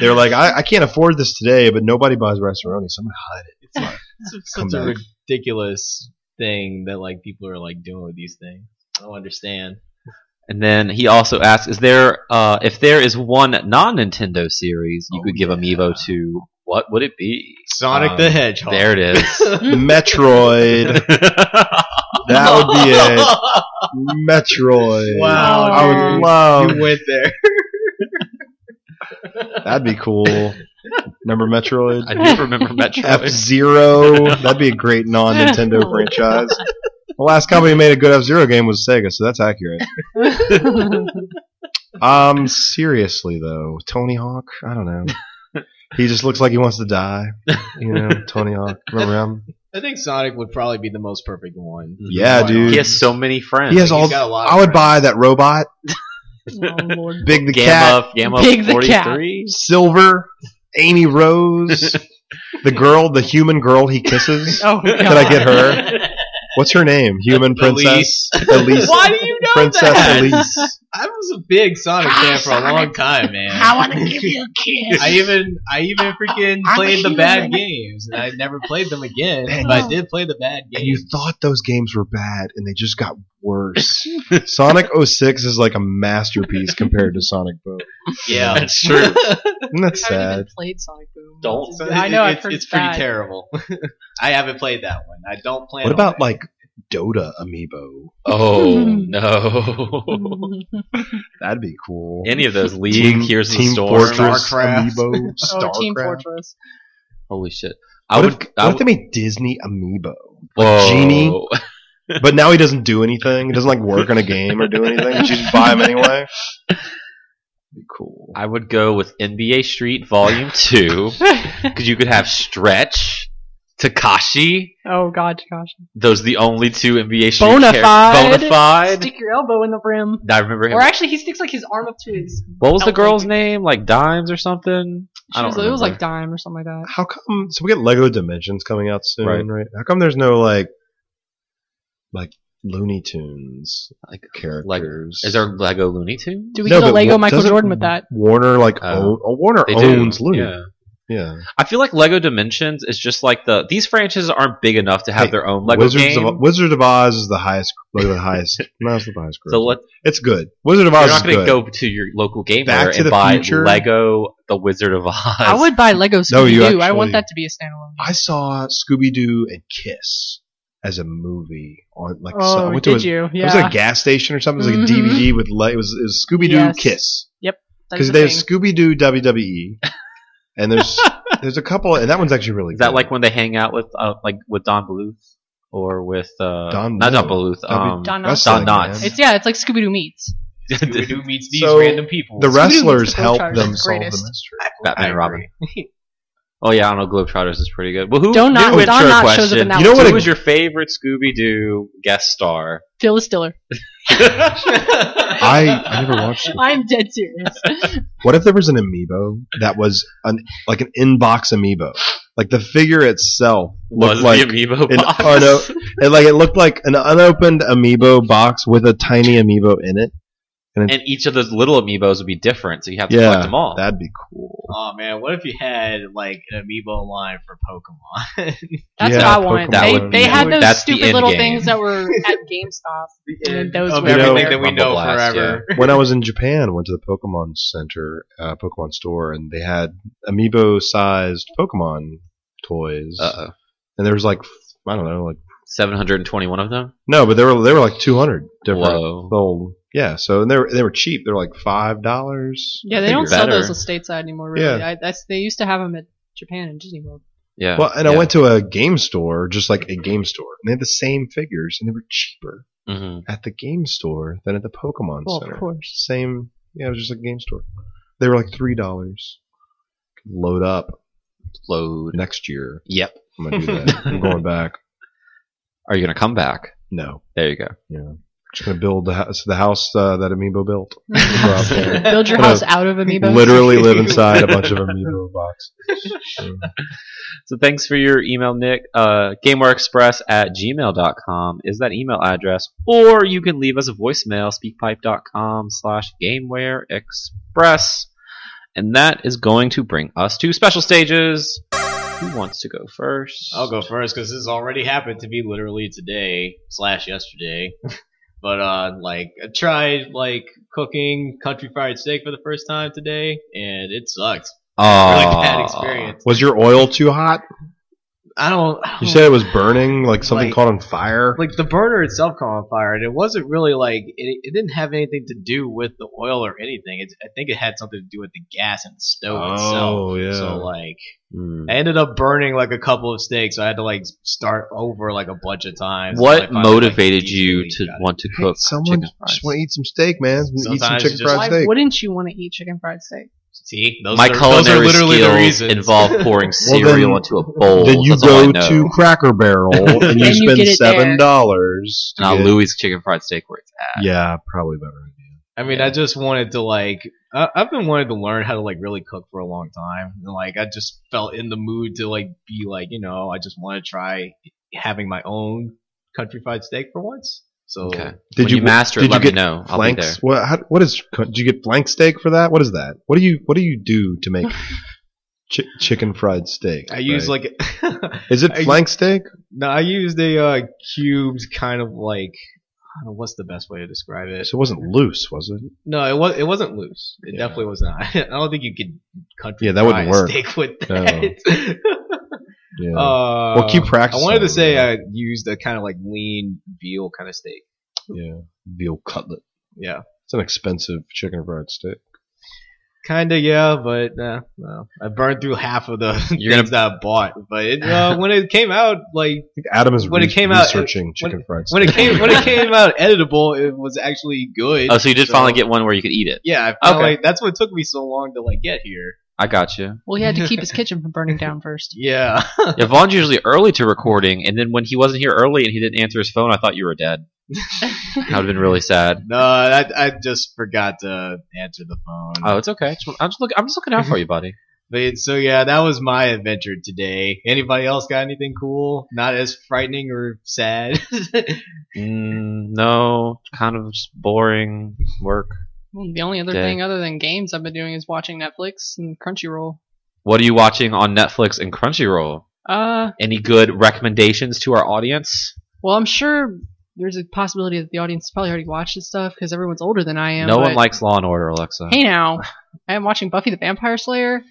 Speaker 2: They're like, I, I can't afford this today, but nobody buys restaurant. Someone hide it. It's like,
Speaker 4: It's just
Speaker 2: Come
Speaker 4: such a
Speaker 2: back.
Speaker 4: ridiculous thing that like people are like doing with these things. I don't understand.
Speaker 1: And then he also asks, "Is there, uh, if there is one non-Nintendo series you
Speaker 2: Oh,
Speaker 1: could give
Speaker 2: yeah.
Speaker 1: Amiibo to, what would it be?"
Speaker 4: Sonic
Speaker 1: Um,
Speaker 4: the Hedgehog.
Speaker 1: There it is.
Speaker 2: Metroid. That would be it. Metroid.
Speaker 4: Wow,
Speaker 2: I would
Speaker 3: dude.
Speaker 2: love.
Speaker 4: you went there.
Speaker 2: That'd be cool. Remember Metroid?
Speaker 1: I do remember
Speaker 2: F
Speaker 1: Metroid.
Speaker 2: Zero. That'd be a great non Nintendo franchise. The last company that made a good F Zero game was Sega, so that's accurate. Um, seriously though, Tony Hawk. I don't know. He just looks like he wants to die. You know, Tony Hawk. Remember him?
Speaker 4: I think Sonic would probably be the most perfect one.
Speaker 2: Yeah,
Speaker 4: Why
Speaker 2: dude.
Speaker 4: not?
Speaker 1: He has so many friends.
Speaker 2: He has
Speaker 4: He's
Speaker 2: all.
Speaker 4: got a lot of
Speaker 2: I would
Speaker 4: friends.
Speaker 2: buy that robot,
Speaker 3: oh, Lord.
Speaker 2: Big the Cat,
Speaker 1: Gamma, Gamma
Speaker 3: Big the cat.
Speaker 1: forty-three.
Speaker 2: Silver, Amy Rose, the girl, the human girl he kisses.
Speaker 3: Oh,
Speaker 1: Did
Speaker 2: I get her? What's her name? Human princess
Speaker 4: Elise.
Speaker 2: Elise.
Speaker 4: Why do you know
Speaker 2: Princess
Speaker 4: that?
Speaker 2: Elise.
Speaker 4: I was a big Sonic fan for a long time, man.
Speaker 5: want to give you a kiss.
Speaker 4: I even I even freaking
Speaker 5: I'm
Speaker 4: played the
Speaker 5: human.
Speaker 4: bad games, and I never played them again.
Speaker 2: Man,
Speaker 4: But I
Speaker 3: you-
Speaker 4: did play the bad
Speaker 2: And you
Speaker 4: games.
Speaker 2: thought those games were bad, and they just got worse. Sonic 06 is like a masterpiece compared to Sonic Boom.
Speaker 4: yeah,
Speaker 1: That's true.
Speaker 2: Isn't that
Speaker 3: I haven't
Speaker 2: sad?
Speaker 3: even played Sonic Boom.
Speaker 1: Don't.
Speaker 4: So
Speaker 3: I
Speaker 4: it-
Speaker 3: know.
Speaker 4: it-
Speaker 3: I've
Speaker 4: it's,
Speaker 3: heard
Speaker 4: it's pretty
Speaker 3: bad.
Speaker 4: terrible. I haven't played that one. I don't plan.
Speaker 2: What
Speaker 4: on
Speaker 2: about
Speaker 4: it.
Speaker 2: like Dota amiibo?
Speaker 1: Oh no!
Speaker 2: That'd be cool.
Speaker 1: Any of those League,
Speaker 2: Team,
Speaker 1: Here's
Speaker 2: Team
Speaker 1: the Storm.
Speaker 2: Fortress
Speaker 4: Starcraft.
Speaker 2: amiibo,
Speaker 3: Oh, Team
Speaker 2: Starcraft.
Speaker 3: Fortress.
Speaker 1: Holy shit!
Speaker 2: I
Speaker 1: I
Speaker 2: what
Speaker 1: would.
Speaker 2: if,
Speaker 1: I
Speaker 2: what if they
Speaker 1: would
Speaker 2: made Disney amiibo?
Speaker 1: Whoa.
Speaker 2: Genie? But now he doesn't do anything. He doesn't like work on a game or do anything. But you just buy him anyway. Be cool.
Speaker 1: I would go with NBA Street Volume Two because you could have Stretch, Takashi.
Speaker 3: oh God, gosh.
Speaker 1: Those are the only two NBA Street
Speaker 3: Bona
Speaker 1: char-
Speaker 3: fide.
Speaker 1: Bonafide.
Speaker 3: Stick your elbow in the rim.
Speaker 1: I remember him.
Speaker 3: Or actually, he sticks like his arm up to his.
Speaker 1: What was the
Speaker 3: Elbow.
Speaker 1: girl's name? Like Dimes or something? I
Speaker 3: She
Speaker 1: don't
Speaker 3: was, it was
Speaker 1: remember.
Speaker 3: like dime or something like that.
Speaker 2: How come? So we get Lego Dimensions coming out soon,
Speaker 1: Right.
Speaker 2: right? How come there's no like, like Looney Tunes like characters?
Speaker 1: Is there Lego Looney Tunes?
Speaker 3: Do we
Speaker 2: No,
Speaker 3: get a
Speaker 2: but
Speaker 3: Lego
Speaker 2: Wa-
Speaker 3: Michael
Speaker 2: doesn't
Speaker 3: Jordan with that?
Speaker 2: Warner like
Speaker 1: Uh,
Speaker 2: own, oh, Warner
Speaker 1: They do.
Speaker 2: owns Looney?
Speaker 1: Yeah.
Speaker 2: Yeah.
Speaker 1: I feel like Lego Dimensions is just like the these franchises aren't big enough to have
Speaker 2: Hey,
Speaker 1: their own Lego
Speaker 2: Wizards
Speaker 1: game.
Speaker 2: of Wizard of Oz is the highest. Like the highest. no, it's not the highest.
Speaker 1: so
Speaker 2: grossing.
Speaker 1: let,
Speaker 2: it's good. Wizard of
Speaker 1: you're
Speaker 2: Oz is
Speaker 1: not going to
Speaker 2: good.
Speaker 1: go to your local game
Speaker 2: Back
Speaker 1: store
Speaker 2: to
Speaker 1: and
Speaker 2: the
Speaker 1: buy
Speaker 2: Future.
Speaker 1: Lego The Wizard of Oz.
Speaker 3: I would buy Lego
Speaker 2: No,
Speaker 3: Scooby
Speaker 2: you
Speaker 3: Doo. I want
Speaker 2: actually-
Speaker 3: that to be a standalone.
Speaker 2: I saw Scooby Doo and Kiss as a movie on like so- I
Speaker 3: oh,
Speaker 2: went to
Speaker 3: did
Speaker 2: a,
Speaker 3: you? Yeah.
Speaker 2: it was at a gas station or something. It was like
Speaker 3: Mhm.
Speaker 2: a DVD with like it was, it was Scooby Doo
Speaker 3: Yes.
Speaker 2: Kiss
Speaker 3: That's
Speaker 2: because
Speaker 3: the
Speaker 2: there's
Speaker 3: thing.
Speaker 2: Scooby Doo WWE E, and there's there's a couple and that one's actually really
Speaker 1: Is that
Speaker 2: good.
Speaker 1: like when they hang out with uh, like with Don Bluth or with uh,
Speaker 2: Don
Speaker 1: not Don
Speaker 2: Bluth.
Speaker 1: Bluth? Um,
Speaker 3: Don
Speaker 2: wrestling,
Speaker 1: Don Knotts.
Speaker 2: man.
Speaker 3: It's yeah, it's like Scooby Doo meets.
Speaker 4: Scooby-Doo meets these
Speaker 2: So,
Speaker 4: random people.
Speaker 2: the wrestlers
Speaker 3: the
Speaker 2: help
Speaker 3: Globetrotters
Speaker 2: them
Speaker 3: is
Speaker 2: solve the
Speaker 3: greatest.
Speaker 2: mystery.
Speaker 1: Batman
Speaker 4: I
Speaker 1: and
Speaker 4: agree.
Speaker 1: Robin. oh yeah, I don't know. Globetrotters is pretty good. Well, who?
Speaker 3: Don
Speaker 1: new
Speaker 3: Knotts-
Speaker 1: intro
Speaker 3: Don Knotts shows up
Speaker 1: question.
Speaker 3: in that
Speaker 2: You know one. what
Speaker 1: Who
Speaker 2: I-
Speaker 1: was your favorite Scooby Doo guest star?
Speaker 3: Phyllis Diller.
Speaker 2: I, I never watched it.
Speaker 3: I'm dead serious.
Speaker 2: What if there was an amiibo that was an like an inbox amiibo? Like the figure itself looked
Speaker 1: Was
Speaker 2: like
Speaker 1: the Amiibo
Speaker 2: an
Speaker 1: box?
Speaker 2: uno- it, like it looked like an unopened amiibo box with a tiny amiibo in it.
Speaker 1: and each of those little Amiibos would be different, so you have to
Speaker 2: Yeah,
Speaker 1: collect them all.
Speaker 2: That'd be cool.
Speaker 4: Oh man, what if you had like an amiibo line for Pokemon?
Speaker 3: That's
Speaker 2: Yeah,
Speaker 3: what I want.
Speaker 2: Pokemon
Speaker 3: They,
Speaker 2: would
Speaker 3: they
Speaker 2: be-
Speaker 3: had those
Speaker 1: That's the
Speaker 3: stupid
Speaker 1: end
Speaker 3: little
Speaker 1: game.
Speaker 3: things that were at GameStop. And those
Speaker 4: of
Speaker 2: were
Speaker 4: everything
Speaker 2: everywhere.
Speaker 4: that we
Speaker 1: Rumble
Speaker 4: know
Speaker 1: Blast,
Speaker 4: forever.
Speaker 2: when I was in Japan, went to the Pokemon Center, uh, Pokemon store, and they had amiibo-sized Pokemon toys,
Speaker 1: Uh,
Speaker 2: and there was like I don't know, like
Speaker 1: seven hundred and twenty-one of them.
Speaker 2: no, but there were there were like two hundred different.
Speaker 1: Whoa.
Speaker 2: little- yeah, so and they were they were cheap. They were like five dollars.
Speaker 3: Yeah, they don't
Speaker 1: Figure.
Speaker 3: sell
Speaker 1: Better.
Speaker 3: those stateside anymore. Really, I, that's they used to have them at Japan and Disney World.
Speaker 1: Yeah.
Speaker 2: Well, and
Speaker 1: yeah.
Speaker 2: I went to a game store, just like a game store, and they had the same figures, and they were cheaper
Speaker 1: hmm
Speaker 2: at the game store than at the Pokemon
Speaker 3: Well,
Speaker 2: Center.
Speaker 3: of course.
Speaker 2: Same, yeah, it was just like a game store. They were like three dollars. Load up
Speaker 1: Load.
Speaker 2: next year.
Speaker 1: Yep.
Speaker 2: I'm gonna do that. I'm going back.
Speaker 1: Are you gonna come back?
Speaker 2: No,
Speaker 1: There you go.
Speaker 2: yeah, just gonna build the house, the house uh, that Amiibo built. Go out there.
Speaker 3: Build your
Speaker 2: Hello.
Speaker 3: house out of amiibo.
Speaker 2: uh, Literally live inside a bunch of Amiibo boxes. So,
Speaker 1: So thanks for your email, Nick. Uh, GameWareExpress at gmail.com is that email address. Or you can leave us a voicemail, speakpipe.com slash GameWareExpress. And that is going to bring us to special stages. Who wants to go first?
Speaker 4: I'll go first because this already happened to me literally today slash yesterday. but uh, like I tried like cooking country fried steak for the first time today, and it sucked. Really bad
Speaker 1: Aw.
Speaker 4: experience.
Speaker 2: was your oil too hot?
Speaker 4: I don't. I
Speaker 2: You
Speaker 4: don't-
Speaker 2: said it was burning, like something
Speaker 4: Like-
Speaker 2: caught on fire.
Speaker 4: like the burner itself caught on fire, and it wasn't really like it, it didn't have anything to do with the oil or anything. It, I think it had something to do with the gas and the stove itself.
Speaker 2: oh yeah.
Speaker 4: So like,
Speaker 1: Hmm.
Speaker 2: Mm.
Speaker 4: I ended up burning like a couple of steaks. So I had to like start over like a bunch of times.
Speaker 1: What
Speaker 4: until I finally, like,
Speaker 1: motivated you
Speaker 4: easily
Speaker 1: to
Speaker 4: got it.
Speaker 1: want to cook
Speaker 2: Someone
Speaker 1: chicken fries?
Speaker 2: just want to eat some steak, man. Eat some
Speaker 4: Sometimes you
Speaker 2: chicken
Speaker 4: just-
Speaker 2: fried
Speaker 3: Why
Speaker 2: steak.
Speaker 3: wouldn't you want to eat chicken fried steak?
Speaker 4: See, those
Speaker 1: My
Speaker 4: are, those are
Speaker 1: culinary
Speaker 4: literally the
Speaker 1: skills
Speaker 4: reasons.
Speaker 1: involve pouring
Speaker 2: Well,
Speaker 1: cereal
Speaker 2: then-
Speaker 1: into a bowl.
Speaker 2: Then you
Speaker 1: That's all I
Speaker 2: go
Speaker 1: know.
Speaker 2: to Cracker Barrel and you
Speaker 3: And you
Speaker 2: spend
Speaker 3: get it there.
Speaker 2: seven dollars.
Speaker 1: now Louis chicken fried steak where it's at.
Speaker 2: Yeah, probably better idea.
Speaker 4: I mean, I just wanted to like. I, I've been wanting to learn how to like really cook for a long time, and like I just felt in the mood to like be like you know I just want to try having my own country fried steak for once. So
Speaker 1: Okay.
Speaker 2: Did
Speaker 1: When
Speaker 2: you,
Speaker 1: you master it?
Speaker 2: did you
Speaker 1: Let me
Speaker 2: get
Speaker 1: know. I'll be there.
Speaker 2: flanks? What? How, what is? Did you get flank steak for that? What is that? What do you? What do you do to make chi- chicken fried steak?
Speaker 4: I use
Speaker 2: right?
Speaker 4: like
Speaker 2: Is it
Speaker 4: I-
Speaker 2: flank steak?
Speaker 4: no, I used a uh, cubed kind of like. I don't know, what's the best way to describe it?
Speaker 2: So it wasn't loose, was it?
Speaker 4: No, it was. It wasn't loose. It
Speaker 2: Yeah.
Speaker 4: definitely was not. I don't think you could country
Speaker 2: Yeah, that wouldn't
Speaker 4: fry a
Speaker 2: work.
Speaker 4: steak with
Speaker 2: No.
Speaker 4: that.
Speaker 2: Yeah.
Speaker 4: Uh,
Speaker 2: Well, keep practicing.
Speaker 4: I wanted to say I used a kind of like lean veal kind of steak.
Speaker 2: yeah. Veal cutlet.
Speaker 4: Yeah,
Speaker 2: It's an expensive chicken fried steak.
Speaker 4: kind of yeah, but nah, no. I burned through half of the
Speaker 1: You're
Speaker 4: You're
Speaker 1: gonna-
Speaker 4: things that I bought. But it, uh, when it came out, like
Speaker 2: I think Adam is
Speaker 4: When it
Speaker 2: re-
Speaker 4: came out-
Speaker 2: researching chicken fried steak.
Speaker 4: when it came when it came out editable, it was actually good.
Speaker 1: Oh, so you did
Speaker 4: So-
Speaker 1: finally get one where you could eat it.
Speaker 4: yeah, I okay.
Speaker 1: Okay.
Speaker 4: like that's what took me so long to like get here.
Speaker 1: I got you.
Speaker 3: Well, he had to keep his kitchen from burning down first.
Speaker 4: Yeah,
Speaker 1: Yeah, Vaughn's usually early to recording, and then when he wasn't here early and he didn't answer his phone, I thought you were dead. That would have been really sad.
Speaker 4: no, I, I just forgot to answer the phone.
Speaker 1: Oh, it's okay. Just- I'm just looking. I'm just looking out for you, buddy.
Speaker 4: But so yeah, that was my adventure today. Anybody else got anything cool? Not as frightening or sad.
Speaker 1: Mm, no, kind of just boring work.
Speaker 3: Well, Hmm, the only other
Speaker 1: Okay.
Speaker 3: thing other than games I've been doing is watching Netflix and Crunchyroll.
Speaker 1: What are you watching on Netflix and Crunchyroll?
Speaker 3: Uh,
Speaker 1: Any good recommendations to our audience?
Speaker 3: well, I'm sure there's a possibility that the audience probably already watched this stuff because everyone's older than I am.
Speaker 1: no one
Speaker 3: but-
Speaker 1: likes Law and Order, Alexa.
Speaker 3: Hey now, I am watching Buffy the Vampire Slayer.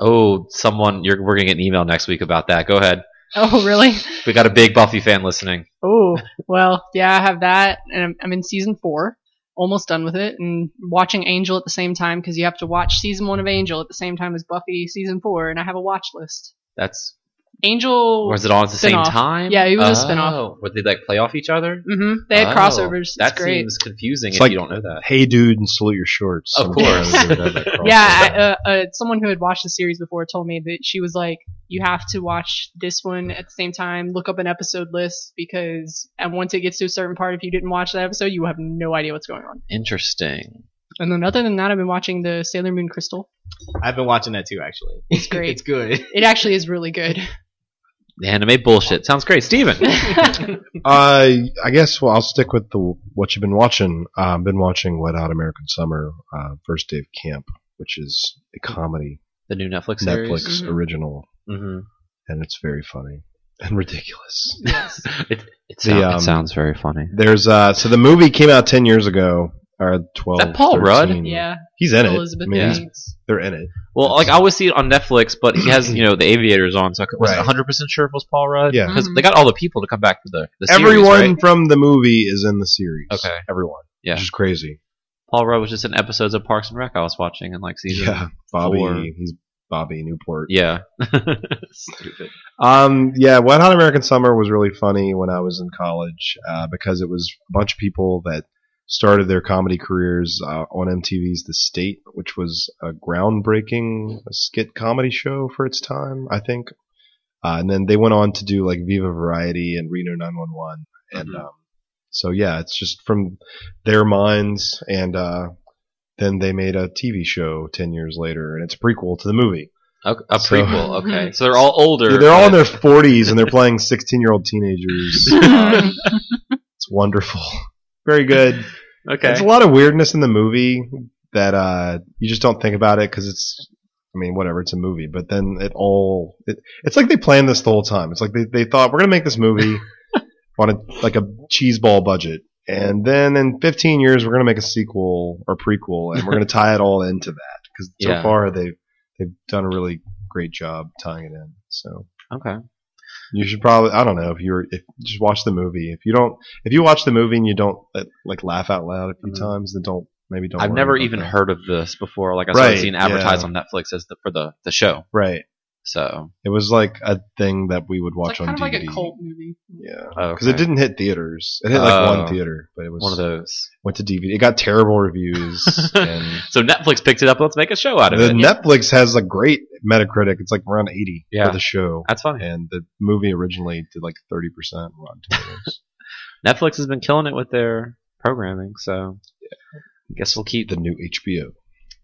Speaker 1: Oh, someone, you're, we're gonna get an email next week about that. Go ahead.
Speaker 3: Oh, really?
Speaker 1: We got a big Buffy fan listening.
Speaker 3: Oh, well, yeah, I have that, and I'm, I'm in season four, almost done with it, and watching Angel at the same time because you have to watch season one of Angel at the same time as Buffy season four, and I have a watch list.
Speaker 1: That's
Speaker 3: Angel.
Speaker 1: was it all at the
Speaker 3: spin-off.
Speaker 1: same time?
Speaker 3: Yeah, it was a
Speaker 1: oh,
Speaker 3: spin-off.
Speaker 1: Would they like play off each other?
Speaker 3: hmm They had
Speaker 1: Oh,
Speaker 3: crossovers. It's
Speaker 1: that
Speaker 3: great.
Speaker 1: seems confusing
Speaker 2: It's
Speaker 1: if
Speaker 2: like-
Speaker 1: you don't know that.
Speaker 2: Hey, dude, and salute your shorts.
Speaker 1: Of
Speaker 2: Sometimes
Speaker 1: course.
Speaker 2: they would have that
Speaker 3: yeah,
Speaker 2: crossover.
Speaker 3: I, uh, uh, someone who had watched the series before told me that she was like, "You have to watch this one at the same time. Look up an episode list because, and once it gets to a certain part, if you didn't watch that episode, you have no idea what's going on."
Speaker 1: Interesting.
Speaker 3: And then, other than that, I've been watching the Sailor Moon Crystal.
Speaker 4: I've been watching that too, actually. It's
Speaker 3: great.
Speaker 4: it's good.
Speaker 3: It actually is really good.
Speaker 1: The anime bullshit sounds great, Steven.
Speaker 2: Uh, I guess well, I'll stick with the what you've been watching. Uh, I've been watching Wet Hot American Summer, uh, First Day of Camp, which is a comedy
Speaker 1: the new Netflix series.
Speaker 2: Netflix
Speaker 3: Mhm.
Speaker 2: original,
Speaker 1: hmm
Speaker 2: and it's very funny and ridiculous.
Speaker 3: yes.
Speaker 1: It, it,
Speaker 2: The,
Speaker 1: sound-
Speaker 2: um,
Speaker 1: it sounds very funny.
Speaker 2: There's uh, so the movie came out ten years ago or twelve.
Speaker 1: That Paul Rudd?
Speaker 2: 13.
Speaker 3: Yeah.
Speaker 2: he's in it.
Speaker 3: Elizabeth
Speaker 2: I mean,
Speaker 1: yeah.
Speaker 2: he's-
Speaker 3: Banks.
Speaker 2: they're in it.
Speaker 1: Well, like I always see it on Netflix, but he has you know the aviators on, so I wasn't
Speaker 2: Right.
Speaker 1: 100 percent sure if it was Paul Rudd.
Speaker 2: Yeah.
Speaker 1: because
Speaker 3: Mhm.
Speaker 1: they got all the people to come back for the, the series,
Speaker 2: Everyone
Speaker 1: right?
Speaker 2: from the movie is in the series.
Speaker 1: Okay.
Speaker 2: everyone.
Speaker 1: Yeah.
Speaker 2: which is crazy.
Speaker 1: Paul Rudd was just in episodes of Parks and Rec I was watching in like season.
Speaker 2: Yeah, Bobby.
Speaker 1: four.
Speaker 2: He's Bobby Newport.
Speaker 1: Yeah. Stupid.
Speaker 2: Um, yeah, Wet Hot American Summer was really funny when I was in college uh, because it was a bunch of people that started their comedy careers uh, on MTV's The State, which was a groundbreaking skit comedy show for its time, I think. Uh, and then they went on to do like Viva Variety and Reno 911, and
Speaker 1: Mhm.
Speaker 2: um, so yeah, it's just from their minds, and uh, then they made a TV show ten years later, and it's a prequel to the movie.
Speaker 1: A, a
Speaker 2: So-
Speaker 1: prequel. Okay, so they're all older.
Speaker 2: Yeah, they're all in
Speaker 1: but-
Speaker 2: their 40s and they're playing 16 year old teenagers. Um, it's wonderful. Very good. There's a
Speaker 1: Okay.
Speaker 2: lot of weirdness in the movie that uh, you just don't think about it because it's, I mean, whatever, it's a movie. But then it all, it, it's like they planned this the whole time. It's like they, they thought, we're going to make this movie on a, like a cheese ball budget. And then in 15 years, we're going to make a sequel or prequel and we're going to tie it all into that because so
Speaker 1: Yeah.
Speaker 2: far they've, they've done a really great job tying it in. So.
Speaker 1: Okay.
Speaker 2: You should probably I don't know if you're if just watch the movie. If you don't if you watch the movie and you don't uh, like laugh out loud a few
Speaker 1: Mhm.
Speaker 2: times, then don't maybe don't.
Speaker 1: I've
Speaker 2: worry
Speaker 1: never
Speaker 2: about
Speaker 1: even
Speaker 2: that.
Speaker 1: heard of this before. Like I started
Speaker 2: Right,
Speaker 1: seeing advertised
Speaker 2: yeah.
Speaker 1: on Netflix as the, for the the show.
Speaker 2: Right.
Speaker 1: So
Speaker 2: It was like a thing that we would watch
Speaker 3: Um, It's like,
Speaker 2: on DVD.
Speaker 3: kind of like a cult movie.
Speaker 2: Yeah, because
Speaker 1: because
Speaker 2: it didn't hit theaters. It hit like
Speaker 1: Oh.
Speaker 2: one theater, but it was
Speaker 1: one of those.
Speaker 2: went to DVD. It got terrible reviews. and
Speaker 1: So Netflix picked it up. Let's make a show out of
Speaker 2: the
Speaker 1: it.
Speaker 2: Netflix has a great Metacritic. It's like around eighty
Speaker 1: Yeah.
Speaker 2: for the show,
Speaker 1: That's funny.
Speaker 2: and the movie originally did like thirty percent Rotten Tomatoes.
Speaker 1: Netflix has been killing it with their programming, so I guess we'll keep
Speaker 2: the new HBO.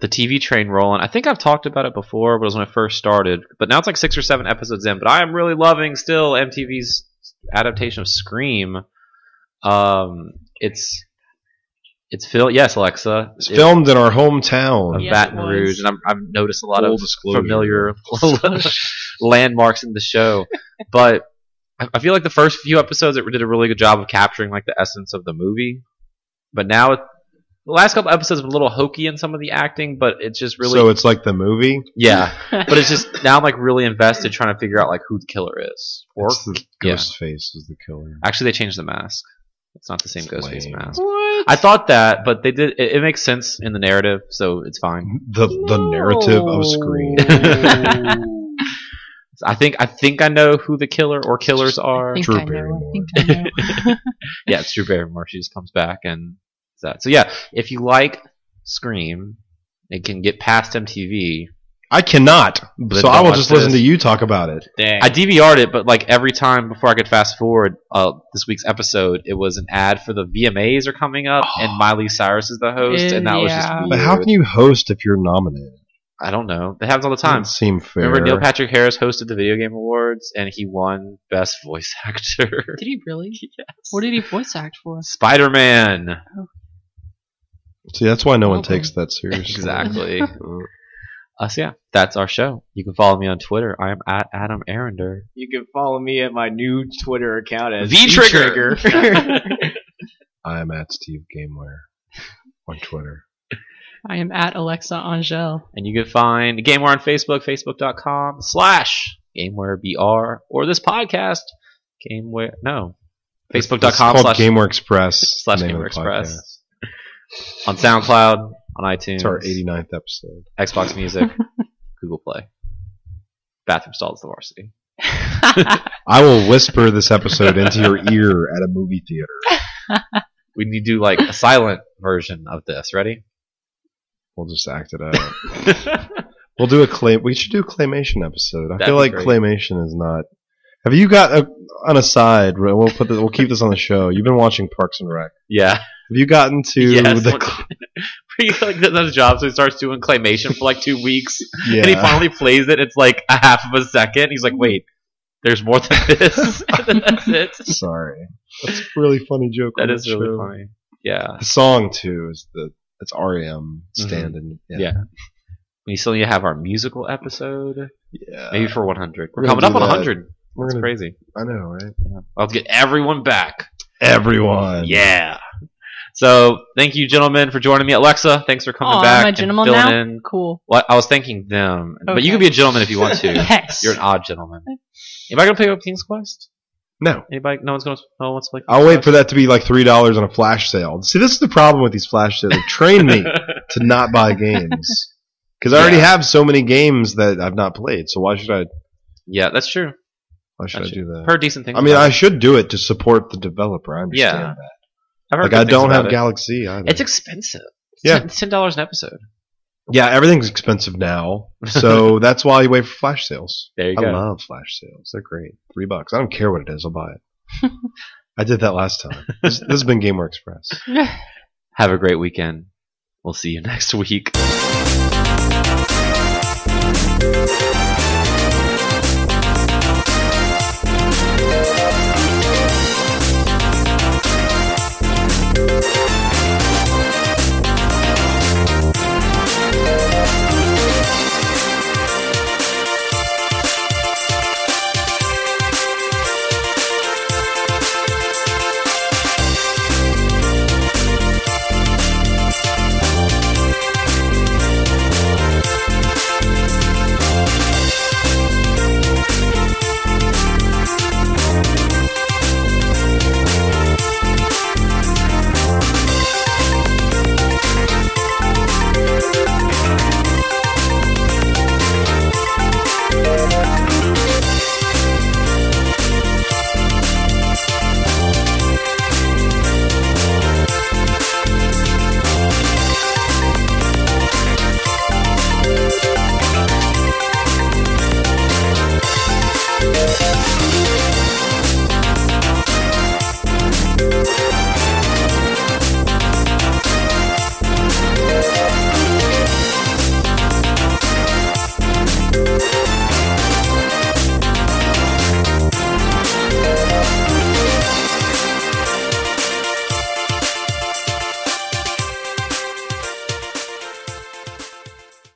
Speaker 1: the TV train rolling. I think I've talked about it before, but it was when I first started. But now it's like six or seven episodes in. But I am really loving still MTV's adaptation of Scream. Um, it's it's Phil. Yes, Alexa.
Speaker 2: It's filmed in our hometown.
Speaker 1: of
Speaker 3: Yes, it
Speaker 1: Baton
Speaker 3: was.
Speaker 1: Rouge, and I'm, I've noticed a lot
Speaker 2: Full
Speaker 1: of
Speaker 2: disclosure.
Speaker 1: familiar landmarks in the show. But I I feel like the first few episodes it did a really good job of capturing like the essence of the movie. But now it, the last couple episodes were a little hokey in some of the acting, but it's just really
Speaker 2: So it's like the movie.
Speaker 1: yeah. But it's just now I'm like really invested trying to figure out like who the killer is. Or
Speaker 2: It's the
Speaker 1: Yeah.
Speaker 2: ghost face is the killer.
Speaker 1: actually they changed the mask. It's not the same
Speaker 2: It's
Speaker 1: Ghostface
Speaker 2: lame.
Speaker 1: mask.
Speaker 3: What?
Speaker 1: I thought that, but they did. It, it makes sense in the narrative, so it's fine.
Speaker 2: The the narrative of Scream.
Speaker 1: So I think I think I know who the killer or killers are.
Speaker 3: think
Speaker 2: Drew
Speaker 3: I know, I
Speaker 2: Barrymore.
Speaker 3: think I know.
Speaker 1: Yeah, it's Drew Barrymore. She just comes back and it's that. So yeah, if you like Scream, it can get past MTV.
Speaker 2: I cannot.
Speaker 1: But
Speaker 2: So I
Speaker 1: don't
Speaker 2: will
Speaker 1: watch
Speaker 2: just listen
Speaker 1: this.
Speaker 2: to you talk about it.
Speaker 4: Dang.
Speaker 1: I DVR'd it, but like every time before I could fast forward uh, this week's episode, it was an ad for the VMAs are coming up, and Miley Cyrus is the host, and that was just
Speaker 3: Yeah.
Speaker 1: weird.
Speaker 2: But how can you host if you're nominated?
Speaker 1: I don't know. That happens all the
Speaker 2: Doesn't
Speaker 1: time.
Speaker 2: seem fair.
Speaker 1: Remember Neil Patrick Harris hosted the Video Game Awards, and he won Best Voice Actor.
Speaker 3: Did he really? What did he voice act for?
Speaker 1: Spider Man.
Speaker 2: See, that's why no one
Speaker 3: Okay.
Speaker 2: takes that seriously.
Speaker 1: Exactly. Uh, so yeah, that's our show. You can follow me on Twitter. I am at Adam Arender.
Speaker 4: You can follow me at my new Twitter account as
Speaker 1: V-Trigger.
Speaker 4: V-Trigger.
Speaker 2: I'm at Steve Gameware on Twitter.
Speaker 3: I am at Alexa Angel.
Speaker 1: And you can find GameWare on Facebook, facebook.com slash GameWareBR, or this podcast, GameWare, no,
Speaker 2: It's
Speaker 1: facebook.com
Speaker 2: called
Speaker 1: slash,
Speaker 2: Gameware Express.
Speaker 1: slash
Speaker 2: name of
Speaker 1: GameWare
Speaker 2: the podcast.
Speaker 1: Express, on SoundCloud, on iTunes,
Speaker 2: It's our 89th episode.
Speaker 1: Xbox Music, Google Play. Bathroom stall is the varsity.
Speaker 2: I will whisper this episode into your ear at a movie theater.
Speaker 1: We need to do like a silent version of this. Ready?
Speaker 2: We'll just act it out. We'll do a clay. We should do a claymation episode. I
Speaker 1: That'd
Speaker 2: feel
Speaker 1: be
Speaker 2: like
Speaker 1: great.
Speaker 2: claymation is not. Have you got a, on a side? We'll put. The, we'll keep this on the show. You've been watching Parks and Rec.
Speaker 1: yeah.
Speaker 2: Have you gotten to
Speaker 1: yes.
Speaker 2: the?
Speaker 1: When- he like does a job, so he starts doing claymation for like two weeks,
Speaker 2: Yeah.
Speaker 1: and he finally plays it. It's like a half of a second. He's like, "Wait, there's more than this." and then that's it.
Speaker 2: Sorry, that's a really funny joke.
Speaker 1: That
Speaker 2: on
Speaker 1: is
Speaker 2: the
Speaker 1: really
Speaker 2: show.
Speaker 1: funny. Yeah.
Speaker 2: The song too is the it's REM standing.
Speaker 1: Mm-hmm. Yeah. We still need to have our musical episode,
Speaker 2: yeah.
Speaker 1: maybe for 100. We're
Speaker 2: Uh, We're gonna
Speaker 1: coming up on
Speaker 2: do that.
Speaker 1: 100.
Speaker 2: We're
Speaker 1: That's
Speaker 2: gonna-
Speaker 1: crazy.
Speaker 2: I know, right?
Speaker 1: I'll have to get everyone back.
Speaker 2: Everyone.
Speaker 1: Yeah. So thank you, gentlemen, for joining me. Alexa, thanks for coming
Speaker 3: Aw,
Speaker 1: back.
Speaker 3: am I a
Speaker 1: and
Speaker 3: gentleman
Speaker 1: filling
Speaker 3: now?
Speaker 1: in.
Speaker 3: Cool.
Speaker 1: Well, I was thanking them, but you
Speaker 3: Okay.
Speaker 1: can be a gentleman if you want to.
Speaker 3: Yes.
Speaker 1: You're an odd gentleman. Am I gonna play up King's Quest?
Speaker 2: No.
Speaker 1: Anybody? No one's gonna. No one's like.
Speaker 2: I'll wait for that to be like three dollars on a flash sale. See, this is the problem with these flash sales. They train me to not buy games because I already
Speaker 1: Yeah.
Speaker 2: have so many games that I've not played. So why should I?
Speaker 1: yeah, that's true.
Speaker 2: Why should I
Speaker 1: Gotcha.
Speaker 2: do that?
Speaker 1: Heard decent things.
Speaker 2: I mean,
Speaker 1: about
Speaker 2: I
Speaker 1: it.
Speaker 2: should do it to support the developer. I understand
Speaker 1: Yeah.
Speaker 2: that.
Speaker 1: I've heard
Speaker 2: Like,
Speaker 1: good
Speaker 2: I
Speaker 1: things
Speaker 2: don't
Speaker 1: about
Speaker 2: have
Speaker 1: it.
Speaker 2: Galaxy either.
Speaker 1: It's expensive.
Speaker 2: Yeah.
Speaker 1: Ten- ten dollars an episode.
Speaker 2: yeah, everything's expensive now, so that's why you wait for flash sales.
Speaker 1: There you
Speaker 2: I
Speaker 1: go.
Speaker 2: love flash sales; they're great. Three bucks. I don't care what it is. I'll buy it. I did that last time. This, this has been Gameware Express.
Speaker 1: Have a great weekend. We'll see you next week.